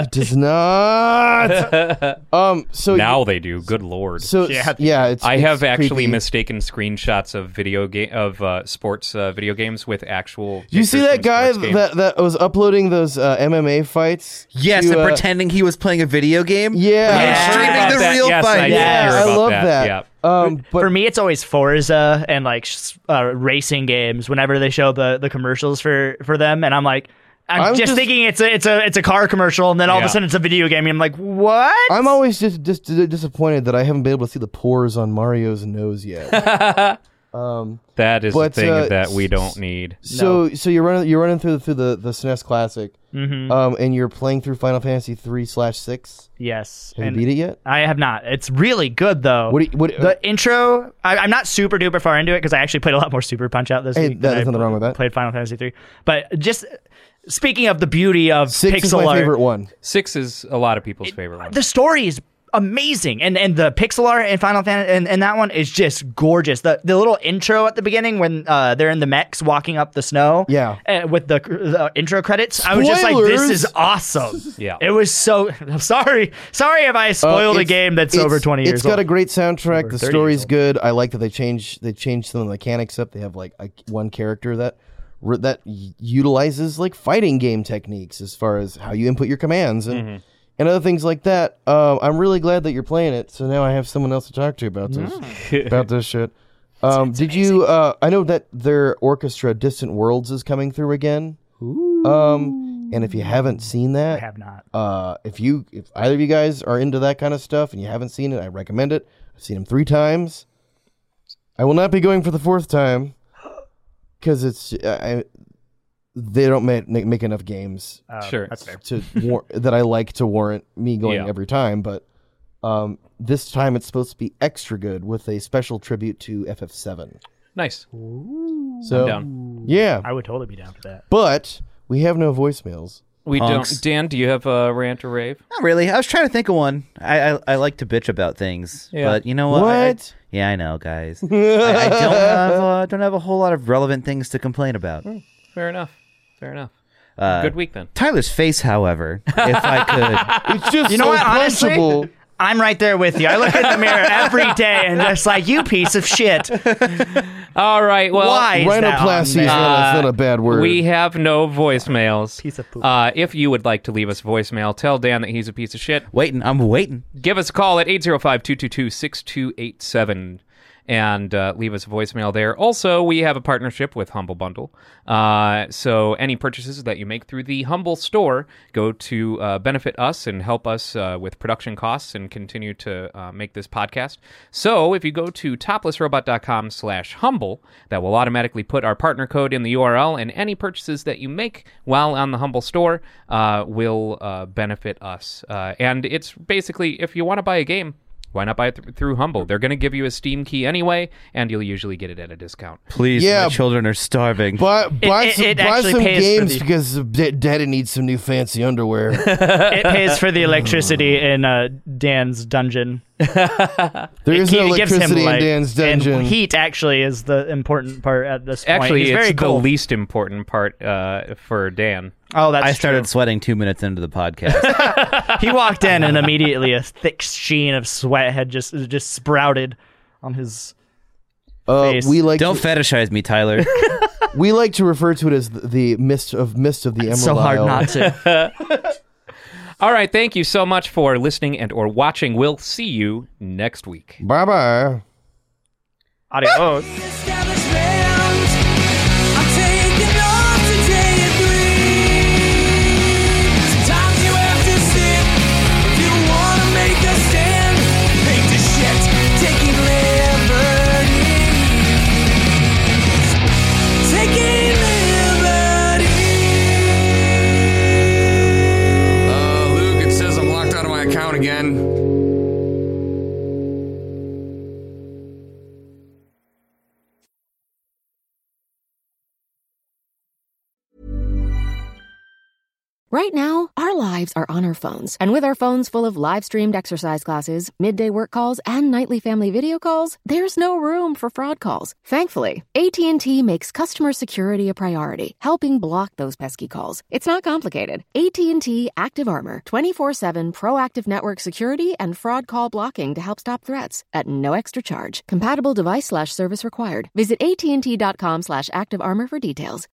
Speaker 5: it does not." Um. So
Speaker 4: now they do. Good lord.
Speaker 5: so yeah, yeah it's.
Speaker 4: I
Speaker 5: it's
Speaker 4: have actually
Speaker 5: creepy.
Speaker 4: mistaken screenshots of video game of uh, sports uh, video games with actual.
Speaker 5: You see
Speaker 4: pictures
Speaker 5: that
Speaker 4: from
Speaker 5: guy
Speaker 4: sports games.
Speaker 5: that that was uploading those uh, MMA fights?
Speaker 7: Yes,
Speaker 5: to,
Speaker 7: and
Speaker 5: uh,
Speaker 7: pretending he was playing a video game.
Speaker 5: Yeah.
Speaker 7: He was
Speaker 6: Yeah.
Speaker 4: About
Speaker 7: streaming the
Speaker 4: that,
Speaker 7: real
Speaker 4: yes, I
Speaker 7: fight.
Speaker 4: did
Speaker 5: Yeah,
Speaker 4: hear
Speaker 5: I
Speaker 4: about
Speaker 5: love
Speaker 4: that,
Speaker 5: that. Um, but
Speaker 6: For me, it's always Forza and like s- uh, racing games. Whenever they show the, the commercials for, for them, and I'm like, I'm,
Speaker 5: I'm
Speaker 6: just,
Speaker 5: just-
Speaker 6: thinking it's a it's a it's a car commercial, and then all of
Speaker 4: Yeah.
Speaker 6: a sudden it's a video game, and I'm like, what?
Speaker 5: I'm always just, just disappointed that I haven't been able to see the pores on Mario's nose yet. Um,
Speaker 4: That is the
Speaker 5: but,
Speaker 4: thing
Speaker 5: uh,
Speaker 4: that we
Speaker 5: s-
Speaker 4: don't need.
Speaker 5: So so you're running you're running through through the the SNES Classic,
Speaker 6: Mhm.
Speaker 4: Mm-hmm.
Speaker 5: um, and you're playing through Final Fantasy three slash six.
Speaker 6: Yes.
Speaker 5: Have
Speaker 6: and-
Speaker 5: you beat it yet?
Speaker 6: I have not. It's really good though.
Speaker 5: What do you- what- uh,
Speaker 6: the intro? I, I'm not super duper far into it because I actually played a lot more Super Punch Out this
Speaker 5: Hey,
Speaker 6: week.
Speaker 5: that-
Speaker 6: than I
Speaker 5: there's nothing wrong with that.
Speaker 6: Played Final Fantasy three, but just speaking of the beauty of
Speaker 5: Six
Speaker 6: pixel
Speaker 5: is my
Speaker 6: art,
Speaker 5: favorite one.
Speaker 4: Six is a lot of people's favorite one.
Speaker 6: the story is amazing and and the pixel art in final fantasy and, and that one is just gorgeous the the little intro at the beginning when uh they're in the mechs walking up the snow
Speaker 5: Yeah.
Speaker 6: uh, with the, the intro credits i was just like this is
Speaker 5: Spoilers!
Speaker 6: awesome
Speaker 4: Yeah.
Speaker 6: it was so i'm sorry sorry if i
Speaker 5: Uh,
Speaker 6: spoiled a
Speaker 5: it's-
Speaker 6: game that's
Speaker 5: it's-
Speaker 6: over 20 years
Speaker 5: It's got
Speaker 6: old.
Speaker 5: a great soundtrack. The
Speaker 6: 30 years
Speaker 5: story's
Speaker 6: old.
Speaker 5: good. I like that they change they change some of the mechanics up. They have like a, one character that re- that y- utilizes like fighting game techniques as far as how you input your commands and
Speaker 6: Mm-hmm.
Speaker 5: and other things like that. Um, I'm really glad that you're playing it. So now I have someone else to talk to about this
Speaker 6: Mm.
Speaker 5: about this shit. Um, did you? Uh, I know that their orchestra "Distant Worlds" is coming through again. Um, and if you haven't seen that,
Speaker 6: I have not.
Speaker 5: Uh, if you, if either of you guys are into that kind of stuff and you haven't seen it, I recommend it. I've seen them three times. I will not be going for the fourth time because it's I, they don't make make enough games
Speaker 6: Uh,
Speaker 4: Sure.
Speaker 6: that's fair
Speaker 5: to war- that I like to warrant me going
Speaker 4: Yeah.
Speaker 5: every time, but. Um, this time it's supposed to be extra good with a special tribute to FF7.
Speaker 4: Nice.
Speaker 5: So
Speaker 4: down.
Speaker 5: yeah,
Speaker 6: i would totally be down for that
Speaker 5: but we have no voicemails.
Speaker 4: We
Speaker 7: Punks.
Speaker 4: don't. Dan, do you have a rant or rave?
Speaker 7: Not really. I was trying to think of one. I I, I like to bitch about things,
Speaker 4: Yeah.
Speaker 7: but you know what? I- I-
Speaker 5: What?
Speaker 7: yeah, I know, guys. I, I don't have uh, don't have a whole lot of relevant things to complain about.
Speaker 5: Hmm.
Speaker 4: Fair enough. Fair enough.
Speaker 7: Uh,
Speaker 4: Good week then.
Speaker 7: Tyler's face, however, if I could.
Speaker 5: It's just
Speaker 6: you know
Speaker 5: so
Speaker 6: what
Speaker 5: punchable.
Speaker 6: honestly I'm right there with you. I look in the mirror every day and just like, you piece of shit.
Speaker 4: All right. Well,
Speaker 6: Why is that on uh,
Speaker 5: Rhinoplasty is
Speaker 6: there?
Speaker 5: not, a- it's not a bad word.
Speaker 4: We have no voicemails.
Speaker 6: Piece of poop.
Speaker 4: Uh, if you would like to leave us a voicemail, tell Dan that he's a piece of shit.
Speaker 7: Waiting, I'm waiting.
Speaker 4: Give us a call at 805 222 6287 and uh, leave us a voicemail there. Also, we have a partnership with Humble Bundle. Uh, so, any purchases that you make through the Humble store go to uh, benefit us and help us uh, with production costs and continue to uh, make this podcast. So, if you go to toplessrobot.com slash humble, that will automatically put our partner code in the URL, and any purchases that you make while on the Humble store uh, will uh, benefit us. Uh, and it's basically if you want to buy a game, why not buy it th- through Humble? They're going to give you a Steam key anyway, and you'll usually get it at a discount.
Speaker 7: Please,
Speaker 5: Yeah,
Speaker 7: my children are starving.
Speaker 5: buy buy
Speaker 6: it-
Speaker 5: some,
Speaker 6: it
Speaker 5: buy
Speaker 6: actually
Speaker 5: some
Speaker 6: pays for
Speaker 5: games
Speaker 6: the-
Speaker 5: because D- Daddy needs some new fancy underwear.
Speaker 6: it pays for the electricity in uh, Dan's dungeon.
Speaker 5: There is no
Speaker 6: It gives him
Speaker 5: electricity in
Speaker 6: light,
Speaker 5: Dan's
Speaker 6: and
Speaker 5: dungeon.
Speaker 6: heat actually is the important part at this point.
Speaker 4: Actually,
Speaker 6: He's
Speaker 4: it's
Speaker 6: very
Speaker 4: the
Speaker 6: cool.
Speaker 4: least important part uh, for Dan.
Speaker 6: oh, that's
Speaker 7: I started
Speaker 6: true.
Speaker 7: sweating two minutes into the podcast.
Speaker 6: He walked in and immediately a thick sheen of sweat had just just sprouted on his.
Speaker 5: uh,
Speaker 6: face.
Speaker 5: we like
Speaker 7: don't
Speaker 5: to,
Speaker 7: fetishize me, Tyler.
Speaker 5: we like to refer to it as the, the mist of mist of the Emerald
Speaker 6: so hard
Speaker 5: Isle.
Speaker 6: not to.
Speaker 4: All right, thank you so much for listening and or watching. We'll see you next week.
Speaker 5: Bye bye.
Speaker 6: Adios.
Speaker 8: Establishment. I'm taking off today at three. Sometimes you have to sit if you wanna make a stand. Hate to shit, taking liberties. Taking liberties.
Speaker 3: Uh, Luke, it says I'm locked out of my account again.
Speaker 13: Right now, our lives are on our phones, and with our phones full of live streamed exercise classes, midday work calls, and nightly family video calls, there's no room for fraud calls. Thankfully, AT&T makes customer security a priority, helping block those pesky calls. It's not complicated. AT&T Active Armor, 24/7 proactive network security and fraud call blocking to help stop threats at no extra charge. Compatible device/service slash service required. Visit AT&T.com/activearmor slash active armor for details.